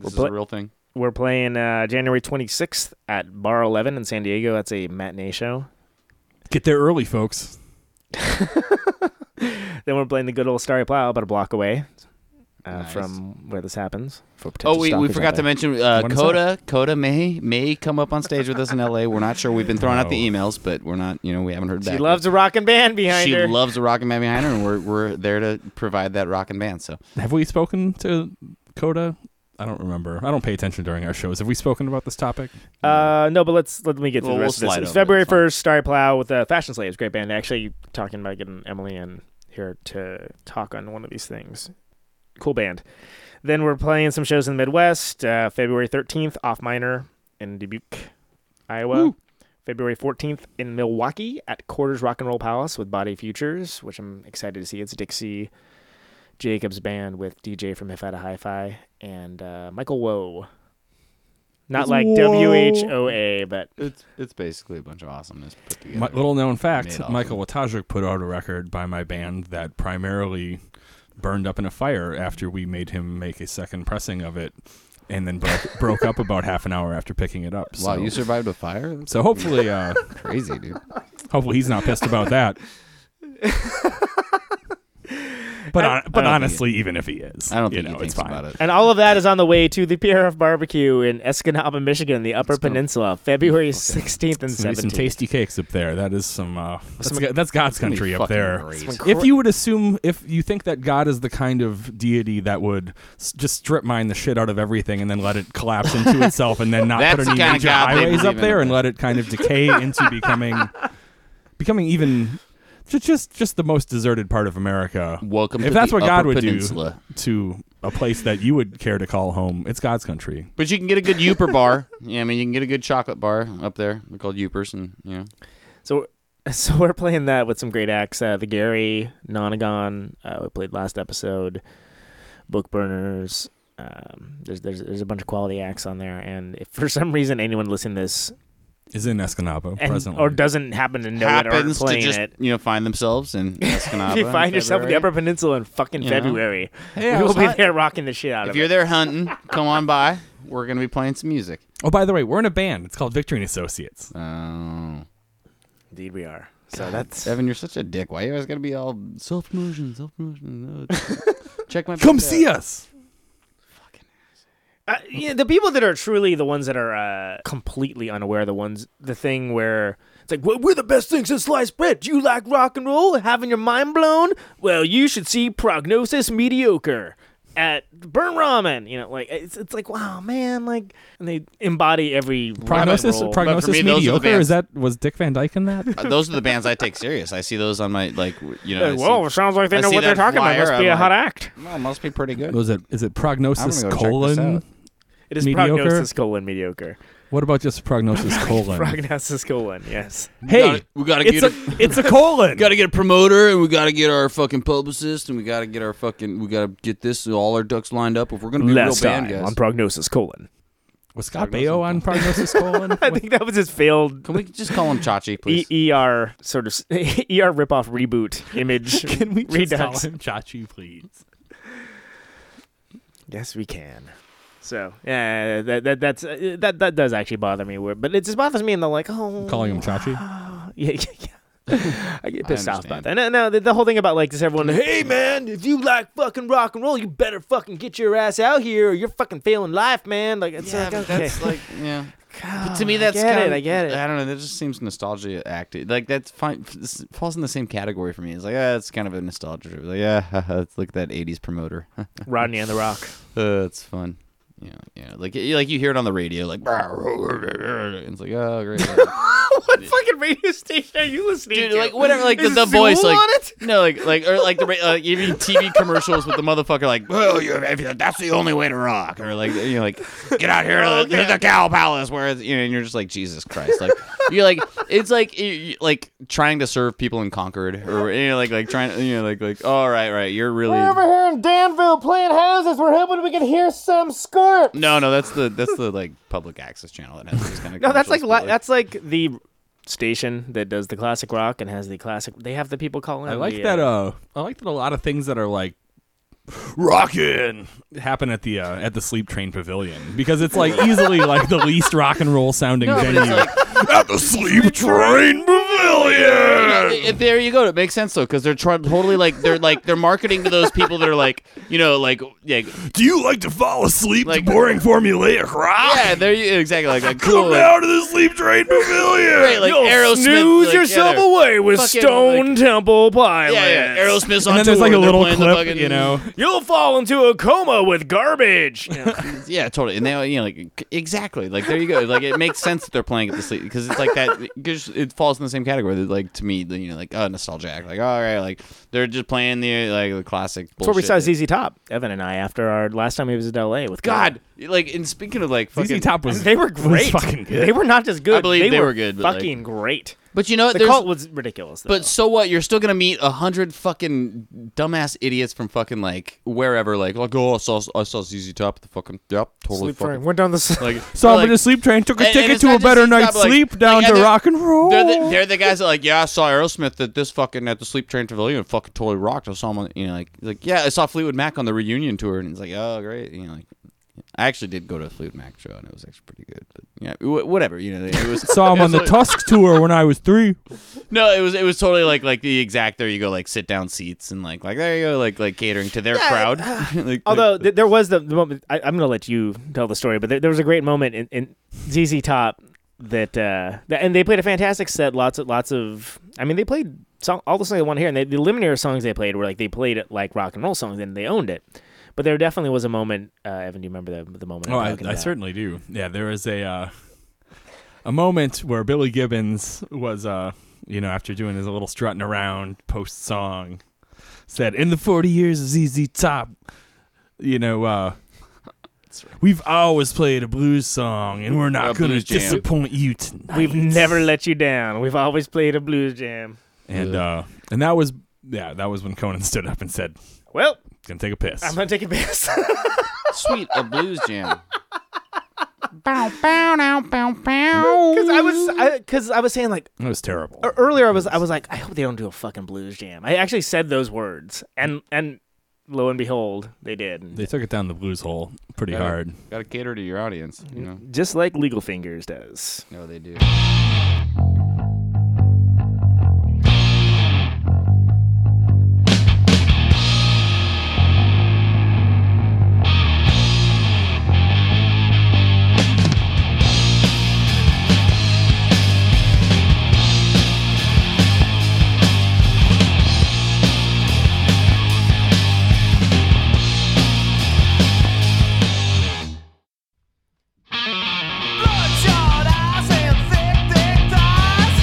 Speaker 4: This is
Speaker 1: pla-
Speaker 4: a real thing.
Speaker 1: We're playing uh, January 26th at Bar 11 in San Diego. That's a matinee show.
Speaker 3: Get there early, folks.
Speaker 1: Then we're playing the good old Starry Plow about a block away uh,
Speaker 4: Nice.
Speaker 1: from where this happens. For
Speaker 4: Oh,
Speaker 1: potential
Speaker 4: we, we
Speaker 1: stalkers out
Speaker 4: forgot to
Speaker 1: there.
Speaker 4: mention uh,
Speaker 1: What is
Speaker 4: Coda. Coda may may come up on stage with us in L.A. We're not sure. We've been throwing out the emails, but we're not. You know, we haven't heard
Speaker 1: She
Speaker 4: back.
Speaker 1: loves a rockin' band behind
Speaker 4: she
Speaker 1: her.
Speaker 4: loves the rock and band behind her, and we're we're there to provide that rock and band. So
Speaker 3: Have we spoken to Coda? I don't remember. I don't pay attention during our shows. Have we spoken about this topic?
Speaker 1: Uh, no, but let's let me get to
Speaker 3: Well,
Speaker 1: the
Speaker 3: we'll
Speaker 1: rest of
Speaker 3: slide
Speaker 1: this. It's
Speaker 3: over it,
Speaker 1: February
Speaker 3: it's fine.
Speaker 1: first, Starry Plow with uh, Fashion Slaves, great band. Actually, talking about getting Emily in here to talk on one of these things. Cool band. Then we're playing some shows in the Midwest. Uh, February thirteenth, Off Minor in Dubuque, Iowa. February fourteenth in Milwaukee at Quarters Rock and Roll Palace with Body Futures, which I'm excited to see. It's Dixie Jacobs band with DJ from If Out of Hi-Fi and uh, Michael Woe. Not like W H O A, but
Speaker 4: it's it's basically a bunch of awesomeness put together.
Speaker 3: My, little known fact:
Speaker 4: Made awesome.
Speaker 3: Michael Watajuk put out a record by my band that primarily burned up in a fire after we made him make a second pressing of it, and then broke, broke up about half an hour after picking it up.
Speaker 4: Wow,
Speaker 3: so,
Speaker 4: you survived a fire? That's
Speaker 3: So hopefully, uh,
Speaker 4: crazy dude.
Speaker 3: Hopefully, he's not pissed about that. but
Speaker 1: I-
Speaker 3: hon- but
Speaker 1: I don't
Speaker 3: honestly, even if he is,
Speaker 4: I don't
Speaker 3: you
Speaker 4: think he
Speaker 3: know, it's
Speaker 4: thinks
Speaker 3: fine.
Speaker 4: about it.
Speaker 1: And all of that is on the way to the PRF barbecue in Escanaba, Michigan, the Upper Peninsula, February 16th and
Speaker 3: It's gonna be
Speaker 1: 17th.
Speaker 3: some tasty cakes up there. That is some. Uh, that's,
Speaker 1: Some-
Speaker 3: go- that's God's
Speaker 1: It's gonna be
Speaker 3: country up
Speaker 1: fucking
Speaker 3: there.
Speaker 1: great. Some
Speaker 3: If
Speaker 1: cra-
Speaker 3: you would assume, if you think that God is the kind of deity that would s- just strip mine the shit out of everything and then let it collapse into itself and then not
Speaker 4: That's
Speaker 3: put
Speaker 4: the
Speaker 3: any
Speaker 4: kinda
Speaker 3: major
Speaker 4: God they
Speaker 3: highways up
Speaker 4: believe in.
Speaker 3: there and let it kind of decay into becoming, becoming even. ju- Just, just the most deserted part of America.
Speaker 4: Welcome
Speaker 3: If
Speaker 4: to
Speaker 3: that's
Speaker 4: the
Speaker 3: what God
Speaker 4: Upper
Speaker 3: would
Speaker 4: Peninsula.
Speaker 3: do to a place that you would care to call home, it's God's country.
Speaker 4: But you can get a good Uper bar. Yeah, I mean you can get a good chocolate bar up there. They're called Upers, and you know.
Speaker 1: So, so we're playing that with some great acts. Uh, the Gary, Nonagon, uh, we played last episode, Book Burners. Um, there's, there's there's a bunch of quality acts on there. And if for some reason anyone listening to this
Speaker 3: Is in Escanaba
Speaker 1: and-
Speaker 3: presently.
Speaker 1: or doesn't happen to know it or
Speaker 4: happens to
Speaker 1: playing
Speaker 4: just
Speaker 1: it,
Speaker 4: you know find themselves in Escanaba.
Speaker 1: if you
Speaker 4: in
Speaker 1: find yourself in the
Speaker 4: February.
Speaker 1: Upper Peninsula in fucking
Speaker 4: You know?
Speaker 1: February,
Speaker 4: Hey, I
Speaker 1: we will
Speaker 4: was
Speaker 1: be
Speaker 4: hunt-
Speaker 1: there rocking the shit out
Speaker 4: if
Speaker 1: of
Speaker 4: you're
Speaker 1: it.
Speaker 4: there hunting, come on by. We're gonna be playing some music.
Speaker 3: Oh, by the way, we're in a band. It's called Victory and Associates.
Speaker 4: Oh.
Speaker 1: Indeed, we are. So
Speaker 4: God,
Speaker 1: that's
Speaker 4: Evan. You're such a dick. Why you always gotta be all self promotion, self promotion? check my.
Speaker 3: Come
Speaker 4: band
Speaker 3: see
Speaker 4: out.
Speaker 3: us.
Speaker 1: Uh, yeah, the people that are truly the ones that are uh, completely unaware, the ones, the thing where it's like, well, we're the best thing since sliced bread. Do you like rock and roll? Having your mind blown? Well, you should see Prognosis Mediocre at Burn Ramen. You know, like, it's, it's like, wow, man, like, and they embody every rock and
Speaker 3: Prognosis,
Speaker 1: roll.
Speaker 3: prognosis
Speaker 4: me, those are the
Speaker 3: mediocre.
Speaker 4: bands.
Speaker 3: Is that was Dick Van Dyke in that?
Speaker 4: Uh, those are the bands I take serious. I see those on my like, w- you know.
Speaker 1: Hey,
Speaker 4: I see-
Speaker 1: whoa, sounds like they
Speaker 4: I
Speaker 1: know
Speaker 4: see
Speaker 1: what they're
Speaker 4: that
Speaker 1: talking about.
Speaker 4: flyer,
Speaker 1: Must be
Speaker 4: I'm
Speaker 1: a hot
Speaker 4: like,
Speaker 1: act.
Speaker 4: Well, must be pretty good.
Speaker 3: was it? Is it prognosis
Speaker 4: I'm gonna go check this
Speaker 3: colon?
Speaker 4: out.
Speaker 1: It is
Speaker 3: mediocre?
Speaker 1: Prognosis colon mediocre.
Speaker 3: What about just prognosis colon?
Speaker 1: Prognosis colon, yes.
Speaker 3: hey,
Speaker 4: Gotta- we gotta
Speaker 3: it's
Speaker 4: get
Speaker 3: a, it's a colon.
Speaker 4: Got to get a promoter, and we got to get our fucking publicist, and we got to get our fucking, we got to get this all our ducks lined up if we're gonna be
Speaker 1: Last
Speaker 4: a real band
Speaker 1: time
Speaker 4: guys.
Speaker 1: on Prognosis colon.
Speaker 3: Was Scott Baio on prognosis colon?
Speaker 1: I think that was his failed
Speaker 4: Can we just call him Chachi,
Speaker 1: E-
Speaker 4: please?
Speaker 1: ER sort of s- ER ripoff reboot image.
Speaker 3: Can we just call
Speaker 1: redux?
Speaker 3: him Chachi, please?
Speaker 1: Yes, we can. So yeah, that, that that's uh, that that does actually bother me. Where, but it just bothers me, and they're like, oh,
Speaker 3: Calling him Chachi.
Speaker 1: yeah, yeah, yeah. I get
Speaker 4: I
Speaker 1: pissed off
Speaker 4: understand.
Speaker 1: about that. No, no, the, the whole thing about like this, everyone, hey man, if you like fucking rock and roll, you better fucking get your ass out here, or you're fucking failing life, man. Like it's like
Speaker 4: but
Speaker 1: okay,
Speaker 4: that's like, yeah. But
Speaker 1: I
Speaker 4: to me, that's
Speaker 1: get
Speaker 4: kind
Speaker 1: it, I get it.
Speaker 4: I don't know. That just seems nostalgia acted. Like that's fine. This falls in the same category for me. It's like, ah, it's kind of a ah, nostalgia. Like, yeah, it's like that '80s promoter.
Speaker 1: Rodney and the Rock.
Speaker 4: Uh, it's fun. Yeah, yeah. Like you- like you hear it on the radio, like and it's like oh great.
Speaker 1: what fucking radio station are you listening
Speaker 4: Dude,
Speaker 1: to?
Speaker 4: like whatever, like the,
Speaker 1: Is
Speaker 4: the
Speaker 1: Zool
Speaker 4: voice, like
Speaker 1: on it?
Speaker 4: no, like like or like the ra- uh, like even TV commercials with the motherfucker like, well, you that's the only way to rock, or like you know, like Oh, get out here, there's the cow palace, where it's, you know, and you're just like Jesus Christ, like you're like it's like you- you- like trying to serve people in Concord, or you know, like like trying, you know, like like all right, right, you're really
Speaker 1: here in Danville playing houses. We're hoping we can hear some skirt.
Speaker 4: no, no, that's the that's the like public access channel that has these kind of
Speaker 1: No, Oh, that's like, li- that's like the station that does the classic rock and has the classic. They have the people calling.
Speaker 3: I
Speaker 1: in
Speaker 3: like
Speaker 1: the,
Speaker 3: that. Uh, I like that a lot of things that are like rockin' happen at the uh, at the Sleep Train Pavilion because it's like easily like the least rock and roll sounding
Speaker 4: No, but it's
Speaker 3: venue. at the Sleep Train Pavilion.
Speaker 4: If- there you go. It makes sense though, because they're try- totally like they're like they're marketing to those people that are like you know like yeah.
Speaker 3: Do you like to fall asleep
Speaker 4: Like-
Speaker 3: to boring formulaic rock?
Speaker 1: Ah!
Speaker 4: Yeah, there you exactly like, like cool.
Speaker 3: Come
Speaker 4: like-
Speaker 3: down to the Sleep Train Pavilion.
Speaker 4: Right, like
Speaker 1: You'll
Speaker 4: Aerosmith,
Speaker 1: snooze
Speaker 4: like, yeah,
Speaker 1: yourself
Speaker 4: they're
Speaker 1: away with
Speaker 4: fucking,
Speaker 1: Stone
Speaker 4: like-
Speaker 1: Temple Pilots.
Speaker 4: Yeah, yeah, Aerosmith's on
Speaker 3: And then
Speaker 4: tour,
Speaker 3: there's like a
Speaker 4: they're
Speaker 3: little
Speaker 4: playing the
Speaker 3: clip,
Speaker 4: fucking-
Speaker 3: you know.
Speaker 1: You'll fall into a coma with garbage.
Speaker 4: yeah, totally. And they, you know, like exactly, like there you go. Like it makes sense that they're playing at the sleep because it's like that. 'cause It falls in the same category. That, like to me, the, you know, like oh, nostalgic. Like all right, like they're just playing the like the classic.
Speaker 1: That's where we
Speaker 4: bullshit
Speaker 1: saw
Speaker 4: that-
Speaker 1: ZZ Top, Evan and I, after our last time we visited LA with
Speaker 4: God, like and speaking of like fucking
Speaker 3: Top was
Speaker 1: They were great. They were not just good.
Speaker 4: I believe they,
Speaker 1: were,
Speaker 4: were, good. but, like-
Speaker 1: Fucking great.
Speaker 4: But you know what?
Speaker 1: the
Speaker 4: There's-
Speaker 1: cult was ridiculous. Though.
Speaker 4: But so what? You're still gonna meet a hundred fucking dumbass idiots from fucking like wherever. Like, like oh, I saw I saw ZZ Top at the fucking yep, totally
Speaker 1: Sleep
Speaker 4: fucking.
Speaker 1: Train went down the s-
Speaker 4: Like,
Speaker 3: Saw
Speaker 4: but,
Speaker 3: him in a sleep train, took
Speaker 4: and-
Speaker 3: a
Speaker 4: and
Speaker 3: ticket
Speaker 4: it's
Speaker 3: to
Speaker 4: not
Speaker 3: a
Speaker 4: just
Speaker 3: better
Speaker 4: ZZ Top,
Speaker 3: night's
Speaker 4: like-
Speaker 3: sleep
Speaker 4: like,
Speaker 3: down
Speaker 4: and
Speaker 3: to
Speaker 4: they're-
Speaker 3: rock and roll.
Speaker 4: They're the, they're the guys that like, yeah, I saw Aerosmith at this fucking at the Sleep Train Pavilion, and fucking totally rocked. I saw him, on, you know, like like yeah, I saw Fleetwood Mac on the reunion tour, and it's like, oh great, you know, like I actually did go to a Fleetwood Mac show, and it was actually pretty good. But yeah, wh- whatever, you know, it was
Speaker 3: Saw him
Speaker 4: it was
Speaker 3: on the
Speaker 4: like-
Speaker 3: Tusk tour when I was three.
Speaker 4: No, it was it was totally like like the exact there you go like sit down seats and like like there you go like like catering to their crowd. like,
Speaker 1: Although th- there was the, the moment, I, I'm going to let you tell the story, but there, there was a great moment in, in ZZ Top that, uh, that, and they played a fantastic set. Lots of, lots of, I mean, they played song, all the songs they want to hear, and they, the Lumineer songs they played were like they played it like rock and roll songs, and they owned it. But there definitely was a moment, uh, Evan. Do you remember the, the moment? I'm
Speaker 3: Oh, I,
Speaker 1: talking
Speaker 3: I
Speaker 1: about?
Speaker 3: certainly do. Yeah, there was a uh, a moment where Billy Gibbons was, uh, you know, after doing his little strutting around post song, said, "In the forty years of ZZ Top, you know, uh, we've always played a blues song, and we're
Speaker 4: A
Speaker 3: not going to
Speaker 4: blues jam.
Speaker 3: disappoint you tonight."
Speaker 1: We've never let you down. We've always played a blues jam.
Speaker 3: And uh, and that was yeah, that was when Conan stood up and said,
Speaker 1: Well,
Speaker 3: "Gonna take a piss."
Speaker 1: I'm gonna take a piss.
Speaker 4: Sweet a blues jam.
Speaker 8: Bow, bow, now, bow, bow.
Speaker 1: Because I was, because I, was saying like
Speaker 3: That was terrible.
Speaker 1: ear- Uh, earlier, I was, I was like, I hope they don't do a fucking blues jam. I actually said those words, and and lo and behold, they did.
Speaker 3: They took it down the blues hole pretty
Speaker 4: Gotta-
Speaker 3: hard.
Speaker 4: Gotta cater to your audience, you know.
Speaker 1: Just like Legal Fingers does.
Speaker 4: No, they do.
Speaker 5: Bloodshot eyes and thick, thick thighs.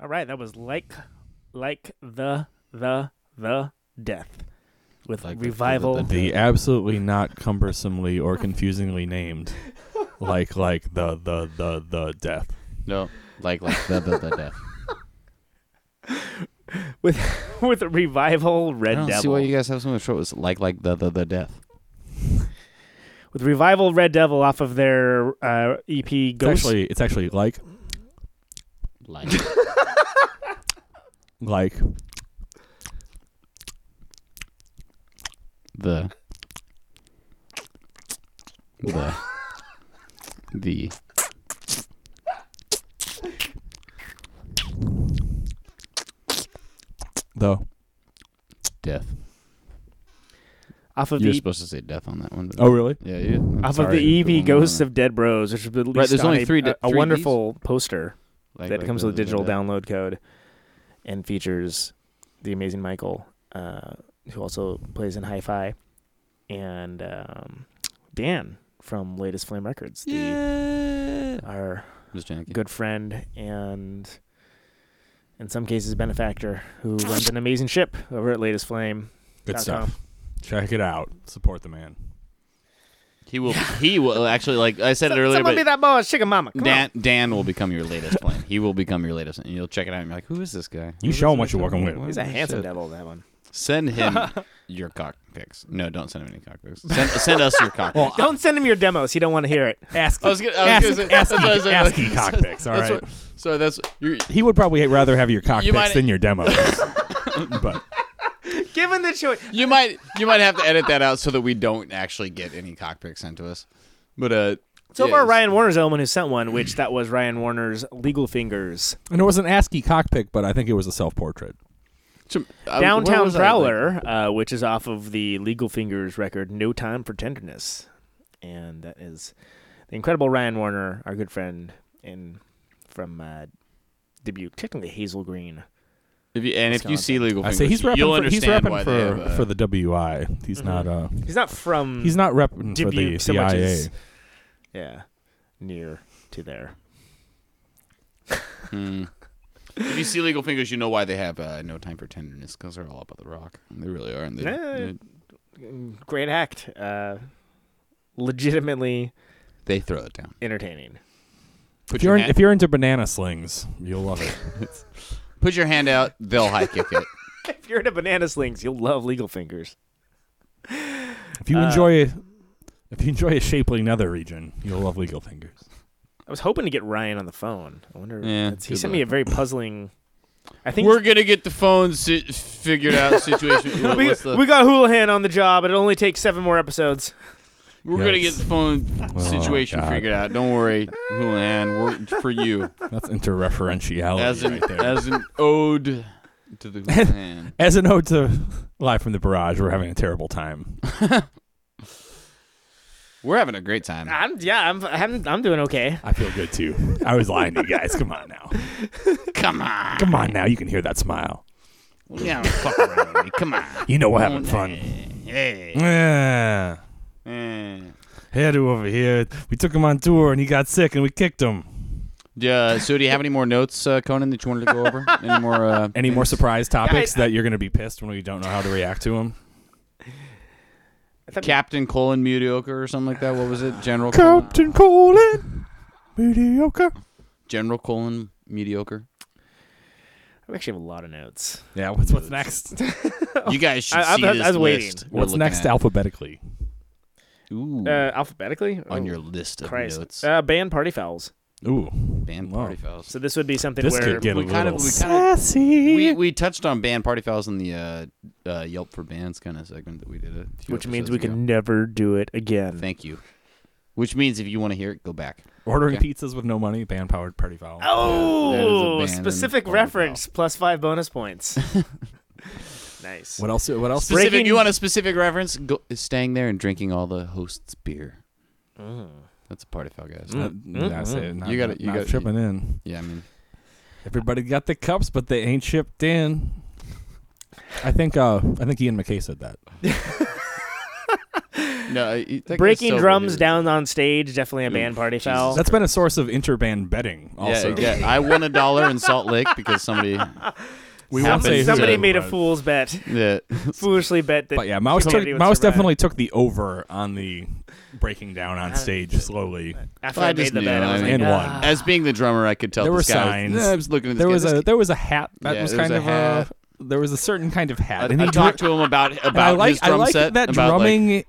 Speaker 1: right. That was like, like the the the death with revival.
Speaker 3: The absolutely not cumbersomely or confusingly named, like like the the the the death.
Speaker 4: No, like like the the the death.
Speaker 1: with with revival red
Speaker 4: I don't
Speaker 1: devil
Speaker 4: see why you guys have so much trouble. It's like like the the the death.
Speaker 1: with revival red devil off of their uh, EP Ghost.
Speaker 3: It's actually it's actually like
Speaker 4: like
Speaker 3: like
Speaker 4: the the the
Speaker 3: the
Speaker 4: death.
Speaker 1: off of
Speaker 4: You're
Speaker 1: the
Speaker 4: supposed to say death on that one. but-
Speaker 3: Oh, really?
Speaker 4: Yeah, yeah.
Speaker 1: off of
Speaker 4: E
Speaker 1: the EP Ghosts of Dead Bros, which was released
Speaker 4: there's
Speaker 1: on
Speaker 4: only
Speaker 1: a,
Speaker 4: three di-
Speaker 1: a, a
Speaker 4: three
Speaker 1: wonderful poster
Speaker 4: Like-
Speaker 1: that
Speaker 4: like uh,
Speaker 1: comes
Speaker 4: the-
Speaker 1: with a
Speaker 4: the-
Speaker 1: digital
Speaker 4: the-
Speaker 1: download code and features the amazing Michael, uh, who also plays in Hi-Fi, and um, Dan from Latest Flame Records, the, our good friend and in some cases benefactor who runs an amazing ship over at Latest Flame.
Speaker 3: Good stuff. Check it out. Support the man.
Speaker 4: He will. He will actually like I said it earlier.
Speaker 1: Someone
Speaker 4: but
Speaker 1: be that boy's chicken mama. Come
Speaker 4: Dan Dan will become your latest plan. He will become your latest, and you'll check it out and be like, "Who is this guy?"
Speaker 3: You
Speaker 4: Who
Speaker 3: show
Speaker 4: is
Speaker 3: him what
Speaker 4: this
Speaker 3: you're
Speaker 4: guy?
Speaker 3: working with.
Speaker 4: What
Speaker 1: He's a
Speaker 4: is
Speaker 1: handsome
Speaker 4: shit?
Speaker 1: devil. That one.
Speaker 4: Send him your cock pics. No, don't send him any cock pics. Send, send us your cock. pics.
Speaker 1: Don't send him your demos. He don't want to hear it.
Speaker 3: Ask.
Speaker 4: I was gonna, I was gonna say, that's what I was gonna-
Speaker 3: ASCII cockpicks, all
Speaker 4: that's
Speaker 3: right.
Speaker 4: what- so that's you.
Speaker 3: He would probably rather have your cock
Speaker 4: You
Speaker 3: pics
Speaker 4: might-
Speaker 3: than your demos. but
Speaker 1: Given the choice,
Speaker 4: you might you might have to edit that out so that we don't actually get any cock pics sent to us. But uh,
Speaker 1: So
Speaker 4: yeah,
Speaker 1: far, Ryan Warner's the only one who sent one, which that was Ryan Warner's legal fingers.
Speaker 3: and it was an ASCII cockpick, but I think it was a self-portrait.
Speaker 4: I- where
Speaker 1: Downtown
Speaker 4: was I? Like-
Speaker 1: Prowler, uh, which is off of the Legal Fingers record "No Time for Tenderness," and that is the incredible Ryan Warner, our good friend in from uh, Dubuque, technically Hazel Green.
Speaker 4: If you, and if you
Speaker 1: Wisconsin.
Speaker 4: see legal,
Speaker 3: I
Speaker 4: fingers,
Speaker 3: say he's repping
Speaker 4: you'll
Speaker 3: for, he's
Speaker 4: understand
Speaker 3: repping
Speaker 4: why
Speaker 3: for,
Speaker 4: they have, uh, Mm-hmm.
Speaker 3: for the WI. He's not uh
Speaker 1: He's not from.
Speaker 3: He's not repping for
Speaker 1: Dubuque
Speaker 3: the
Speaker 1: so much
Speaker 3: CIA.
Speaker 1: as- yeah, near to there.
Speaker 4: Hmm. If you see legal fingers, you know why they have uh, no time for tenderness because they're all up at the rock. They really are. And they,
Speaker 1: Yeah,
Speaker 4: they,
Speaker 1: great act. Uh, legitimately
Speaker 4: they throw it down.
Speaker 1: entertaining.
Speaker 3: if
Speaker 4: Put
Speaker 3: you're
Speaker 4: your,
Speaker 3: in,
Speaker 4: hand,
Speaker 3: if you're into banana slings, you'll love it.
Speaker 4: put your hand out, they'll high kick it.
Speaker 1: if you're into banana slings, you'll love Legal Fingers.
Speaker 3: if you
Speaker 1: Uh,
Speaker 3: enjoy if you enjoy a shapely nether region, you'll love legal fingers.
Speaker 1: I was hoping to get Ryan on the phone. I wonder.
Speaker 3: Yeah,
Speaker 1: that's- he
Speaker 3: good
Speaker 1: sent me a very puzzling. I think
Speaker 4: We're gonna get the phone si- figured out situation. What-
Speaker 1: we,
Speaker 4: what's the-
Speaker 1: we got Houlihan on the job. It'll only take seven more episodes.
Speaker 4: We're gonna get the phone
Speaker 3: Oh,
Speaker 4: situation
Speaker 3: God.
Speaker 4: figured out. Don't worry, Julian. We're for you.
Speaker 3: That's interreferentiality
Speaker 4: As an
Speaker 3: Oh, right there.
Speaker 4: as an ode to the Julian.
Speaker 3: As an ode to live from the barrage, we're having a terrible time.
Speaker 4: We're having a great time.
Speaker 3: Ah,
Speaker 1: I'm yeah. I'm I'm, I'm doing okay.
Speaker 3: I feel good too. I was lying to you guys. Come on now.
Speaker 4: Come on.
Speaker 3: Come on now. You can hear that smile.
Speaker 4: Yeah, fuck around with me. Come on.
Speaker 3: You know we're having fun.
Speaker 4: Hey.
Speaker 3: Yeah.
Speaker 4: Eh.
Speaker 3: Head over here. We took him on tour and he got sick and we kicked him.
Speaker 4: Yeah. So, do you have any more notes, uh, Conan, that you wanted to go over? Any more? Uh,
Speaker 3: Any more surprise topics
Speaker 1: I-
Speaker 3: that you're going to be pissed when we don't know how to react to them?
Speaker 4: Captain Colon mediocre or something like that? What was it? General Colon.
Speaker 3: Captain Colin, mediocre.
Speaker 4: General Colon mediocre.
Speaker 1: I actually have a lot of notes.
Speaker 3: Yeah. What's what's next?
Speaker 4: You guys should
Speaker 1: I- I-
Speaker 4: see
Speaker 1: I
Speaker 4: this
Speaker 1: was waiting.
Speaker 4: list. we're
Speaker 3: what's
Speaker 4: looking
Speaker 3: next
Speaker 4: at.
Speaker 3: alphabetically?
Speaker 4: Ooh,
Speaker 1: Uh, alphabetically
Speaker 4: on
Speaker 1: Oh,
Speaker 4: your list of
Speaker 1: Christ.
Speaker 4: notes,
Speaker 1: Uh, band party fouls.
Speaker 3: Ooh.
Speaker 4: band
Speaker 3: wow.
Speaker 4: party fouls.
Speaker 1: So this would be something
Speaker 3: This
Speaker 1: where
Speaker 3: could get a
Speaker 4: we kind of-
Speaker 3: little
Speaker 4: we kind of-
Speaker 3: sassy.
Speaker 4: We we touched on band party fouls in the uh, uh, Yelp for bands kind of segment that we did it,
Speaker 1: which means we can never do it again.
Speaker 4: Thank you. Which means if you want to hear it, go back.
Speaker 3: Ordering
Speaker 4: Okay.
Speaker 3: pizzas with no money, band powered party foul.
Speaker 1: Oh,
Speaker 4: That is a band
Speaker 1: specific
Speaker 4: and party
Speaker 1: reference plus five bonus points. nice.
Speaker 3: What else? What else?
Speaker 4: Specific.
Speaker 1: Breaking-
Speaker 4: You want a specific reference? Go, staying there and drinking all the host's beer.
Speaker 3: Mm.
Speaker 4: That's a party foul, guys.
Speaker 3: Uh, that's it.
Speaker 4: Mm,
Speaker 3: Not,
Speaker 4: You
Speaker 3: you
Speaker 4: gotta-
Speaker 3: got
Speaker 4: you
Speaker 3: you got
Speaker 4: gotta-
Speaker 3: tripping in.
Speaker 4: Yeah, I mean,
Speaker 3: Everybody got the cups, but they ain't shipped in. I think uh, I think Ian McKay said that.
Speaker 4: No, you- that guy's
Speaker 1: breaking
Speaker 4: sober,
Speaker 1: drums
Speaker 4: dude.
Speaker 1: down on stage definitely a band party foul.
Speaker 3: That's been a source of interband betting.
Speaker 1: Yeah,
Speaker 3: Also,
Speaker 1: yeah, I
Speaker 4: won a dollar in Salt Lake because somebody.
Speaker 3: We won't
Speaker 1: somebody
Speaker 3: say
Speaker 1: somebody
Speaker 3: who,
Speaker 1: made a
Speaker 3: but-
Speaker 1: fool's bet.
Speaker 4: Yeah.
Speaker 1: Foolishly bet that.
Speaker 3: But yeah, Mouse took,
Speaker 1: humanity would
Speaker 3: Mouse
Speaker 1: survive.
Speaker 3: definitely took the over on the breaking down on stage slowly.
Speaker 1: After I, made the bet, I was like,
Speaker 3: and
Speaker 1: ah.
Speaker 3: won.
Speaker 4: As being the drummer, I could tell
Speaker 3: there were
Speaker 4: this guy was-
Speaker 3: signs.
Speaker 4: Yeah, I was looking at this
Speaker 3: there
Speaker 4: guy,
Speaker 3: was
Speaker 4: this
Speaker 3: a
Speaker 4: guy-
Speaker 3: there was a hat that
Speaker 4: Yeah,
Speaker 3: was
Speaker 4: there was
Speaker 3: kind
Speaker 4: a
Speaker 3: of
Speaker 4: hat.
Speaker 3: a there was a certain kind of hat.
Speaker 4: I- I talked to him about-
Speaker 3: and I
Speaker 4: about
Speaker 3: like
Speaker 4: his drum
Speaker 3: I like
Speaker 4: set,
Speaker 3: that
Speaker 4: about, like-
Speaker 3: drumming.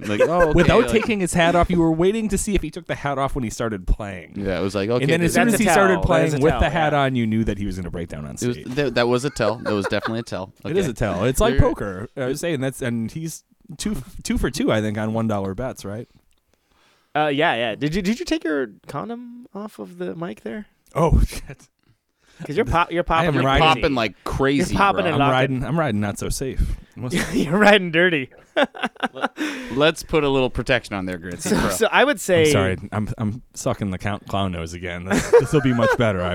Speaker 4: like, oh, okay,
Speaker 3: without
Speaker 4: like-
Speaker 3: taking his hat off, you were waiting to see if he took the hat off when he started playing.
Speaker 4: Yeah, it was like okay.
Speaker 3: and then as
Speaker 4: this-
Speaker 3: soon as he started playing with the
Speaker 4: It
Speaker 3: hat on, you knew that he was going to break down on
Speaker 4: was-
Speaker 3: stage.
Speaker 4: that- that was a tell. That was definitely a tell.
Speaker 3: It is
Speaker 4: Okay.
Speaker 3: a tell. It's like
Speaker 4: You're-
Speaker 3: poker. I was saying that's and he's two two for two, I think, on one dollar bets, right?
Speaker 1: Uh, yeah, yeah. Did you did you take your condom off of the mic there?
Speaker 3: Oh shit!
Speaker 1: Because you're pop, you're
Speaker 3: I
Speaker 1: popping,
Speaker 3: am
Speaker 1: like
Speaker 3: riding-
Speaker 1: crazy. You're popping and
Speaker 3: I'm
Speaker 1: locking.
Speaker 3: riding. I'm riding not so safe. Must-
Speaker 1: you're riding dirty.
Speaker 4: Let's put a little protection on there, Grits.
Speaker 1: So- so I would say-
Speaker 3: I'm sorry, I'm I'm sucking the count, clown nose again. This will be much better. I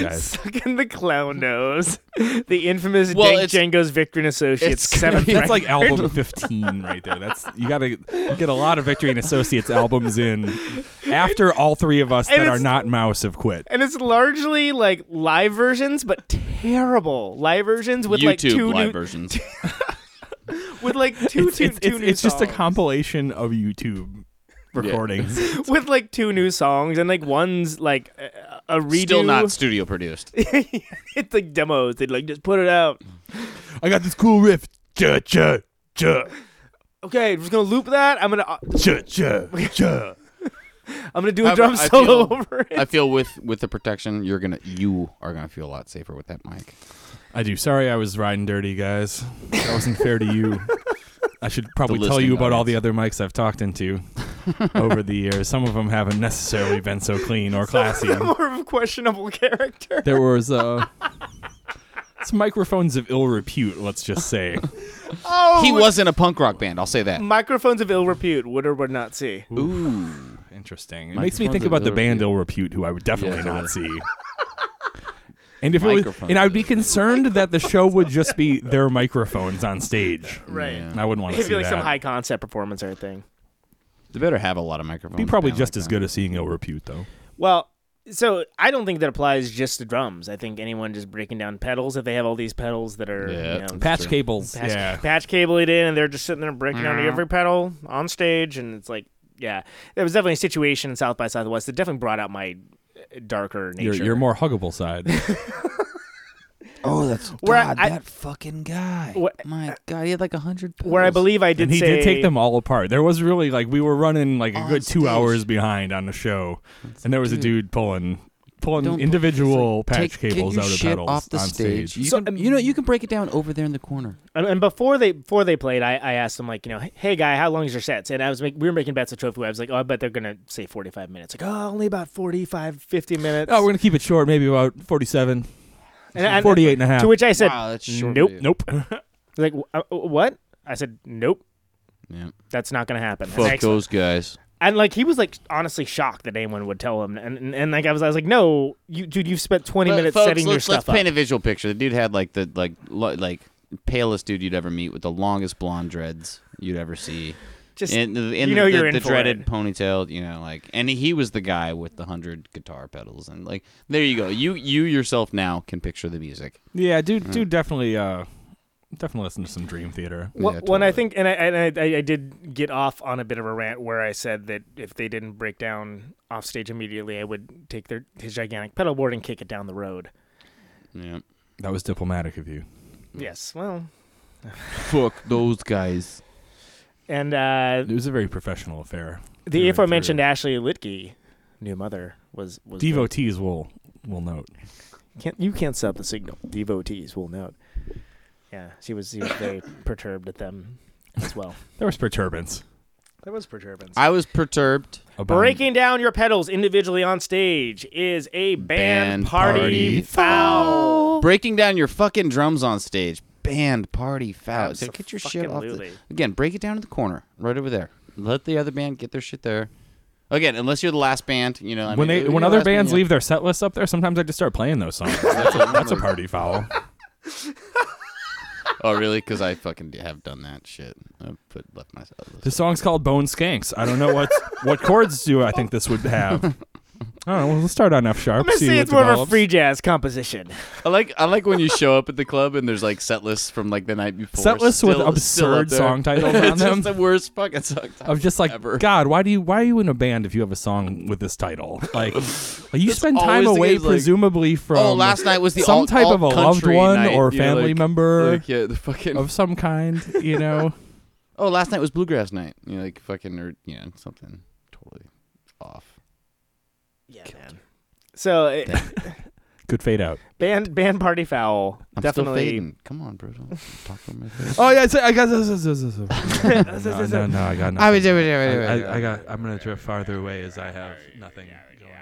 Speaker 3: guys.
Speaker 1: Fucking the clown nose. The infamous
Speaker 3: Well,
Speaker 1: Dank Django's Victor and Associates.
Speaker 3: It's
Speaker 1: seventh
Speaker 3: that's like
Speaker 1: record.
Speaker 3: album 15 right there. That's you got to get a lot of Victory and Associates albums in after all three of us
Speaker 1: And
Speaker 3: that are
Speaker 1: it's-
Speaker 3: not mouse have quit.
Speaker 1: And it's largely like live versions, but terrible live versions with like
Speaker 3: YouTube
Speaker 1: two
Speaker 3: live
Speaker 1: new
Speaker 4: versions.
Speaker 1: with like two
Speaker 3: it's
Speaker 1: two,
Speaker 3: it's,
Speaker 1: two
Speaker 3: it's,
Speaker 1: new
Speaker 3: it's just a
Speaker 1: songs.
Speaker 3: compilation of YouTube recordings.
Speaker 1: with like two new songs and like one's like a, a redo.
Speaker 4: Still not studio produced.
Speaker 1: it's like demos. They like just put it out.
Speaker 3: I got this cool riff. Cha cha cha
Speaker 1: Okay, I'm just gonna loop that. I'm gonna uh,
Speaker 3: cha cha cha.
Speaker 1: I'm gonna do a
Speaker 4: I-
Speaker 1: drum
Speaker 4: I
Speaker 1: solo
Speaker 4: feel-
Speaker 1: over it.
Speaker 4: I feel with with the protection, you're gonna you are gonna feel a lot safer with that mic.
Speaker 3: I do. Sorry, I was riding dirty, guys. That wasn't fair to you. I should probably
Speaker 4: The
Speaker 3: tell you
Speaker 4: listening
Speaker 3: about all the other mics I've talked into over the years. Some of them haven't necessarily been so clean or classy.
Speaker 1: More of a questionable character.
Speaker 3: There was uh, some microphones of ill repute. Let's just say
Speaker 1: Oh, Mm.
Speaker 4: he
Speaker 1: with-
Speaker 4: wasn't a punk rock band. I'll say that.
Speaker 1: Microphones of ill repute, would or would not see.
Speaker 4: Ooh,
Speaker 3: interesting. it makes me think about the band ill repute, who I would definitely
Speaker 4: Yeah.
Speaker 3: not see. And if it was,
Speaker 4: Microphones
Speaker 3: and I'd be concerned that the show would just be their microphones on stage.
Speaker 1: Right.
Speaker 3: And I wouldn't want to
Speaker 1: It'd
Speaker 3: see
Speaker 1: be like
Speaker 3: that.
Speaker 1: some high concept performance or thing.
Speaker 4: They better have a lot of microphones.
Speaker 3: be probably
Speaker 4: down
Speaker 3: just
Speaker 4: like
Speaker 3: as
Speaker 4: that.
Speaker 3: good as seeing ill repute, though.
Speaker 1: Well, so I don't think that applies just to drums. I think anyone just breaking down pedals, if they have all these pedals that are
Speaker 3: Yeah,
Speaker 1: you know,
Speaker 3: patch cables,
Speaker 1: patch,
Speaker 3: yeah.
Speaker 1: patch cable it in, and they're just sitting there breaking down
Speaker 4: Mm-hmm.
Speaker 3: Mhm.
Speaker 1: every pedal on stage, and it's like, yeah, there was definitely a situation in South by Southwest that definitely brought out my uh, darker nature.
Speaker 3: Your, your more huggable side.
Speaker 1: oh, that's where I, I,
Speaker 4: fucking guy.
Speaker 1: What-
Speaker 4: My God, he had like a hundred.
Speaker 1: where I believe I did
Speaker 3: and he
Speaker 1: say
Speaker 3: did take them all apart. There was really like we were running like a good two hours behind on the show, and there was a dude pulling pulling
Speaker 4: Don't-
Speaker 3: individual
Speaker 4: It's like,
Speaker 3: patch
Speaker 4: take- can
Speaker 3: cables
Speaker 4: you
Speaker 3: out of
Speaker 4: shit
Speaker 3: pedals
Speaker 4: off the
Speaker 3: on
Speaker 4: stage?
Speaker 3: stage.
Speaker 4: You can- you know, you can break it down over there in the corner.
Speaker 1: And, and before they before they played, I, I asked them like, you know, hey guy, how long is your sets? And I was make, we were making bets at Trophy. Web. I was like, oh, I bet they're gonna say forty five minutes. Like, oh, only about 45, 50 minutes.
Speaker 3: oh, we're gonna keep it short, maybe about 47,
Speaker 1: And- and-
Speaker 3: 48 and a half.
Speaker 1: To which I said,
Speaker 4: Wow, that's short
Speaker 1: nope,
Speaker 4: video.
Speaker 3: nope.
Speaker 1: like, "Wh- uh, what? I said, nope.
Speaker 4: Yeah.
Speaker 1: That's not gonna happen. And I
Speaker 4: Fuck
Speaker 1: expl-
Speaker 4: those guys.
Speaker 1: And like he was like honestly shocked that anyone would tell him, and and, and like I was I was like, no, you dude, you've spent twenty
Speaker 4: But
Speaker 1: minutes
Speaker 4: folks,
Speaker 1: setting
Speaker 4: let's,
Speaker 1: your
Speaker 4: let's
Speaker 1: stuff
Speaker 4: paint
Speaker 1: up.
Speaker 4: a visual picture. The dude had like the like lo- like palest dude you'd ever meet with the longest blonde dreads you'd ever see.
Speaker 1: Just-
Speaker 4: and, the- and
Speaker 1: you know
Speaker 4: the,
Speaker 1: you're in
Speaker 4: the
Speaker 1: for
Speaker 4: dreaded ponytail, you know, like, and he was the guy with the hundred guitar pedals, and like, there you go. You you yourself now can picture the music.
Speaker 3: Yeah, dude,
Speaker 4: Mm.
Speaker 3: dude, definitely, uh, definitely listen to some Dream Theater.
Speaker 1: Wh- when I think, and I and I, I, I did get off on a bit of a rant where I said that if they didn't break down off stage immediately, I would take their his gigantic pedal board and kick it down the road.
Speaker 4: Yeah,
Speaker 3: that was diplomatic of you.
Speaker 1: Yes, well,
Speaker 4: Fuck those guys.
Speaker 1: and uh,
Speaker 3: It was a very professional affair.
Speaker 1: the aforementioned Ashley Litke, new mother, was was the-
Speaker 3: Devotees will will note.
Speaker 1: Can't you can't sub the signal. Devotees will note. Yeah, she was she was very perturbed at them as well.
Speaker 3: There was perturbance.
Speaker 1: That was perturbance.
Speaker 4: I was perturbed.
Speaker 1: Breaking down your pedals individually on stage is a band,
Speaker 4: Band
Speaker 1: party,
Speaker 4: party
Speaker 1: foul.
Speaker 4: Breaking down your fucking drums on stage. Band party foul. So get your shit off. The,
Speaker 1: Abso-fucking-lutely.
Speaker 4: again, break it down to the corner, right over there. Let the other band get their shit there. Again, unless you're the last band, you know. I
Speaker 3: when
Speaker 4: mean,
Speaker 3: they
Speaker 4: you're
Speaker 3: when
Speaker 4: the
Speaker 3: other
Speaker 4: last band,
Speaker 3: bands
Speaker 4: you know.
Speaker 3: leave their set lists up there, sometimes I just start playing those songs. That's a, that's a party foul.
Speaker 4: oh, really? Because I fucking have done that shit. I put left myself.
Speaker 3: This song's called Bone Skanks. I don't know what what chords do I think this would have. All right, well, let's start on F
Speaker 1: I'm
Speaker 3: sharp.
Speaker 1: gonna
Speaker 3: see
Speaker 1: say
Speaker 3: what
Speaker 1: it's more of a
Speaker 3: develops.
Speaker 1: free jazz composition.
Speaker 4: I like I like when you show up at the club and there's like set lists from like the night before.
Speaker 3: Set lists
Speaker 4: still-
Speaker 3: with
Speaker 4: still up
Speaker 3: absurd
Speaker 4: there.
Speaker 3: song titles
Speaker 4: It's
Speaker 3: on them.
Speaker 4: just the worst fucking song title.
Speaker 3: I'm just like, God, why do you why are you in a band if you have a song with this title? Like, you spend
Speaker 4: always
Speaker 3: time
Speaker 4: the
Speaker 3: away
Speaker 4: case, like,
Speaker 3: presumably from
Speaker 4: "Oh, last night was the
Speaker 3: some
Speaker 4: alt-
Speaker 3: type of a
Speaker 4: alt
Speaker 3: loved
Speaker 4: country
Speaker 3: one
Speaker 4: night,"
Speaker 3: or
Speaker 4: you know,
Speaker 3: family
Speaker 4: like-
Speaker 3: member
Speaker 4: like, yeah, the fucking-
Speaker 3: of some kind, you know.
Speaker 4: Oh, last night was bluegrass night. You know, like fucking or you know something totally off.
Speaker 1: Yeah, man. So, it,
Speaker 3: Good fade out.
Speaker 1: band band party foul.
Speaker 4: I'm still
Speaker 1: definitely.
Speaker 4: fading. Come on, bro. Don't talk from my face.
Speaker 3: Oh yeah, I got this. this, this, this. no, no, no, Uh, no, I got nothing.
Speaker 4: I would do it, I would do it, I would
Speaker 3: I-
Speaker 4: do
Speaker 3: I,
Speaker 4: it.
Speaker 3: I got. I'm gonna drift farther away as I have nothing. going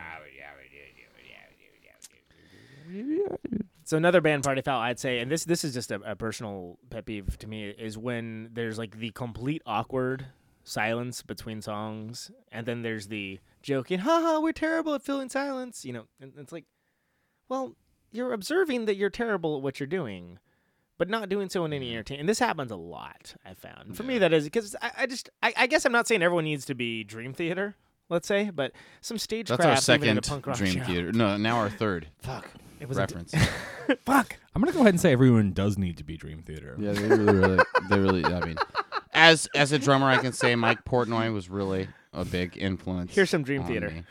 Speaker 1: So another band party foul, I'd say, and this this is just a, a personal pet peeve to me is when there's like the complete awkward silence between songs, and then there's the joking, haha, we're terrible at filling silence. You know, and it's like, well, you're observing that you're terrible at what you're doing, but not doing so in
Speaker 4: Mm-hmm.
Speaker 1: any entertainment. And this happens a lot, I found. For me, that is because I, I just, I, I guess I'm not saying everyone needs to be Dream Theater, let's say, but some stagecraft,
Speaker 4: That's our
Speaker 1: even in a
Speaker 4: second
Speaker 1: punk rock
Speaker 4: Dream
Speaker 1: show.
Speaker 4: Theater. No, now our third. Fuck.
Speaker 1: It
Speaker 4: It
Speaker 1: was
Speaker 4: was
Speaker 1: a-
Speaker 4: reference.
Speaker 1: Fuck.
Speaker 3: I'm gonna go ahead and say everyone does need to be Dream Theater.
Speaker 4: yeah, they really, really, they really. I mean, as as a drummer, I can say Mike Portnoy was really a big influence.
Speaker 1: Here's some Dream
Speaker 4: on
Speaker 1: Theater.
Speaker 4: me.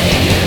Speaker 5: Desire.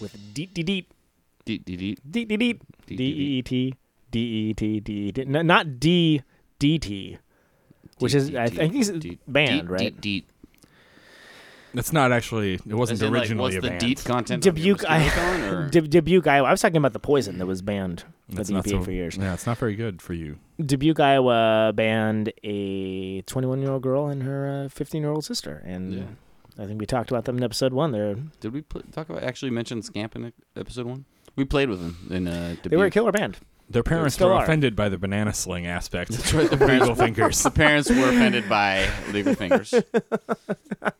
Speaker 1: with Deet Deet Deet. Deet Deet Deet. Deet Deet Deet. D E E T. D E E T. D E E T. No, Not D D T. Which is, I think he's banned, right?
Speaker 4: Deet.
Speaker 3: That's not actually. It
Speaker 4: As
Speaker 3: wasn't
Speaker 4: in, like, what's
Speaker 3: originally a
Speaker 4: the
Speaker 3: band.
Speaker 4: deep content
Speaker 1: Dubuque, I, Dub- Dubuque, Iowa. I was talking about the poison that was banned by
Speaker 3: That's
Speaker 1: the
Speaker 3: not
Speaker 1: EPA
Speaker 3: so-
Speaker 1: for years.
Speaker 3: Yeah, it's not very good for you.
Speaker 1: Dubuque, Iowa banned a 21 year old girl and her 15 year old sister. And I think we talked about them in episode one. They're,
Speaker 4: Did we pl- talk about actually mention Scamp in e-, episode one? We played with them in uh,
Speaker 1: they were a
Speaker 4: Dubuque.
Speaker 1: killer band.
Speaker 3: Their parents
Speaker 1: Still
Speaker 3: were
Speaker 1: are.
Speaker 3: offended by the banana sling aspect
Speaker 4: But
Speaker 3: of legal fingers.
Speaker 4: The parents were offended by legal fingers.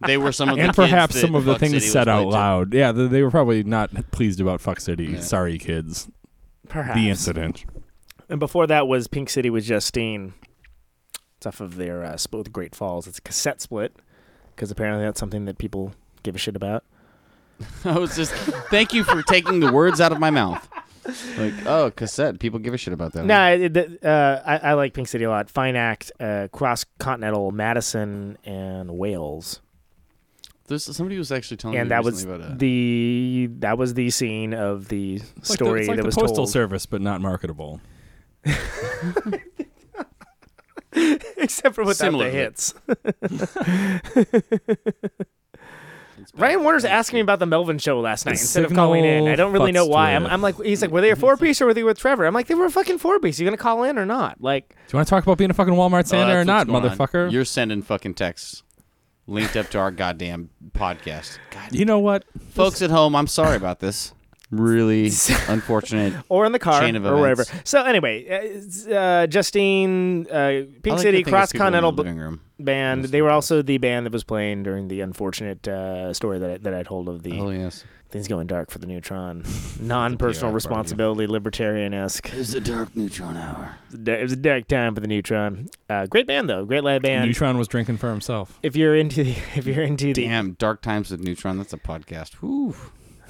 Speaker 4: They were some of the
Speaker 3: and
Speaker 4: kids
Speaker 3: perhaps
Speaker 4: that
Speaker 3: some of the
Speaker 4: Fuck
Speaker 3: things
Speaker 4: City was
Speaker 3: said out
Speaker 4: played to.
Speaker 3: loud. Yeah, they, they were probably not pleased about Fuck City. Sorry, kids.
Speaker 1: Perhaps.
Speaker 3: the incident.
Speaker 1: And before that was Pink City with Justine. It's off of their uh, split with Great Falls. It's a cassette split because apparently that's something that people give a shit about.
Speaker 4: I was just thank you for taking the words out of my mouth. Like oh, cassette. People give a shit about that.
Speaker 1: No, I, it- the- uh, I, I like Pink City a lot. Fine Act, uh, Cross Continental, Madison, and Wales.
Speaker 4: This somebody was actually telling me
Speaker 1: and that was
Speaker 4: Oh, recently about a,
Speaker 1: the that was the scene of the
Speaker 3: Like the-
Speaker 1: story
Speaker 3: it's like
Speaker 1: that
Speaker 3: the
Speaker 1: was
Speaker 3: postal
Speaker 1: told.
Speaker 3: service, but not marketable.
Speaker 1: except for without
Speaker 3: Similar
Speaker 1: the
Speaker 3: to
Speaker 1: hits.
Speaker 4: Ryan
Speaker 1: Warner's asking me about the Melvin show last night
Speaker 3: The
Speaker 1: instead of calling in. I don't really know
Speaker 3: signal
Speaker 1: why. I'm,
Speaker 3: fucks
Speaker 1: I'm like, he's like, were they a four piece or were they with Trevor? I'm like, they were a fucking four piece. You gonna call in or not? Like,
Speaker 3: Do you want to talk about being a fucking Walmart
Speaker 4: Oh,
Speaker 3: Santa
Speaker 4: that's
Speaker 3: or not,
Speaker 4: what's going on.
Speaker 3: motherfucker?
Speaker 4: You're sending fucking texts linked up to our goddamn podcast. God,
Speaker 3: You know what?
Speaker 4: folks at home, I'm sorry about this. Really unfortunate.
Speaker 1: or in the car
Speaker 4: chain of
Speaker 1: or wherever.
Speaker 4: events.
Speaker 1: So anyway, uh, it's, uh, Justine, uh,
Speaker 4: I
Speaker 1: Pink
Speaker 4: like to
Speaker 1: City,
Speaker 4: think of
Speaker 1: Cross
Speaker 4: people in the
Speaker 1: Continental b-
Speaker 4: living room.
Speaker 1: band. They were also the band that was playing during the unfortunate uh, story that I, that I told of the.
Speaker 4: Oh yes.
Speaker 1: Things going dark for the neutron. Non-personal
Speaker 4: PR
Speaker 1: responsibility, libertarian-esque.
Speaker 4: It's the dark neutron hour.
Speaker 1: It was a da- it was a dark time for the neutron. Uh, great band though, great live band.
Speaker 3: Neutron was drinking for himself.
Speaker 1: If you're into the, if you're into the,
Speaker 4: Damn, Dark Times with Neutron. That's a podcast. Whew.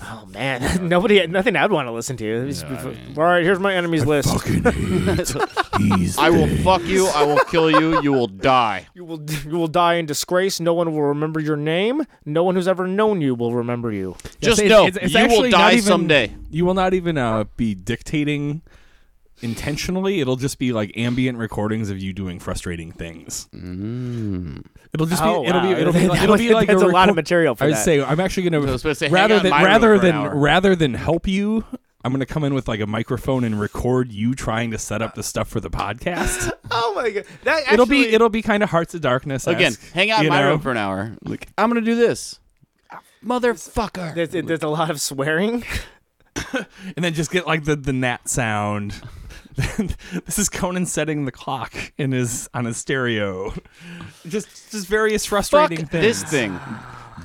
Speaker 1: oh man, nobody, nothing I'd want to listen to. It was- All right, here's my enemies list.
Speaker 4: I will fuck you. I will kill you. You will die.
Speaker 1: You will you will die in disgrace. No one will remember your name. No one who's ever known you will remember you.
Speaker 4: Just
Speaker 3: Yes, it's-
Speaker 4: know
Speaker 3: it's- it's
Speaker 4: you will
Speaker 3: actually not
Speaker 4: die
Speaker 3: even-
Speaker 4: someday.
Speaker 3: You will not even uh, be dictating intentionally. It'll just be like ambient recordings of you doing frustrating things. It'll just
Speaker 1: Oh,
Speaker 3: be it'll
Speaker 1: wow.
Speaker 3: be it'll be like, it'll be like
Speaker 1: That's a lot of
Speaker 3: record-
Speaker 1: material for
Speaker 3: I would
Speaker 1: that.
Speaker 3: say I'm actually
Speaker 4: I
Speaker 3: gonna
Speaker 4: was supposed to hang out
Speaker 3: rather
Speaker 4: in
Speaker 3: than
Speaker 4: my room
Speaker 3: rather
Speaker 4: for an hour.
Speaker 3: than rather than help you. I'm gonna come in with like a microphone and record you trying to set up the stuff for the podcast.
Speaker 1: Oh my god, that
Speaker 3: it'll be it'll be kind of Hearts of Darkness
Speaker 4: Again, hang out in my room for an hour. Like I'm gonna do this. Motherfucker.
Speaker 1: There's, there's a lot of swearing.
Speaker 3: and then just get like the the gnat sound. this is Conan setting the clock in his on his stereo. Just just various frustrating
Speaker 4: Fuck
Speaker 3: things.
Speaker 4: this thing.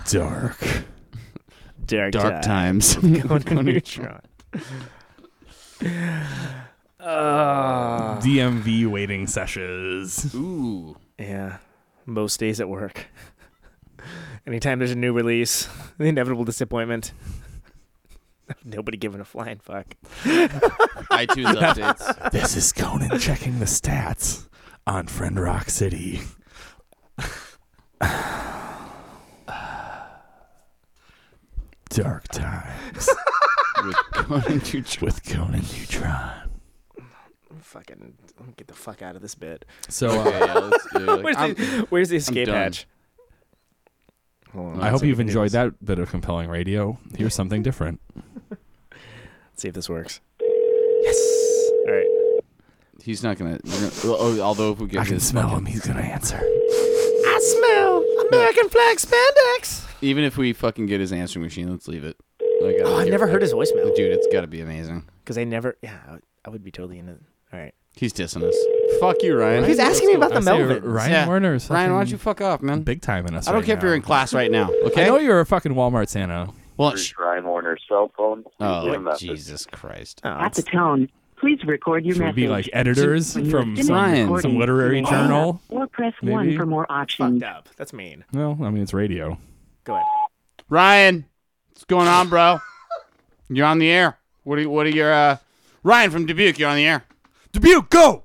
Speaker 3: Dark.
Speaker 1: Dark,
Speaker 4: Dark times.
Speaker 1: Conan Neutron. Uh,
Speaker 3: DMV waiting sessions.
Speaker 4: Ooh.
Speaker 1: yeah, most days at work. Anytime there's a new release, the inevitable disappointment. Nobody giving a flying fuck.
Speaker 4: iTunes updates.
Speaker 3: This is Conan checking the stats on Friend Rock City. Dark times
Speaker 4: With Conan Neutron.
Speaker 3: with Conan Neutron.
Speaker 1: Fucking let me get the fuck out of this bit.
Speaker 3: So uh,
Speaker 4: Okay, yeah, let's do it.
Speaker 1: Where's,
Speaker 4: I'm-
Speaker 1: the, where's the
Speaker 4: I'm
Speaker 1: escape
Speaker 4: done.
Speaker 1: hatch?
Speaker 3: I hope you've enjoyed that bit of compelling radio. Here's something different.
Speaker 1: Let's see if this works. Yes. All right.
Speaker 4: He's not gonna. we're gonna- oh, although if we get
Speaker 3: I can
Speaker 4: his
Speaker 3: smell him. He's gonna answer.
Speaker 1: I smell American flag spandex.
Speaker 4: Even if we fucking get his answering machine, let's leave it. Like,
Speaker 1: Oh, I've never heard his voicemail
Speaker 4: Dude, it's got to be amazing.
Speaker 1: because I never. Yeah, I would, I would be totally in it. All right.
Speaker 4: He's dissing us. Fuck you, Ryan.
Speaker 1: He's asking me about the
Speaker 3: I say
Speaker 1: Melvins.
Speaker 3: Ryan
Speaker 4: Yeah.
Speaker 3: Warner is
Speaker 4: Ryan, why don't
Speaker 3: fucking
Speaker 4: you fuck off, man?
Speaker 3: big time in us.
Speaker 4: I don't
Speaker 3: right
Speaker 4: care if you're
Speaker 3: now.
Speaker 4: in class right now.
Speaker 3: I
Speaker 4: Okay.
Speaker 3: know you're a fucking Walmart Santa.
Speaker 4: well, sh-
Speaker 13: Ryan Warner's cell phone. Leave a
Speaker 4: oh
Speaker 13: message.
Speaker 4: Jesus Christ.
Speaker 1: At
Speaker 12: the tone, please record your
Speaker 3: Should we
Speaker 12: message.
Speaker 3: be like editors
Speaker 12: When you
Speaker 3: from
Speaker 12: finish
Speaker 3: some,
Speaker 12: recording,
Speaker 3: some literary
Speaker 12: hang up
Speaker 3: journal?
Speaker 12: Or press
Speaker 3: Maybe.
Speaker 12: one for more options.
Speaker 1: Fucked up. That's mean.
Speaker 3: Well, I mean, it's radio.
Speaker 1: Go ahead.
Speaker 4: Ryan, what's going on, bro? You're on the air. What are what are your uh Ryan from Dubuque, you're on the air.
Speaker 3: Dubuque, go!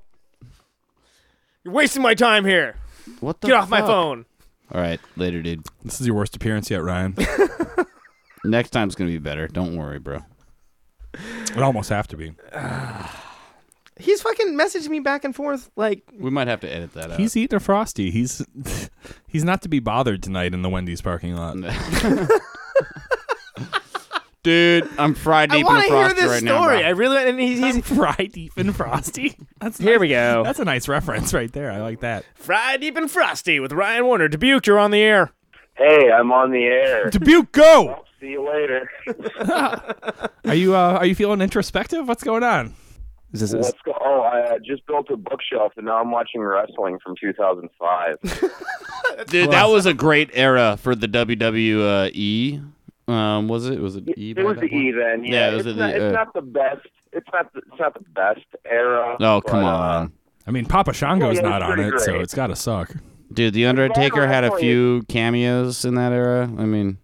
Speaker 1: You're wasting my time here.
Speaker 4: What the
Speaker 1: Get off my
Speaker 4: fuck?
Speaker 1: phone.
Speaker 4: All right, later, dude.
Speaker 3: This is your worst appearance yet, Ryan.
Speaker 4: Next time's gonna be better. Don't worry, bro.
Speaker 3: It almost have to be.
Speaker 1: He's fucking messaged me back and forth like
Speaker 4: We might have to edit that out.
Speaker 3: He's eating a frosty. He's he's not to be bothered tonight in the Wendy's parking lot.
Speaker 4: Dude, I'm fried
Speaker 1: I want to hear this story. I really and he's, he's
Speaker 3: fried deep and frosty. That's
Speaker 1: here we go.
Speaker 3: That's a nice reference right there. I like that.
Speaker 1: Fried deep and frosty with Ryan Warner. Dubuque, you're on the air.
Speaker 13: Hey, I'm on the air.
Speaker 3: Dubuque, go.
Speaker 13: See you later.
Speaker 3: Are you uh, are you feeling introspective? What's going on? Is this,
Speaker 13: Let's go. Oh, I uh, just built a bookshelf and now I'm watching wrestling from 2005.
Speaker 4: Dude, that was a great era for the WWE. Um, was it? Was it E?
Speaker 13: it was the
Speaker 4: back then?
Speaker 13: E then. Yeah,
Speaker 4: it was
Speaker 13: it's,
Speaker 4: the.
Speaker 13: not,
Speaker 4: uh,
Speaker 13: it's not the best. It's not. The, it's not the best era. uh,
Speaker 4: oh come
Speaker 1: uh,
Speaker 4: on,
Speaker 3: I mean, Papa Shango's
Speaker 13: Yeah, it's
Speaker 3: not on
Speaker 13: pretty
Speaker 3: it, so
Speaker 13: great.
Speaker 3: it's got to suck.
Speaker 4: dude. The Undertaker had a
Speaker 13: wrestling-
Speaker 4: few cameos in that era. I mean,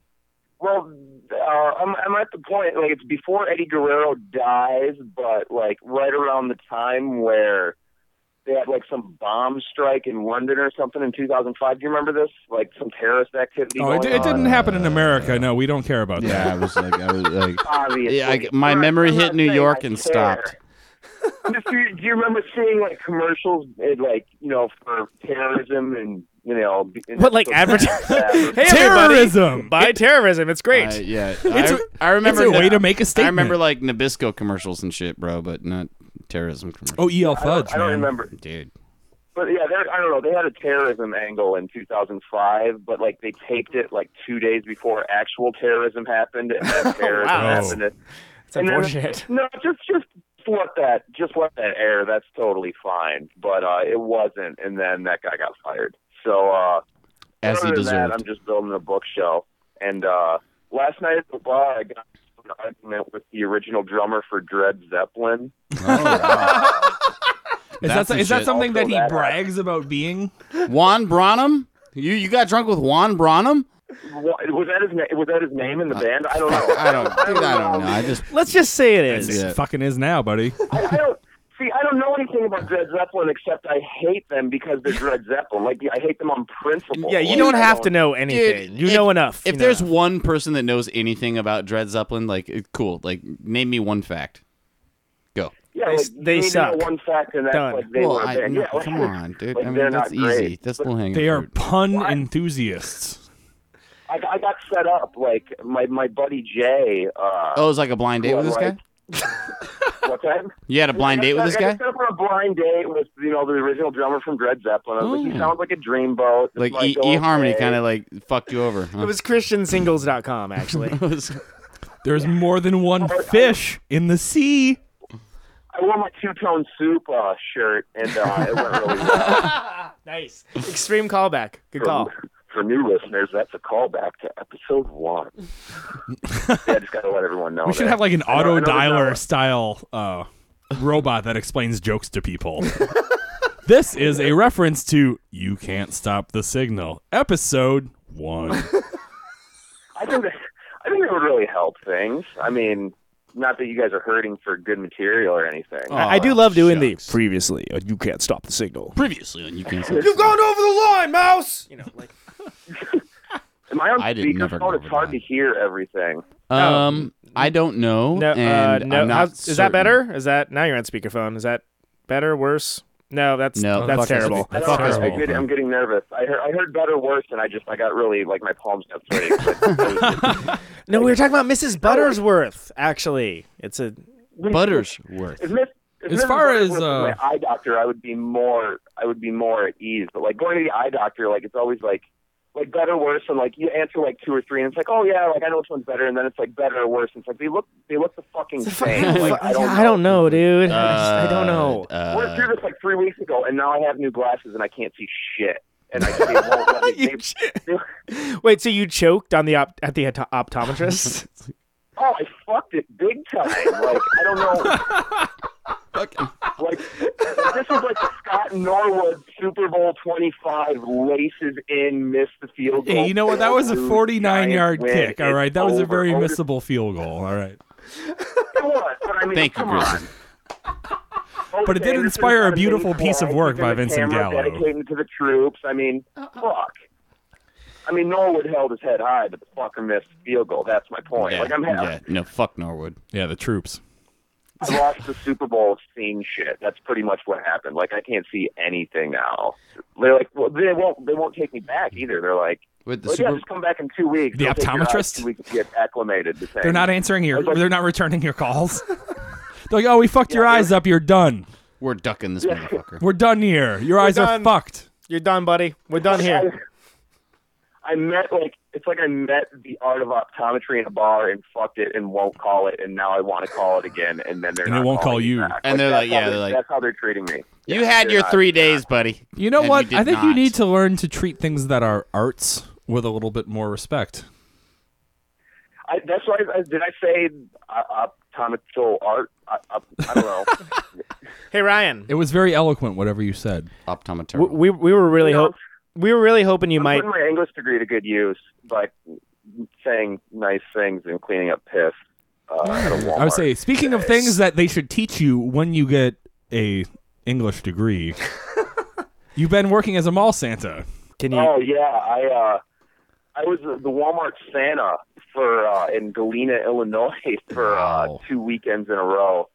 Speaker 13: Well, uh, I'm, I'm at the point like it's before Eddie Guerrero dies, but like right around the time where they had like some bomb strike in London or something in 2005. Do you remember this? Like some terrorist activity.
Speaker 3: Oh, it,
Speaker 13: going
Speaker 3: it
Speaker 13: on.
Speaker 3: didn't happen in America. No, we don't care about that.
Speaker 4: Yeah, I was like, I was like,
Speaker 13: Obviously.
Speaker 4: yeah, I, my memory hit New York and stopped.
Speaker 13: I'm just- do, you, do you remember seeing like commercials, it, like you know, for terrorism and you know, and
Speaker 1: What, like advertis- Hey, everybody.
Speaker 3: Terrorism!
Speaker 1: By terrorism, it's great.
Speaker 4: I- yeah,
Speaker 1: It's
Speaker 4: I,
Speaker 1: a-
Speaker 4: I remember
Speaker 1: it's a way
Speaker 4: the-
Speaker 1: to make a
Speaker 4: I remember
Speaker 1: statement.
Speaker 4: like Nabisco commercials and shit, bro, but not terrorism commercials.
Speaker 3: Oh, E.L. Fudge,
Speaker 13: I don't man. remember.
Speaker 1: Oh,
Speaker 4: dude.
Speaker 13: But yeah, they're- I don't know. They had a terrorism angle in 2005, but like they taped it like two days before actual terrorism happened, and then terrorism
Speaker 4: Oh.
Speaker 1: Wow.
Speaker 13: happened. And,
Speaker 1: It's
Speaker 13: and then-
Speaker 1: unfortunate.
Speaker 13: no, just just let that just let that air. That's totally fine. But uh, it wasn't, and then that guy got fired. So uh,
Speaker 4: As he
Speaker 13: other than that,
Speaker 4: deserved.
Speaker 13: I'm just building a bookshelf. And uh, last night at the bar, I got into an argument with the original drummer for Dread Zeppelin.
Speaker 3: Is
Speaker 4: That's
Speaker 3: that
Speaker 4: some
Speaker 3: is that
Speaker 4: shit.
Speaker 3: something that
Speaker 13: Also
Speaker 3: he
Speaker 13: that-
Speaker 3: brags about being?
Speaker 4: Juan Branham? You you got drunk with Juan Branham?
Speaker 13: What, was that his na- was that his name in the band? I don't know.
Speaker 4: Uh, I don't, dude, I don't know. I just
Speaker 1: Let's just say it is.
Speaker 3: It fucking is now, buddy.
Speaker 13: I, I don't see. I don't know anything about Dread Zeppelin except I hate them because they're Dread Zeppelin. Like I hate them on principle.
Speaker 1: Yeah, you
Speaker 13: Like,
Speaker 1: don't
Speaker 13: I
Speaker 1: have to know anything.
Speaker 4: Dude,
Speaker 1: you
Speaker 4: if-
Speaker 1: know enough.
Speaker 4: If
Speaker 1: you know
Speaker 4: there's
Speaker 1: enough.
Speaker 4: one person that knows anything about Dred Zeppelin, like it- cool, like name me one fact. Go.
Speaker 13: Yeah,
Speaker 1: They-
Speaker 13: like,
Speaker 1: they
Speaker 13: you need to know
Speaker 1: suck.
Speaker 13: One fact, and that's
Speaker 1: Done.
Speaker 13: like they
Speaker 4: well,
Speaker 13: were a
Speaker 4: I,
Speaker 13: band.
Speaker 4: no,
Speaker 13: yeah, like,
Speaker 4: come on, dude.
Speaker 13: like,
Speaker 4: I
Speaker 13: they're
Speaker 4: mean,
Speaker 13: not
Speaker 4: that's
Speaker 13: great.
Speaker 4: easy. That's low hanging.
Speaker 3: They are pun enthusiasts.
Speaker 13: I, I got set up. Like my my buddy Jay. Uh,
Speaker 4: Oh, it was like a blind date
Speaker 13: who I
Speaker 4: with this guy.
Speaker 13: like- What's that?
Speaker 4: You had a blind date with this
Speaker 13: I got
Speaker 4: guy.
Speaker 13: set up on a blind date with you know the original drummer from Dread Zeppelin. I was like,
Speaker 4: Oh.
Speaker 13: he sounds like a dreamboat. It's
Speaker 4: Like
Speaker 13: like
Speaker 4: E eHarmony
Speaker 13: okay.
Speaker 4: kind of like fucked you over. huh?
Speaker 1: It was christiansingles.com, actually.
Speaker 4: It was-
Speaker 3: There's more than one fish in the sea.
Speaker 13: I wore my two tone soup uh, shirt, and uh, it went really well.
Speaker 1: nice. Extreme callback. Good call.
Speaker 13: For new listeners, that's a callback to episode one. yeah, I just gotta let everyone know.
Speaker 3: We should
Speaker 13: that.
Speaker 3: have like an
Speaker 13: I know-
Speaker 3: auto
Speaker 13: I know there's
Speaker 3: dialer style uh, robot that explains jokes to people. this is a reference to "You Can't Stop the Signal," episode one.
Speaker 13: not- I think that, I think it would really help things. I mean, not that you guys are hurting for good material or anything.
Speaker 4: Oh,
Speaker 1: I I do love doing the previously. uh, You can't stop the signal.
Speaker 4: Previously on You Can't Stop.
Speaker 1: You've gone over the line, mouse. You know, like
Speaker 13: Am I on
Speaker 4: I didn't never go
Speaker 13: speakerphone? It's
Speaker 4: over
Speaker 13: hard to hear everything.
Speaker 4: Um, I don't know.
Speaker 1: no,
Speaker 4: and
Speaker 1: uh, no.
Speaker 4: I'm not
Speaker 1: how's- is that
Speaker 4: certain.
Speaker 1: better? Is that now you're on speakerphone? Is that better? Worse? No, that's
Speaker 4: No,
Speaker 1: that's
Speaker 4: fuck it.
Speaker 1: terrible.
Speaker 13: I
Speaker 4: That's
Speaker 13: don't know. I- I
Speaker 4: terrible.
Speaker 13: get, I'm getting nervous. I heard, I heard better, worse, and I just I got really like my palms got sweaty.
Speaker 1: No, we were talking about Mrs. Buttersworth. Actually, it's a
Speaker 4: Buttersworth.
Speaker 13: If Miss, if
Speaker 3: As
Speaker 13: Mrs.
Speaker 3: far as,
Speaker 13: Butterworth was
Speaker 3: uh,
Speaker 13: my eye doctor, I would be more I would be more at ease. But like going to the eye doctor, like it's always like like better, worse, and like you answer like two or three, and it's like oh yeah, like I know which one's better, and then it's like better or worse, and it's like they look they look the fucking same. Like, I don't.
Speaker 1: I
Speaker 13: know.
Speaker 1: don't know, dude. I just- I
Speaker 4: Uh,
Speaker 1: don't know.
Speaker 13: I went through this like three weeks ago, and now I have new glasses, and I can't see shit. And I they won't let me. They, they,
Speaker 1: Wait, so you choked on the op- at the opt- optometrist?
Speaker 13: oh, I fucked it big time. Like I don't know. Like, this is like the Scott Norwood Super Bowl 25 laces in, missed the field goal.
Speaker 3: Hey, you know what? That was a
Speaker 13: Dude,
Speaker 3: 49
Speaker 13: giant
Speaker 3: yard
Speaker 13: win.
Speaker 3: kick. All
Speaker 13: It's
Speaker 3: right, that was a
Speaker 13: over.
Speaker 3: very
Speaker 13: Oh,
Speaker 3: missable field goal. All right,
Speaker 13: It was, but I mean,
Speaker 4: Thank you,
Speaker 13: come
Speaker 4: Chris.
Speaker 13: on.
Speaker 3: But it
Speaker 13: Okay,
Speaker 3: did
Speaker 13: this
Speaker 3: inspire
Speaker 13: is
Speaker 3: a
Speaker 13: not
Speaker 3: beautiful
Speaker 13: big
Speaker 3: piece of
Speaker 13: play.
Speaker 3: work by
Speaker 13: Keeping the
Speaker 3: Vincent
Speaker 13: camera
Speaker 3: Gallo.
Speaker 13: Dedicating to the troops. I mean, fuck. I mean, Norwood held his head high, but the fucker missed the field goal. That's my point.
Speaker 4: Yeah,
Speaker 13: Like, I'm happy.
Speaker 4: yeah, no, fuck Norwood.
Speaker 3: Yeah, the troops.
Speaker 13: I lost the Super Bowl seeing shit. That's pretty much what happened. Like, I can't see anything now. They're like, well, they won't, they won't take me back either. They're like,
Speaker 4: With
Speaker 3: the
Speaker 13: well, yeah,
Speaker 3: Super-
Speaker 13: just come back in two weeks.
Speaker 3: The
Speaker 13: They'll take your eyes
Speaker 3: optometrist?
Speaker 13: Two weeks to get acclimated. To
Speaker 3: They're not answering your. They're not returning your calls. they're like, oh, we fucked your eyes up. You're done.
Speaker 4: We're ducking this motherfucker.
Speaker 3: We're done here. Your
Speaker 1: We're
Speaker 3: eyes
Speaker 1: done.
Speaker 3: are fucked.
Speaker 1: You're done, buddy. We're done here.
Speaker 13: I met like it's like I met the art of optometry in a bar and fucked it and won't call it and now I want to call it again and then they're
Speaker 3: And they
Speaker 13: not
Speaker 3: won't
Speaker 13: calling
Speaker 3: call
Speaker 13: me
Speaker 3: you.
Speaker 13: back.
Speaker 4: And they're
Speaker 13: that's
Speaker 4: like,
Speaker 13: how
Speaker 4: yeah,
Speaker 13: they-
Speaker 4: they're like-
Speaker 13: that's how they're treating me.
Speaker 4: You
Speaker 13: Yeah,
Speaker 4: had
Speaker 13: they're
Speaker 4: your
Speaker 13: not-
Speaker 4: three days, buddy.
Speaker 3: You know
Speaker 4: And
Speaker 3: what?
Speaker 4: did
Speaker 3: I think you
Speaker 4: not.
Speaker 3: need to learn to treat things that are arts with a little bit more respect.
Speaker 13: I, that's why I, did I say uh, optometrical art? I, I, I don't know.
Speaker 1: Hey Ryan,
Speaker 3: It was very eloquent, whatever you said.
Speaker 4: Optometer.
Speaker 1: we, we, we were really hope we were really hoping you
Speaker 13: I'm
Speaker 1: might.
Speaker 13: putting my English degree to good use by saying nice things and cleaning up piss uh, at a Walmart.
Speaker 3: I would say, speaking of things that they should teach you when you get a English degree, you've been working as a mall Santa.
Speaker 1: Can
Speaker 13: Oh yeah, I uh, I was the the Walmart Santa for uh, in Galena, Illinois, for uh, two weekends in a row.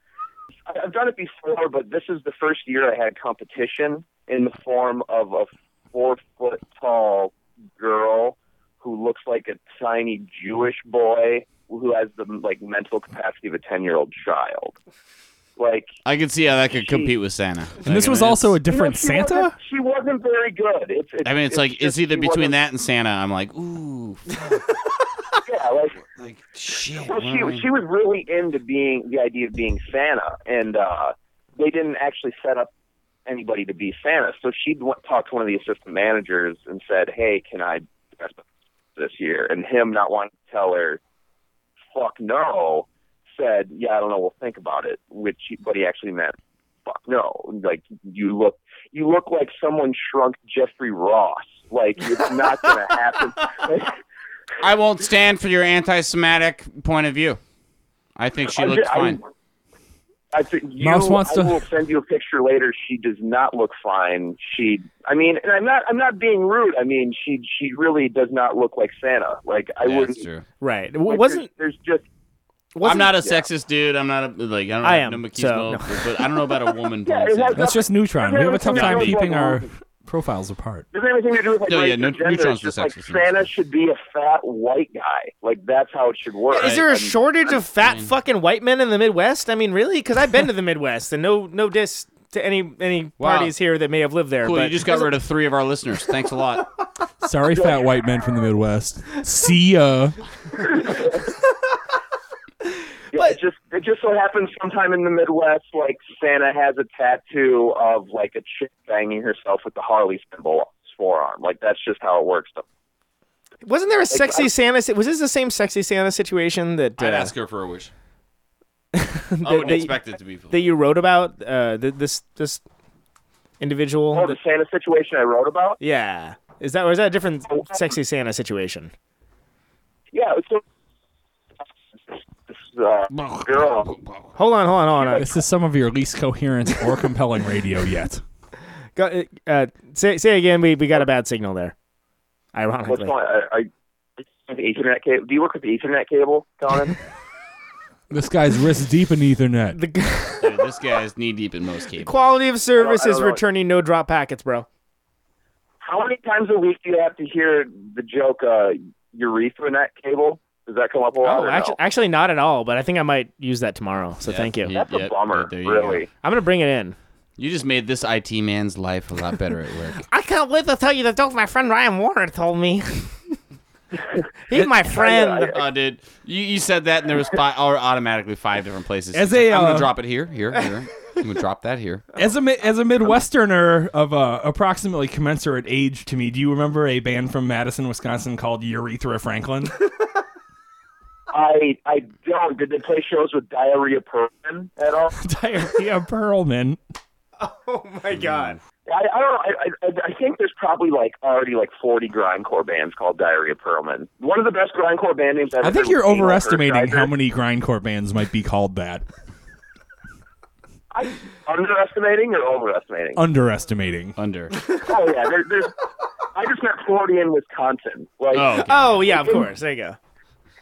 Speaker 13: I- I've done it before, but this is the first year I had competition in the form of a four foot tall girl who looks like a tiny Jewish boy who has the like mental capacity of a ten year old child. Like
Speaker 4: I can see how that could compete with Santa.
Speaker 3: And this
Speaker 4: Like, I
Speaker 3: was
Speaker 4: mean,
Speaker 3: also a
Speaker 4: it's-
Speaker 3: different
Speaker 13: You know, she
Speaker 3: Santa?
Speaker 13: wasn't- She wasn't very good. It's, it's
Speaker 4: I mean, it's, like it's
Speaker 13: just
Speaker 4: either
Speaker 13: she
Speaker 4: between
Speaker 13: wasn't-
Speaker 4: that and Santa. I'm like, ooh,
Speaker 13: Yeah, like
Speaker 4: like shit.
Speaker 13: Well, she
Speaker 4: wow.
Speaker 13: she was really into being the idea of being Santa, and uh, they didn't actually set up anybody to be Santa. So she went, talked to one of the assistant managers and said, "Hey, can I dress up this year?" And him not wanting to tell her, "Fuck no," said, "Yeah, I don't know. We'll think about it." Which, he, but he actually meant, "Fuck no." Like you look you look like someone shrunk Jeffrey Ross. Like it's not gonna happen.
Speaker 4: I won't stand for your anti-Semitic point of view. I think she
Speaker 13: I'm
Speaker 4: looked
Speaker 13: ju- I'm-
Speaker 4: fine.
Speaker 13: I think you,
Speaker 4: Mouse wants
Speaker 13: I
Speaker 4: to-
Speaker 13: will send you a picture later. She does not look fine. She, I mean, and I'm not, I'm not being rude. I mean, she, she really does not look like Santa. Like I
Speaker 4: Yeah,
Speaker 13: wouldn't.
Speaker 4: that's true.
Speaker 1: Right.
Speaker 13: Like,
Speaker 1: wasn't-
Speaker 13: there's, there's just.
Speaker 4: I'm not a
Speaker 13: yeah.
Speaker 4: sexist dude. I'm not a like. I don't
Speaker 1: I
Speaker 4: have
Speaker 1: am,
Speaker 4: no machismo,
Speaker 1: so, no.
Speaker 4: but I don't know about a woman.
Speaker 13: Yeah,
Speaker 4: playing
Speaker 13: it has
Speaker 4: Santa.
Speaker 3: That's just Neutron. We have a tough
Speaker 13: Yeah.
Speaker 3: time
Speaker 13: Yeah.
Speaker 3: keeping our profiles apart.
Speaker 13: Does anything to do with like
Speaker 4: No,
Speaker 13: race
Speaker 4: yeah, no-
Speaker 13: or gender?
Speaker 4: neutrons
Speaker 13: It's just
Speaker 4: were
Speaker 13: like
Speaker 4: sexist.
Speaker 13: Santa should be a fat white guy. Like that's how it should work.
Speaker 1: Is there
Speaker 13: I
Speaker 1: a
Speaker 13: mean,
Speaker 1: shortage of fat fucking white men in the Midwest? I mean, really? Because I've been to the Midwest, and no, no diss to any any
Speaker 4: Wow.
Speaker 1: parties here that may have lived there.
Speaker 4: Cool,
Speaker 1: but
Speaker 4: you just got rid of three of our listeners. Thanks a lot.
Speaker 3: Sorry, fat white men from the Midwest. See ya.
Speaker 13: Yeah, it just it just so happens sometime in the Midwest, like Santa has a tattoo of like a chick banging herself with the Harley symbol on his forearm. Like that's just how it works.
Speaker 1: Wasn't there a sexy Santa? si- Was this the same sexy Santa situation that uh,
Speaker 4: I'd ask her for a wish. I wouldn't
Speaker 1: they-
Speaker 4: expect it to be.
Speaker 1: that you wrote about? Uh, th- this this individual.
Speaker 13: Oh, the Santa situation I wrote about.
Speaker 1: yeah. Is that or is that a different
Speaker 13: Oh.
Speaker 1: sexy Santa situation?
Speaker 13: Yeah, so this uh, girl.
Speaker 1: Hold on, hold on, hold on.
Speaker 3: This is some of your least coherent or compelling radio yet.
Speaker 1: Go, uh, uh, say say again. We we got a bad signal there. Ironically.
Speaker 13: What's going on? I, I, the Ethernet cable. Do you work with the Ethernet cable, Conan?
Speaker 3: This guy's wrist deep in Ethernet.
Speaker 4: Dude, this guy is knee deep in most cables.
Speaker 1: Quality of service
Speaker 13: I don't
Speaker 1: is
Speaker 13: know.
Speaker 1: returning no drop packets, bro.
Speaker 13: How many times a week do you have to hear the joke uh, urethra net cable? Does that come up a lot?
Speaker 1: Oh,
Speaker 13: or
Speaker 1: actually,
Speaker 13: no?
Speaker 1: actually not at all. But I think I might use that tomorrow. So
Speaker 4: Yeah,
Speaker 1: thank you.
Speaker 4: you-
Speaker 13: That's
Speaker 4: yeah,
Speaker 13: a bummer,
Speaker 4: there you go.
Speaker 13: really.
Speaker 1: I'm gonna bring it in.
Speaker 4: You just made this IT man's life a lot better at work.
Speaker 8: I can't wait to tell you the joke my friend Ryan Warren told me.
Speaker 1: He's my friend.
Speaker 4: oh, dude, you, you said that, and there was five, or automatically five different places. It's
Speaker 3: As
Speaker 4: like,
Speaker 3: a,
Speaker 4: I'm
Speaker 3: uh,
Speaker 4: gonna drop it here, here, here. I'm gonna drop that here.
Speaker 3: As a mi- as a Midwesterner of uh, approximately commensurate age to me, do you remember a band from Madison, Wisconsin called Urethra Franklin?
Speaker 13: I I don't. Did they play shows with diarrhea person at all?
Speaker 3: Diarrhea Perlman.
Speaker 1: Oh my god.
Speaker 13: I, I don't know. I, I, I think there's probably like already like 40 grindcore bands called Diarrhea Perlman. One of the best grindcore band names I've
Speaker 3: I think
Speaker 13: ever
Speaker 3: you're
Speaker 13: seen, like
Speaker 3: overestimating
Speaker 13: Hersheiser.
Speaker 3: how many grindcore bands might be called that.
Speaker 13: I'm underestimating or overestimating?
Speaker 3: Underestimating.
Speaker 4: Under.
Speaker 13: oh yeah, there, there's. I just meant Floridian, Wisconsin. Like,
Speaker 1: Oh, okay. Oh, yeah, of course. There you go.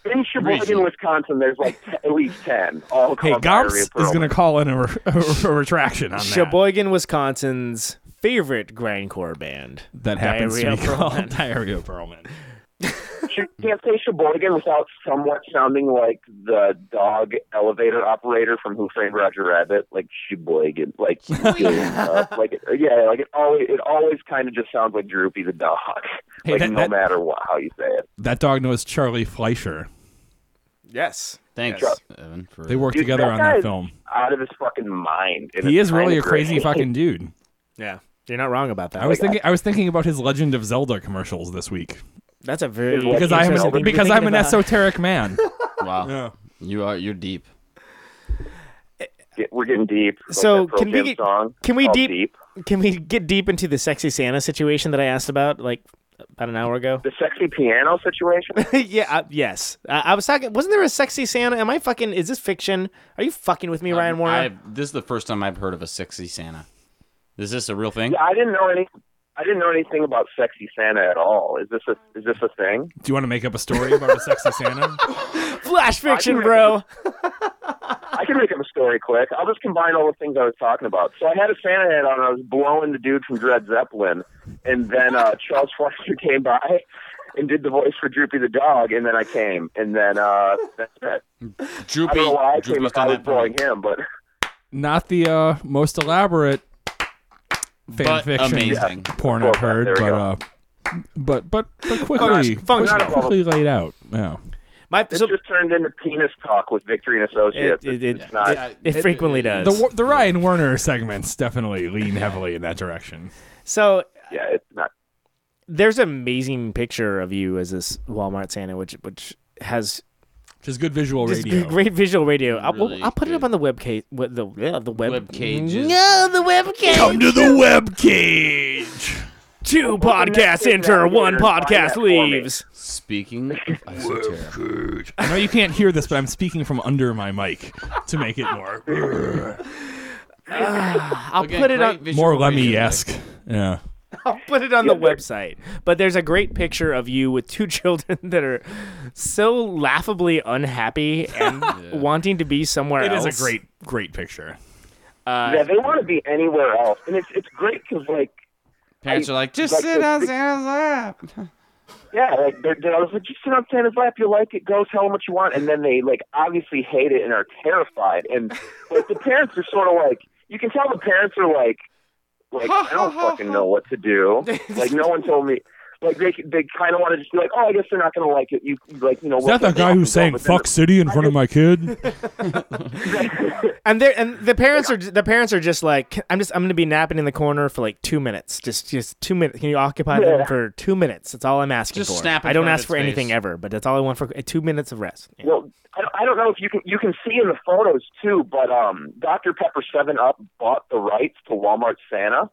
Speaker 13: In Sheboygan,
Speaker 1: Region.
Speaker 13: Wisconsin, there's like t- at least ten. All
Speaker 3: Hey, Gomps
Speaker 13: called diarrhea
Speaker 3: is
Speaker 13: pearl.
Speaker 3: going to call in a, re- a retraction on that.
Speaker 1: Sheboygan, Wisconsin's favorite grindcore band
Speaker 3: That happens to be
Speaker 1: Diarrhea Pearl
Speaker 3: called
Speaker 1: Band.
Speaker 3: Diarrhea Pearlman.
Speaker 13: You can't say Sheboygan without somewhat sounding like the dog elevator operator from Who Framed Roger Rabbit, like Sheboygan, like uh, like it- yeah, like it always it always kind of just sounds like Droopy the dog,
Speaker 3: Hey,
Speaker 13: like
Speaker 3: that-
Speaker 13: no
Speaker 3: that-
Speaker 13: matter what, how you say it.
Speaker 3: That dog knows Charlie Fleischer.
Speaker 1: Yes.
Speaker 4: Thanks,
Speaker 13: Yes.
Speaker 4: Evan. For
Speaker 3: They worked
Speaker 13: Dude,
Speaker 3: together
Speaker 13: that
Speaker 3: on
Speaker 13: guy
Speaker 3: that
Speaker 13: is
Speaker 3: film.
Speaker 13: Out of his fucking mind. and
Speaker 3: He
Speaker 13: it's
Speaker 3: is really
Speaker 13: kinda
Speaker 3: a crazy
Speaker 13: great.
Speaker 3: fucking dude.
Speaker 1: Yeah, you're not wrong about that.
Speaker 3: I was thinking. I was thinking about his Legend of Zelda commercials this week
Speaker 1: That's a very
Speaker 3: because I am
Speaker 1: interesting thing to
Speaker 3: an,
Speaker 1: be
Speaker 3: because I'm
Speaker 1: thinking
Speaker 3: an
Speaker 1: about.
Speaker 3: esoteric man.
Speaker 4: Wow. You are you're deep.
Speaker 13: Yeah, We're getting deep. Like
Speaker 1: So
Speaker 13: that Pearl
Speaker 1: can we
Speaker 13: Jam
Speaker 1: get
Speaker 13: song
Speaker 1: can we
Speaker 13: called
Speaker 1: deep, can we get deep into the sexy Santa situation that I asked about like about an hour ago?
Speaker 13: The sexy piano situation.
Speaker 1: yeah, uh, yes. Uh, I was talking. Wasn't there a sexy Santa? Am I fucking? Is this fiction? Are you fucking with me,
Speaker 13: Um,
Speaker 1: Ryan Warner?
Speaker 4: I, this is the first time I've heard of a sexy Santa. Is this a real thing?
Speaker 13: Yeah, I didn't know any. I didn't know anything about sexy Santa at all. Is this a is this a thing?
Speaker 3: Do you want to make up a story about a sexy Santa?
Speaker 1: Flash
Speaker 13: fiction,
Speaker 1: bro.
Speaker 13: I can make up a story quick. I'll just combine all the things I was talking about. So I had a Santa hat on. I was blowing the dude from Dred Zeppelin, and then uh, Charles Foster came by and did the voice for Droopy the dog, and then I came, and then uh, that's it. I
Speaker 4: Droopy.
Speaker 13: don't know why I came
Speaker 4: Droopy's
Speaker 13: if I
Speaker 4: done
Speaker 13: was
Speaker 4: that for
Speaker 13: blowing him, but
Speaker 3: Not the uh, most elaborate fan
Speaker 4: But
Speaker 3: fiction
Speaker 4: amazing.
Speaker 3: porn I've heard, but uh, but but but quickly,
Speaker 1: functional.
Speaker 3: quickly laid out. Yeah.
Speaker 1: My,
Speaker 13: this just turned into penis talk with Victory and Associates.
Speaker 1: It- it-
Speaker 13: it's not.
Speaker 1: it frequently does.
Speaker 3: The Wa- the Ryan Werner segments definitely lean heavily in that direction.
Speaker 1: So
Speaker 13: yeah, it's not.
Speaker 1: There's an amazing picture of you as this Walmart Santa, which which has
Speaker 3: just good visual
Speaker 1: just
Speaker 3: radio.
Speaker 1: Great visual radio. I'll, we'll-
Speaker 3: Really
Speaker 1: I'll put it up on the web case. The yeah, the web, web
Speaker 4: cages.
Speaker 8: No, the webcam.
Speaker 3: Come to the web cage.
Speaker 1: Two
Speaker 8: podcasts enter, one podcast leaves.
Speaker 4: Speaking of esoteric.
Speaker 3: I know you can't hear this, but I'm speaking from under my mic to make it more
Speaker 1: I'll
Speaker 8: Again,
Speaker 1: put it
Speaker 8: great
Speaker 1: on
Speaker 8: visual
Speaker 3: more Lemmy esque. Yeah.
Speaker 1: I'll put it on the website. But there's a great picture of you with two children that are so laughably unhappy and wanting to be somewhere
Speaker 3: It is
Speaker 1: else.
Speaker 3: a great, great picture.
Speaker 1: Uh,
Speaker 13: yeah, they want to be anywhere else, and it's it's great because like
Speaker 4: Parents
Speaker 13: I-
Speaker 4: are like, just
Speaker 13: like
Speaker 4: sit
Speaker 13: the-
Speaker 4: on
Speaker 13: the-
Speaker 4: Santa's lap.
Speaker 13: Yeah, like they're, they're, I was like, just sit on Santa's lap. You like it, go tell them what you want, and then they like obviously hate it and are terrified. And like the parents are sort of like, you can tell the parents are like, like I don't fucking know what to do. Like no one told me. Like they they kind of want to just be like, oh, I guess they're not gonna like it. You like you know.
Speaker 7: Is that the
Speaker 13: we'll-
Speaker 7: guy who's saying "fuck city" in front of my kid?
Speaker 1: and they and the parents are the parents are just like I'm just I'm gonna be napping in the corner for like two minutes. Just just two minutes. Can you occupy
Speaker 8: Yeah.
Speaker 1: them for two minutes? That's all I'm asking
Speaker 8: Just
Speaker 1: for.
Speaker 8: snap in
Speaker 1: I don't
Speaker 8: front of
Speaker 1: ask
Speaker 8: its
Speaker 1: for anything
Speaker 8: face.
Speaker 1: ever, but that's all I want for uh, two minutes of rest.
Speaker 13: Well, I don't, I don't know if you can you can see in the photos too, but um, Dr Pepper Seven Up bought the rights to Walmart Santa,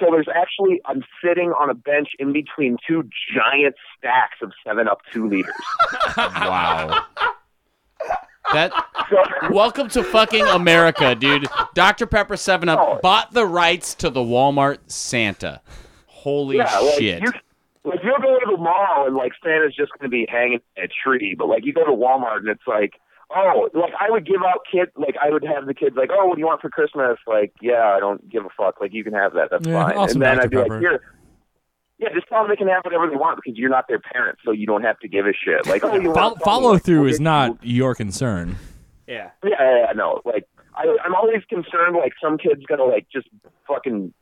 Speaker 13: so there's actually I'm sitting on a bench in between two giant stacks of Seven Up two liters.
Speaker 4: wow. That welcome to fucking America, dude. Dr. Pepper 7 Up
Speaker 13: Oh.
Speaker 4: bought the rights to the Walmart Santa. Holy
Speaker 13: yeah, like,
Speaker 4: shit.
Speaker 13: You, like you'll go to the mall and like Santa's just gonna be hanging in a tree, but like you go to Walmart and it's like. Oh, like I would give out kids, like I would have the kids like, oh, what do you want for Christmas? Like, yeah, I don't give a fuck. Like, you can have that. That's
Speaker 3: Yeah,
Speaker 13: fine.
Speaker 3: awesome,
Speaker 13: and then
Speaker 3: Dr.
Speaker 13: I'd be
Speaker 3: Pepper.
Speaker 13: like, here, Yeah, just tell them they can have whatever they want because you're not their parent, so you don't have to give a shit. Like, oh, you
Speaker 3: Fol-
Speaker 13: want to
Speaker 3: follow through is not your concern.
Speaker 1: Yeah.
Speaker 13: Yeah, yeah, yeah, no. Like, I, I'm always concerned. Like, some kid's gonna like just fucking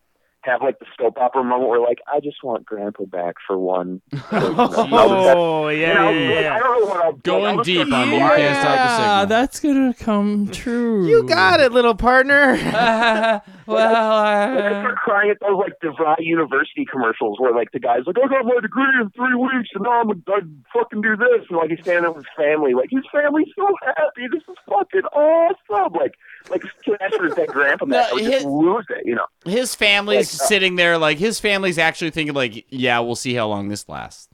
Speaker 13: have like the soap opera moment where like I just want Grandpa back for one.
Speaker 1: Oh, yeah,
Speaker 13: You know,
Speaker 1: yeah,
Speaker 13: like,
Speaker 1: yeah.
Speaker 13: I don't know what I'll
Speaker 4: Going
Speaker 13: like,
Speaker 4: deep
Speaker 13: on
Speaker 4: on
Speaker 13: the
Speaker 4: the
Speaker 13: Yeah.
Speaker 4: UK's
Speaker 3: Yeah, that's gonna come true. You
Speaker 1: got it, little partner.
Speaker 4: well,
Speaker 13: like, I start crying at those like DeVry University commercials where like the guy's like, I got my degree in three weeks and now I'm gonna fucking do this and like he's standing up with his family, like his family's so happy, this is fucking awesome. Like like Casper's that grandpa man, I would just lose it, you know.
Speaker 4: His family's
Speaker 13: Like, uh,
Speaker 4: sitting there like his family's actually thinking like, yeah, we'll see how long this lasts.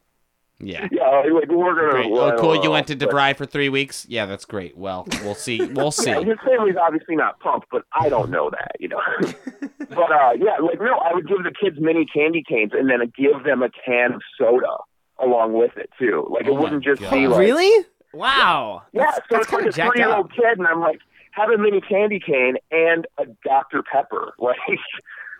Speaker 4: Yeah.
Speaker 13: Yeah, like we're gonna.
Speaker 4: Great.
Speaker 13: well, I
Speaker 4: Oh,
Speaker 13: don't
Speaker 4: cool. You
Speaker 13: know,
Speaker 4: went to
Speaker 13: but-
Speaker 4: DeVry for three weeks. Yeah, that's great. Well, we'll see. We'll see.
Speaker 13: Yeah, his family's obviously not pumped, but I don't know that, you know. but uh, yeah, like no, I would give the kids mini candy canes and then give them a can of soda along with it too. Like
Speaker 1: Oh
Speaker 13: it
Speaker 1: my
Speaker 13: wouldn't just
Speaker 1: God.
Speaker 13: be like
Speaker 1: Really? Wow.
Speaker 13: Yeah,
Speaker 1: That's-
Speaker 13: so
Speaker 1: that's
Speaker 13: it's like
Speaker 1: kinda
Speaker 13: a
Speaker 1: jacked
Speaker 13: three year old kid, and I'm like, have a mini candy cane and a Dr Pepper, like.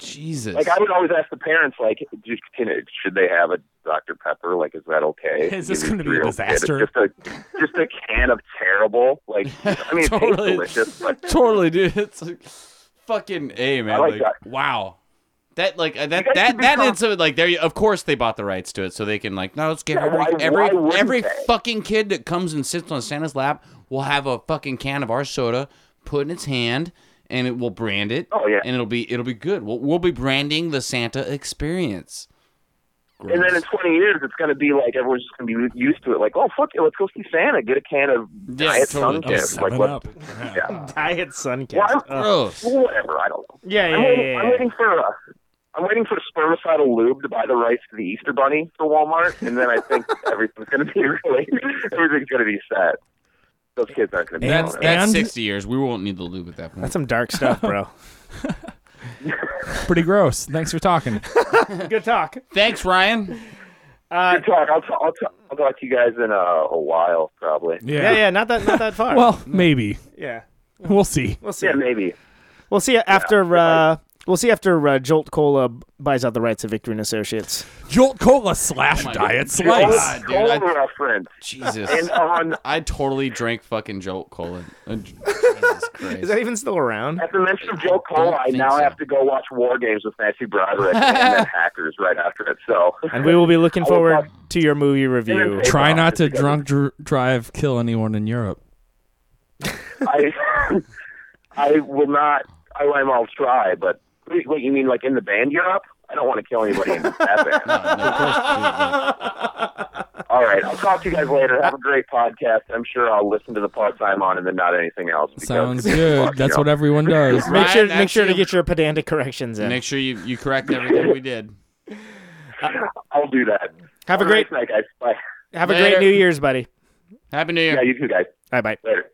Speaker 4: Jesus.
Speaker 13: Like I would always ask the parents, like, just, can it, should they have a Dr Pepper? Like, is that okay?
Speaker 3: Is this
Speaker 13: Give
Speaker 3: gonna be a
Speaker 13: three-year-old kid
Speaker 3: disaster?
Speaker 13: Just a, just a can of terrible. Like, I mean, it tastes
Speaker 4: Totally.
Speaker 13: delicious, but
Speaker 4: totally, dude. It's like, fucking a man.
Speaker 13: like
Speaker 4: wow. That like uh, that
Speaker 13: guys
Speaker 4: that
Speaker 13: should
Speaker 4: that
Speaker 13: become-
Speaker 4: is uh, like there. Of course, they bought the rights to it, so they can like no, let's give
Speaker 13: Yeah,
Speaker 4: every
Speaker 13: why-
Speaker 4: every
Speaker 13: why wouldn't
Speaker 4: every
Speaker 13: they?
Speaker 4: fucking kid that comes and sits on Santa's lap will have a fucking can of our soda put in its hand, and it will brand it. Oh
Speaker 13: yeah,
Speaker 4: and it'll be it'll be good. We'll we'll be branding the Santa experience.
Speaker 13: And then in 20 years, it's going to be like everyone's just going to be used to it. Like, oh, fuck it, let's go see Santa. Get a can of
Speaker 1: Yeah,
Speaker 13: diet
Speaker 1: totally.
Speaker 13: sun kiss.
Speaker 1: Of
Speaker 13: Like,
Speaker 1: 7
Speaker 13: what?
Speaker 1: Up.
Speaker 13: Yeah.
Speaker 1: Diet sun kiss.
Speaker 13: Well, I'm-
Speaker 1: Ugh.
Speaker 13: well, whatever. I don't know.
Speaker 1: Yeah, yeah,
Speaker 13: I'm waiting,
Speaker 1: yeah,
Speaker 13: I'm
Speaker 1: yeah.
Speaker 13: waiting for a. I'm waiting for spermicidal lube to buy the rights to the Easter Bunny for Walmart, and then I think everything's going to be really, everything's going to be set. Those kids aren't going to be.
Speaker 4: That's,
Speaker 13: on it.
Speaker 4: that's sixty years. We won't need the lube at that point.
Speaker 1: That's some dark stuff, bro.
Speaker 3: Pretty gross. Thanks for talking.
Speaker 1: Good talk.
Speaker 4: Thanks, Ryan.
Speaker 13: Good talk. I'll, t- I'll, t- I'll talk to you guys in uh, a while, probably.
Speaker 1: Yeah. yeah, Not that, not that far.
Speaker 3: Well, maybe.
Speaker 1: yeah.
Speaker 3: We'll see.
Speaker 1: We'll see.
Speaker 13: Yeah, maybe.
Speaker 1: We'll see after. Uh, we'll see after uh, Jolt Cola b- buys out the rights of Victory and Associates.
Speaker 3: Jolt Cola
Speaker 4: Oh
Speaker 3: slash diet slice.
Speaker 4: dude, I-
Speaker 13: Cola reference.
Speaker 4: Jesus.
Speaker 13: And um, on-
Speaker 4: I totally drank fucking Jolt Cola. Uh, Jesus Christ.
Speaker 1: Is that even still around?
Speaker 13: At the mention of Joe Cola, I
Speaker 4: think
Speaker 13: now
Speaker 4: so.
Speaker 13: have to go watch War Games with Nancy Broderick and then Hackers right after it. So,
Speaker 1: And we will be looking
Speaker 13: I will
Speaker 1: forward
Speaker 13: talk-
Speaker 1: to your movie review.
Speaker 3: Try not to drunk dr- drive kill anyone in Europe.
Speaker 13: I, I will not. I, I will try, but wait, what you mean, like in the band Europe? I don't want to kill anybody in that band.
Speaker 4: Uh,
Speaker 13: All right, I'll talk to you guys later. Have a great podcast. I'm sure I'll listen to the parts I'm on and then not anything else. because-
Speaker 3: Sounds good. That's what everyone does.
Speaker 1: Make sure,
Speaker 4: Ryan,
Speaker 1: make sure to
Speaker 4: that's you.
Speaker 1: get your pedantic corrections in.
Speaker 4: Make sure you, you correct everything we did.
Speaker 13: I'll do that.
Speaker 1: Have a
Speaker 13: Have a
Speaker 1: great,
Speaker 13: nice night, guys. Bye.
Speaker 1: have a great
Speaker 4: Later.
Speaker 1: New Year's, buddy.
Speaker 4: Happy New Year.
Speaker 13: Yeah, you too, guys.
Speaker 1: Bye, bye.
Speaker 13: Later.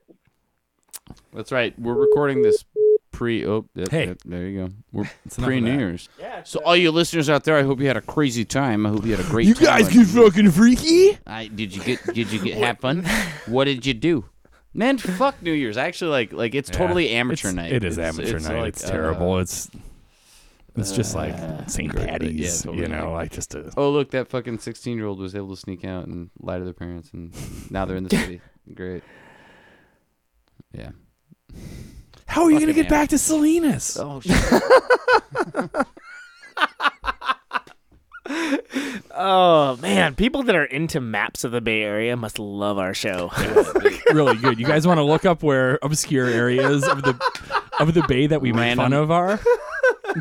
Speaker 4: That's right. We're recording this pre. Oh, that-
Speaker 3: Hey.
Speaker 4: that- there you go. We're
Speaker 3: enough
Speaker 4: pre
Speaker 3: of
Speaker 4: New
Speaker 3: that.
Speaker 4: Year's. so all you listeners out there, I hope you had a crazy time. I hope you had a great.
Speaker 2: You
Speaker 4: time.
Speaker 2: guys get fucking freaky.
Speaker 4: I did you get did you get have fun? What did you do? Man, fuck New Year's. Actually, like like it's totally
Speaker 3: Yeah.
Speaker 4: amateur
Speaker 3: It's-
Speaker 4: night.
Speaker 3: It is amateur night. it's
Speaker 4: uh,
Speaker 3: terrible. It's it's just like St. Patty's,
Speaker 4: totally.
Speaker 3: you know, like just a
Speaker 4: Oh look, that fucking sixteen year old was able to sneak out and lie to their parents, and now they're in the city. Great. Yeah.
Speaker 3: How are you
Speaker 4: Fucking
Speaker 3: gonna get
Speaker 4: amateur.
Speaker 3: back to Salinas?
Speaker 4: Oh
Speaker 1: Oh man, people that are into maps of the Bay Area must love our show.
Speaker 3: really good. You guys want to look up where obscure areas of the of the bay that we made
Speaker 4: Random.
Speaker 3: fun of are?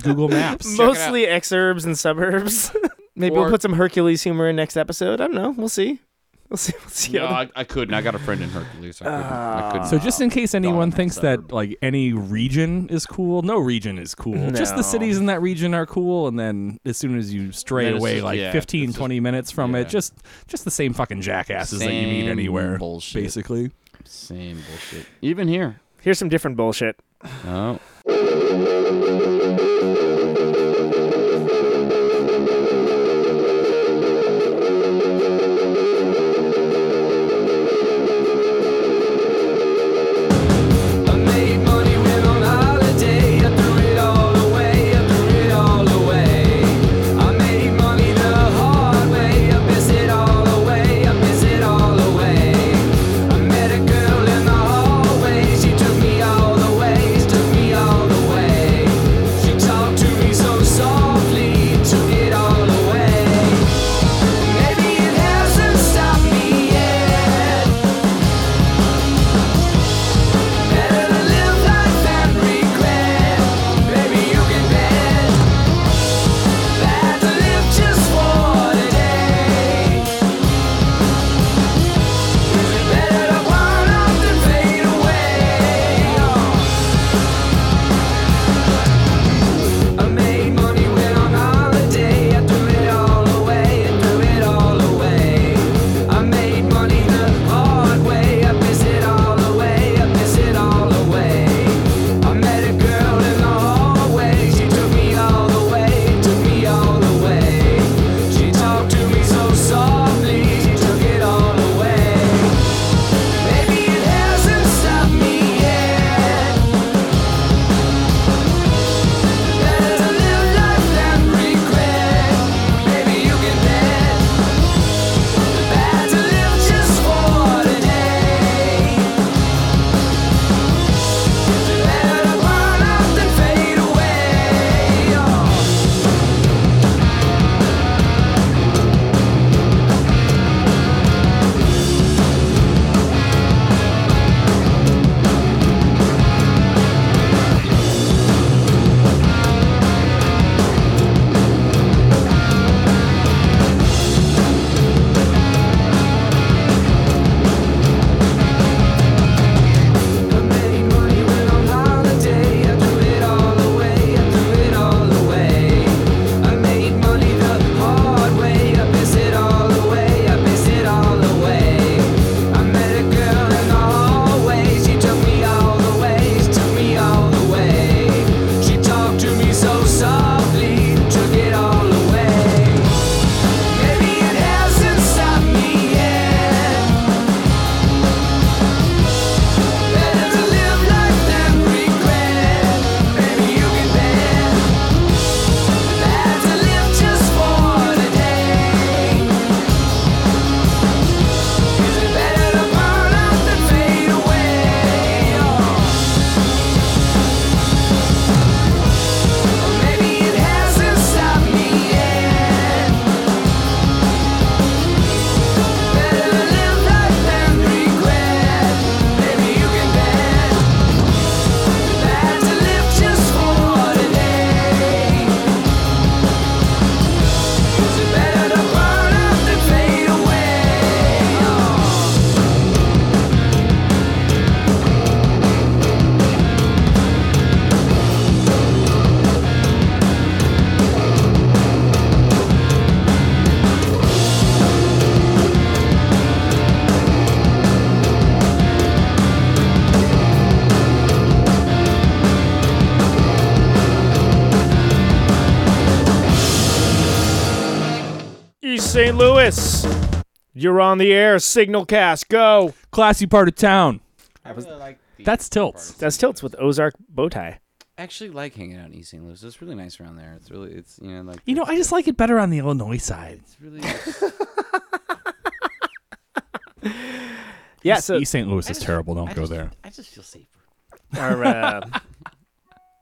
Speaker 3: Google Maps.
Speaker 1: Mostly exurbs and suburbs. Maybe
Speaker 4: Or-
Speaker 1: we'll put some Hercules humor in next episode. I don't know. We'll see. We'll see. We'll see.
Speaker 4: No,
Speaker 1: how
Speaker 4: I, I couldn't. I got a friend in Hercules. I couldn't. I couldn't.
Speaker 3: So just in case anyone
Speaker 4: Donovan
Speaker 3: thinks that like any region is cool, no region is cool. Just
Speaker 1: No.
Speaker 3: the cities in that region are cool and then as soon as you stray
Speaker 4: Then it's
Speaker 3: away
Speaker 4: just-
Speaker 3: like
Speaker 4: yeah,
Speaker 3: fifteen, twenty 15
Speaker 4: it's
Speaker 3: 20 minutes from it, just just the same fucking jackasses that you meet
Speaker 4: Same
Speaker 3: anywhere
Speaker 4: bullshit.
Speaker 3: basically.
Speaker 4: Same bullshit. Even here.
Speaker 1: Here's some different bullshit.
Speaker 4: Oh.
Speaker 5: She talked to me so softly
Speaker 1: St. Louis. You're on the air. Signal cast. Go.
Speaker 3: Classy part of town. That's tilts.
Speaker 1: That's tilts with Ozark Bowtie.
Speaker 4: I actually like hanging out in East St. Louis. It's really nice around there. It's really, it's you know, like
Speaker 3: You know, I just like it better on the Illinois side.
Speaker 1: Yeah,
Speaker 3: East,
Speaker 1: so-
Speaker 3: East St. Louis
Speaker 1: I
Speaker 3: is
Speaker 1: just-
Speaker 3: terrible. Don't
Speaker 1: I
Speaker 3: go
Speaker 1: just-
Speaker 3: there.
Speaker 4: I just feel safer.
Speaker 1: Or, uh,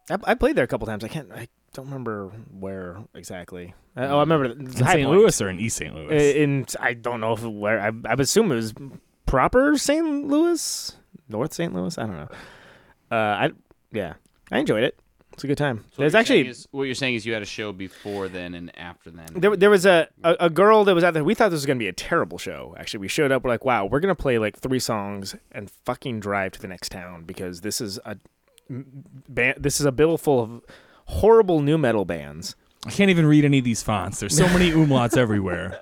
Speaker 1: I, I played there a couple times. I can't. I don't remember where exactly. Uh, oh, I remember.
Speaker 3: In
Speaker 1: the-
Speaker 3: St.
Speaker 1: High Point.
Speaker 3: Louis or in East St.
Speaker 1: Uh,
Speaker 3: Louis?
Speaker 1: In I don't know if where. I I would assume it was proper St. Louis, North St. Louis. I don't know. Uh, I yeah, I enjoyed it. It's a good time.
Speaker 4: So what
Speaker 1: There's
Speaker 4: you're
Speaker 1: actually
Speaker 4: saying is- what you're saying is you had a show before then and after then.
Speaker 1: There, there was a, a, a girl that was out there. We thought this was going to be a terrible show. Actually, we showed up. We're like, wow, we're going to play like three songs and fucking drive to the next town because this is a m- ba- this is a bill full of horrible new metal bands.
Speaker 3: I can't even read any of these fonts. There's so many umlauts everywhere.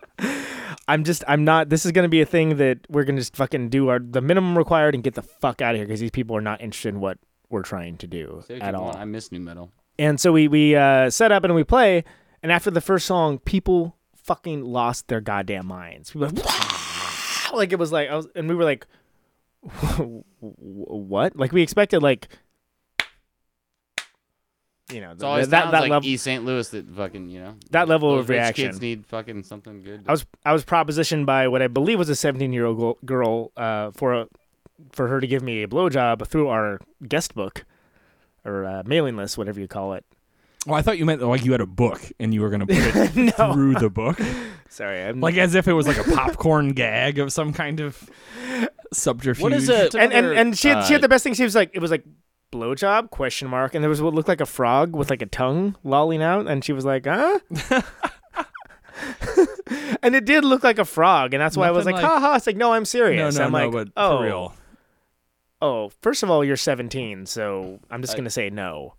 Speaker 1: I'm just, I'm not. This is going to be a thing that we're going to just fucking do our the minimum required and get the fuck out of here because these people are not interested in what we're trying to do
Speaker 4: Say what
Speaker 1: at
Speaker 4: you
Speaker 1: all.
Speaker 4: want, I miss new metal.
Speaker 1: And so we we uh, set up and we play. And after the first song, people fucking lost their goddamn minds. People were like, "Wow!" like it was like I was, and we were like, "Wh- what? Like we expected like you know
Speaker 4: It's always
Speaker 1: that
Speaker 4: sounds
Speaker 1: that
Speaker 4: like e-,
Speaker 1: level
Speaker 4: East St. Louis that fucking you know
Speaker 1: that level
Speaker 4: those
Speaker 1: of
Speaker 4: rich
Speaker 1: reaction.
Speaker 4: Kids need fucking something good.
Speaker 1: I was I was propositioned by what I believe was a 17 year old gl- girl uh, for a, for her to give me a blowjob through our guest book or uh, mailing list, whatever you call it.
Speaker 3: Oh, I thought you meant like you had a book and you were going to put it through the book.
Speaker 1: Sorry, I'm
Speaker 3: like as if it was like a popcorn gag of some kind of subterfuge.
Speaker 1: and and, and she had, she had
Speaker 3: uh,
Speaker 1: the best thing. She was like, it was like blowjob question mark, and there was what looked like a frog with like a tongue lolling out, and she was like, huh. and it did look like a frog, and that's why I was like,
Speaker 3: Nothing
Speaker 1: ha
Speaker 3: like-
Speaker 1: ha. It's like, no, I'm serious.
Speaker 3: No, no,
Speaker 1: I'm
Speaker 3: no,
Speaker 1: like,
Speaker 3: but for
Speaker 1: oh,
Speaker 3: real.
Speaker 1: oh. First of all, you're 17, so I'm just
Speaker 4: I-
Speaker 1: gonna say no.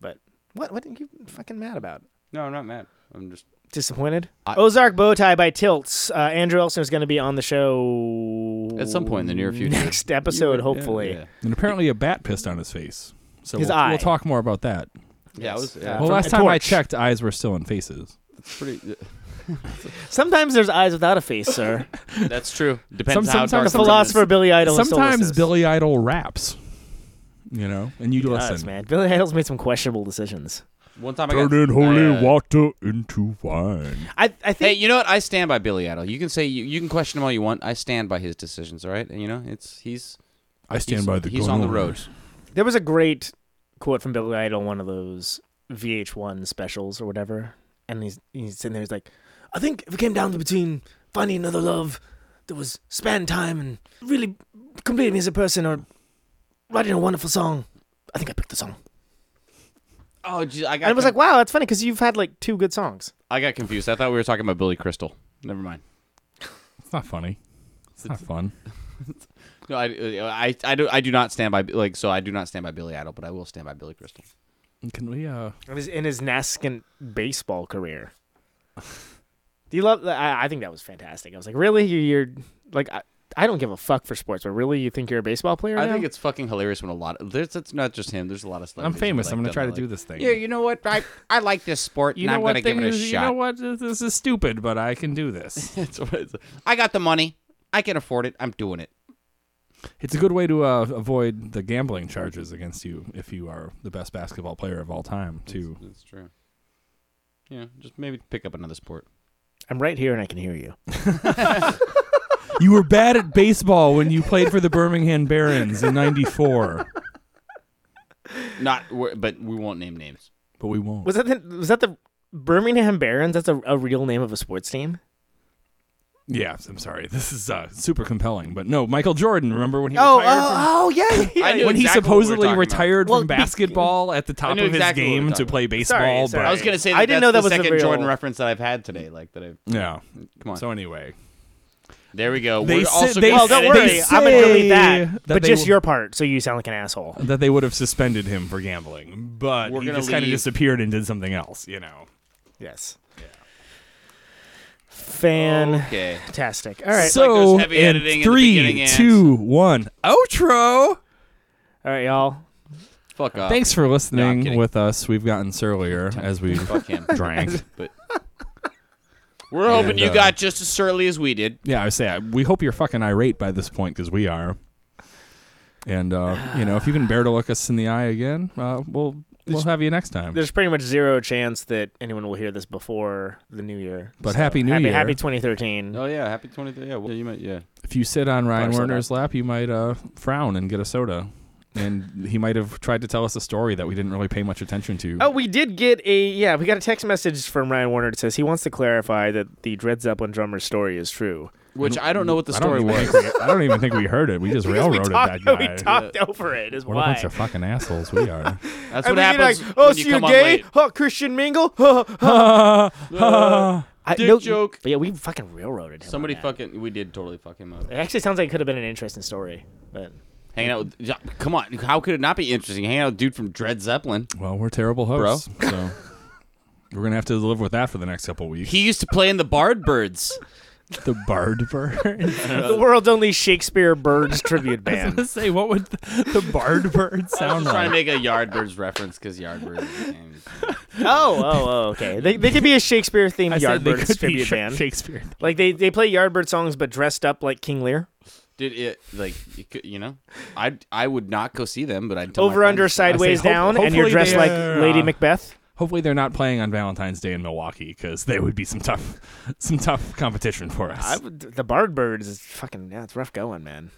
Speaker 1: But what? What are you fucking mad about?
Speaker 4: No, I'm not mad. I'm just
Speaker 1: Disappointed. Ozark Bowtie by Tilts. Uh, Andrew Elson is going to be on the show
Speaker 4: At some point in the near future.
Speaker 1: Next episode, hopefully.
Speaker 3: And apparently a bat pissed on his face. So
Speaker 1: His
Speaker 3: we'll,
Speaker 1: eye.
Speaker 3: we'll talk more about that.
Speaker 4: Yeah, I was- yeah.
Speaker 3: well,
Speaker 4: From
Speaker 3: last
Speaker 4: a
Speaker 3: time I
Speaker 4: torch.
Speaker 3: checked, eyes were still in faces.
Speaker 4: pretty.
Speaker 1: Sometimes there's eyes without a face, sir.
Speaker 4: That's true. Depends on
Speaker 3: Some-
Speaker 4: how dark
Speaker 3: sometimes-
Speaker 1: The philosopher Billy Idol has told us
Speaker 3: Sometimes
Speaker 1: this.
Speaker 3: Billy Idol raps. You know, and you
Speaker 1: He does,
Speaker 3: listen.
Speaker 1: man. Billy Idol's made some questionable decisions.
Speaker 4: One time I got
Speaker 7: Turning holy
Speaker 4: I, uh,
Speaker 7: water into wine.
Speaker 1: I, I think.
Speaker 4: Hey, you know what? I stand by Billy Idol. You can say you, you can question him all you want. I stand by his decisions. All right, and you know it's he's.
Speaker 7: I stand
Speaker 4: he's-
Speaker 7: by the
Speaker 4: He's on the road.
Speaker 7: Gunners.
Speaker 1: There was a great quote from Billy Idol, one of those VH1 specials or whatever, and he's he's sitting there, he's like,
Speaker 8: I think if it came down to between finding another love that was span time and really completing me as a person or writing a wonderful song, I think I picked the song.
Speaker 4: Oh, geez, I
Speaker 1: and I was like, wow, that's funny because you've had like two good songs.
Speaker 4: I got confused. I thought we were talking about Billy Crystal. Never mind.
Speaker 3: It's not funny. It's not fun.
Speaker 4: No, I, I, I do, I do not stand by like so. I do not stand by Billy Idol, but I will stand by Billy Crystal.
Speaker 3: Can we? uh
Speaker 1: In his, in his nascent baseball career. Do you love? I, I think that was fantastic. I was like, really, You- you're like, I, I don't give a fuck for sports, but really, you think you're a baseball player?
Speaker 4: I
Speaker 1: now?
Speaker 4: think it's fucking hilarious when a lot. Of, there's, it's not just him. There's a lot of.
Speaker 3: I'm
Speaker 4: celebrities who
Speaker 3: famous.
Speaker 4: like
Speaker 3: I'm going to
Speaker 4: them,
Speaker 3: try to
Speaker 4: like,
Speaker 3: do this thing.
Speaker 4: Yeah, you know what? I, I like this sport,
Speaker 3: You
Speaker 4: and
Speaker 3: know
Speaker 4: I'm
Speaker 3: what
Speaker 4: going to give it
Speaker 3: thing
Speaker 4: a
Speaker 3: is-
Speaker 4: shot.
Speaker 3: You know what? This- This is stupid, but I can do this.
Speaker 4: That's what it's- I got the money. I can afford it. I'm doing it.
Speaker 3: It's a good way to uh, avoid the gambling charges against you if you are the best basketball player of all time, too.
Speaker 4: That's true. Yeah, just maybe pick up another sport.
Speaker 1: I'm right here and I can hear you.
Speaker 3: You were bad at baseball when you played for the Birmingham Barons in 94,
Speaker 4: Not, we're- but we won't name names.
Speaker 3: but we won't.
Speaker 1: Was that the was that the Birmingham Barons? That's a, a real name of a sports team.
Speaker 3: Yeah, I'm sorry. This is uh, super compelling, but no, Michael Jordan, remember when he
Speaker 1: Oh,
Speaker 3: retired
Speaker 1: oh,
Speaker 3: from
Speaker 1: oh, yeah, yeah, I knew
Speaker 3: when
Speaker 1: exactly what we
Speaker 3: he
Speaker 1: were
Speaker 3: supposedly
Speaker 1: talking about.
Speaker 3: retired
Speaker 1: Well,
Speaker 3: from
Speaker 1: be-
Speaker 3: basketball at the top
Speaker 4: knew
Speaker 3: of his
Speaker 4: exactly what we were
Speaker 3: game to
Speaker 4: talking
Speaker 3: play
Speaker 4: about.
Speaker 3: baseball.
Speaker 1: Sorry,
Speaker 3: But
Speaker 1: sorry.
Speaker 4: I was going to say that
Speaker 1: I didn't
Speaker 4: that's
Speaker 1: know that
Speaker 4: the
Speaker 1: was a
Speaker 4: second
Speaker 1: real-
Speaker 4: Jordan reference that I've had today. Like that I.
Speaker 3: Yeah.
Speaker 4: Come on.
Speaker 3: So anyway,
Speaker 4: there we go.
Speaker 3: They
Speaker 4: We're
Speaker 3: said-
Speaker 4: also
Speaker 3: they
Speaker 4: gonna
Speaker 1: Well, Oh, don't
Speaker 4: edit
Speaker 1: worry.
Speaker 4: this.
Speaker 1: I'm gonna delete that, Uh,
Speaker 3: that
Speaker 1: but
Speaker 3: they
Speaker 1: just
Speaker 3: will-
Speaker 1: your part, so you sound like an asshole.
Speaker 3: that they would have suspended him for gambling, but
Speaker 4: We're
Speaker 3: he
Speaker 4: gonna
Speaker 3: just kind of
Speaker 4: leave.
Speaker 3: disappeared and did something else. You know.
Speaker 1: Yes. Fantastic. All right.
Speaker 3: So in three, two, one, outro.
Speaker 1: All right, y'all.
Speaker 4: Fuck off.
Speaker 3: Thanks for
Speaker 4: No, Uh, I'm
Speaker 3: listening
Speaker 4: kidding.
Speaker 3: with us. We've gotten surlier as we
Speaker 4: Fuck him.
Speaker 3: drank.
Speaker 4: but We're hoping
Speaker 3: And,
Speaker 4: you
Speaker 3: uh,
Speaker 4: got just as surly as we did.
Speaker 3: Yeah, I say I, we hope you're fucking irate by this point because we are. And uh, you know, if you can bear to look us in the eye again, uh, we'll we'll have you next time.
Speaker 1: There's pretty much zero chance that anyone will hear this before the new year.
Speaker 3: But happy New Year.
Speaker 1: Happy 2013.
Speaker 4: Oh yeah, happy 23. Yeah, well, yeah, you might. Yeah.
Speaker 3: If you sit on Ryan
Speaker 4: Bar soda.
Speaker 3: Werner's lap, you might uh, frown and get a soda. And he might have tried to tell us a story that we didn't really pay much attention to.
Speaker 1: Oh, we did get a yeah. We got a text message from Ryan Warner that says he wants to clarify that the Dred Zeppelin drummer story is true.
Speaker 4: Which I don't know what the story
Speaker 3: even
Speaker 4: was.
Speaker 3: think we- I don't even think we heard it. We
Speaker 1: Because
Speaker 3: just
Speaker 1: we
Speaker 3: railroaded
Speaker 1: talked-
Speaker 3: that guy.
Speaker 1: we talked over it, is
Speaker 3: what
Speaker 1: why.
Speaker 3: a bunch of fucking assholes we are.
Speaker 4: That's
Speaker 1: And then
Speaker 4: what
Speaker 1: you're
Speaker 4: happens.
Speaker 1: Like, oh,
Speaker 4: when
Speaker 1: so
Speaker 4: you
Speaker 1: you're
Speaker 4: come on
Speaker 1: gay?
Speaker 4: late.
Speaker 1: Huh, Christian mingle? Huh, huh. I-
Speaker 4: Dick
Speaker 1: no,
Speaker 4: joke.
Speaker 1: But yeah, we fucking railroaded him.
Speaker 4: Somebody fucking. We did totally fuck him up.
Speaker 1: It actually sounds like it could have been an interesting story, but
Speaker 4: Hanging out with. yeah, Come on, how could it not be interesting? Hanging out with a dude from Dred Zeppelin.
Speaker 3: Well, we're terrible hosts, so we're gonna have to live with that for the next couple weeks.
Speaker 4: He used to play in the Bard Birds.
Speaker 3: the Bard Bird.
Speaker 4: Uh,
Speaker 1: the world's only Shakespeare Birds tribute band.
Speaker 3: Let's say what would the, the Bard Bird
Speaker 4: I was
Speaker 3: sound
Speaker 4: just trying
Speaker 3: like?
Speaker 4: to make a Yardbirds reference because Yardbirds. is the name.
Speaker 1: oh, oh, oh, okay. They, they could be a Shakespeare themed
Speaker 4: I said they could be
Speaker 1: Yardbirds tribute
Speaker 4: Sha-
Speaker 1: band.
Speaker 4: Shakespeare.
Speaker 1: Like they, they play Yardbird songs but dressed up like King Lear.
Speaker 4: Did it like you, could, you know? I I would not go see them, but I'd tell Oh my
Speaker 1: Over under
Speaker 4: friends.
Speaker 1: sideways
Speaker 3: hope-
Speaker 1: down, and you're
Speaker 3: hopefully
Speaker 1: dressed
Speaker 3: they
Speaker 1: like
Speaker 3: are,
Speaker 1: Lady
Speaker 3: uh,
Speaker 1: Macbeth.
Speaker 3: Hopefully, they're not playing on Valentine's Day in Milwaukee because they would be some tough, some tough competition for us.
Speaker 1: I would, the Bard Birds is fucking yeah, it's rough going, man.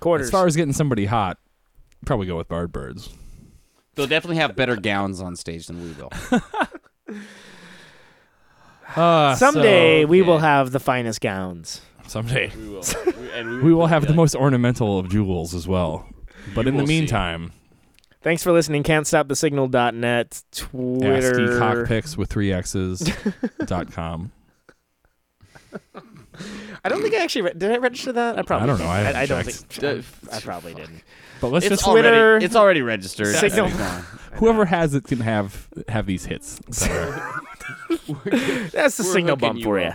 Speaker 1: Quarters.
Speaker 3: As far as getting somebody hot, probably go with Bard Birds.
Speaker 4: They'll definitely have better gowns on stage than we will.
Speaker 1: Ah,
Speaker 3: Uh,
Speaker 1: someday we will have the finest gowns.
Speaker 3: Someday.
Speaker 4: We will.
Speaker 3: we will have the most ornamental of jewels as well. But in the
Speaker 1: will see.
Speaker 3: meantime,
Speaker 1: Thanks for listening. Can't stop the signal.net,
Speaker 3: ASCII
Speaker 1: Twitter.
Speaker 3: cockpicks with three X's dot com.
Speaker 1: I don't think I actually re- did. I register that. I probably.
Speaker 3: don't know.
Speaker 1: did.
Speaker 3: I haven't
Speaker 1: I, don't
Speaker 3: checked.
Speaker 1: think. I probably didn't.
Speaker 3: But let's
Speaker 1: It's
Speaker 3: just
Speaker 1: already- Twitter.
Speaker 4: it's already registered.
Speaker 1: Signal.
Speaker 3: Whoever has it can have have these hits.
Speaker 1: That's the
Speaker 4: We're
Speaker 1: signal
Speaker 4: hooking
Speaker 1: bump
Speaker 4: you
Speaker 1: for you.
Speaker 4: up.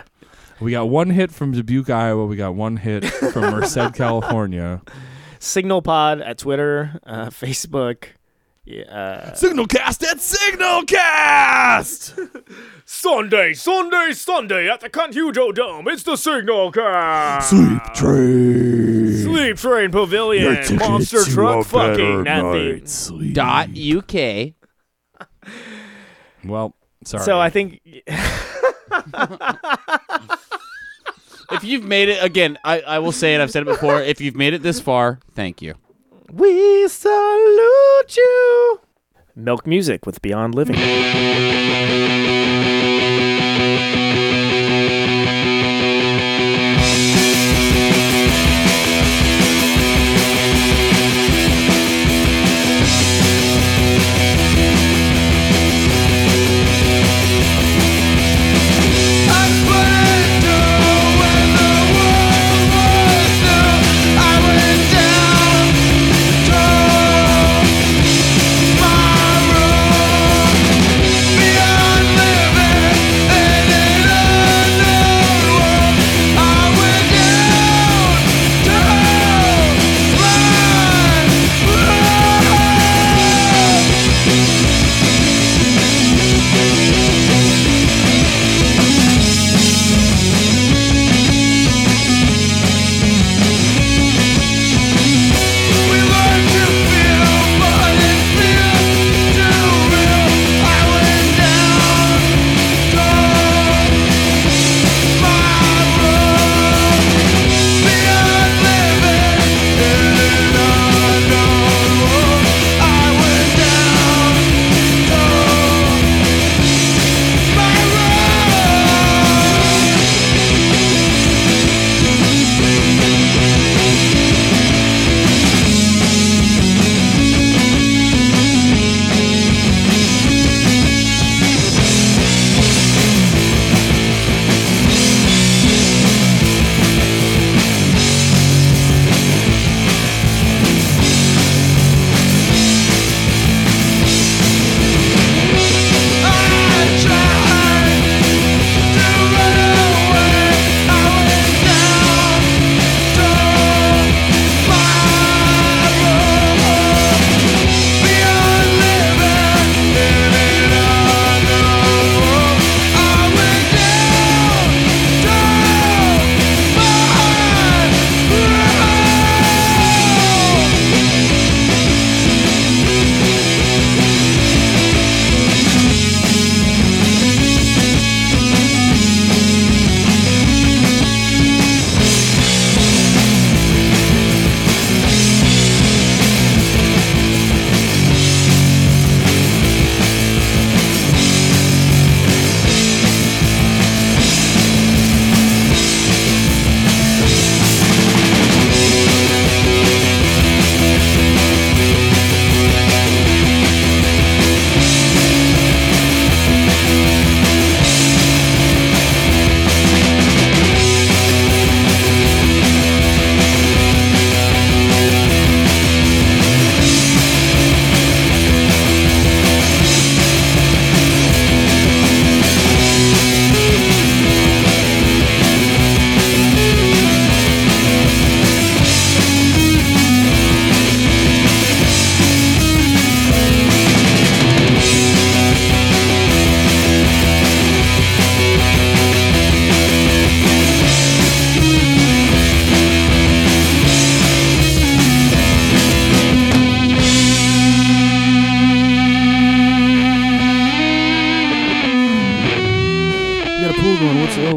Speaker 3: we got one hit from Dubuque, Iowa. We got one hit from Merced, California.
Speaker 1: Signal Pod at Twitter, uh, Facebook. Yeah, uh,
Speaker 3: Signalcast at Signalcast!
Speaker 1: Sunday, Sunday, Sunday at the Conhujo Dome. It's the Signalcast.
Speaker 7: Sleep train.
Speaker 1: Sleep Train
Speaker 7: Your
Speaker 1: Pavilion.
Speaker 7: ticket
Speaker 1: Monster
Speaker 7: to a
Speaker 1: truck fucking
Speaker 7: better
Speaker 1: at the-
Speaker 7: night's sleep.
Speaker 4: Dot UK.
Speaker 3: Well, sorry.
Speaker 1: So I think
Speaker 4: If you've made it again, I, I will say it. I've said it before. If you've made it this far, thank you.
Speaker 1: we salute you. Milk music with Beyond Living.
Speaker 5: Beyond living, and it all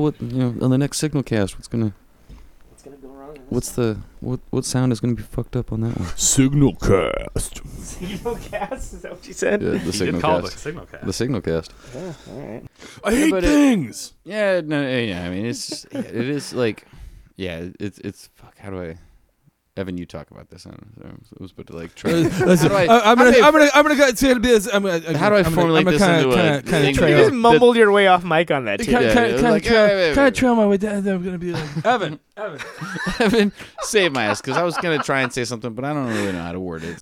Speaker 4: oh, next signal cast? What's gonna What's
Speaker 1: gonna
Speaker 4: go wrong? What's the what what sound is gonna be fucked up on that one?
Speaker 3: Signal cast.
Speaker 1: Signal cast? Is that what you
Speaker 4: Yeah,
Speaker 1: said?
Speaker 4: the signal
Speaker 1: call
Speaker 4: cast. The signal cast.
Speaker 1: Yeah, all right.
Speaker 6: I hate
Speaker 4: but it-
Speaker 6: things.
Speaker 4: yeah, no, yeah. I mean, it's it is like, yeah, it's it's fuck. How do I? Evan, you talk about this. I don't know. I was about to like try.
Speaker 6: Listen,
Speaker 4: how do I-
Speaker 6: I, am
Speaker 4: how
Speaker 6: gonna,
Speaker 4: do I-
Speaker 6: I'm gonna, I'm gonna go to this. I'm gonna, I'm
Speaker 4: How do I
Speaker 6: gonna,
Speaker 4: formulate
Speaker 6: I'm
Speaker 4: this
Speaker 6: gonna,
Speaker 4: into a
Speaker 6: kinda, kinda,
Speaker 4: thing
Speaker 6: kinda
Speaker 4: that-
Speaker 1: You
Speaker 6: trail.
Speaker 1: just mumbled your way off mic on that. Too.
Speaker 6: Kinda, kinda, kinda,
Speaker 4: like,
Speaker 6: trail,
Speaker 4: yeah, yeah, yeah.
Speaker 6: kinda trail my way down. I'm gonna be like Evan, Evan.
Speaker 4: Evan, save my ass because I was gonna try and say something, but I don't really know how to word it.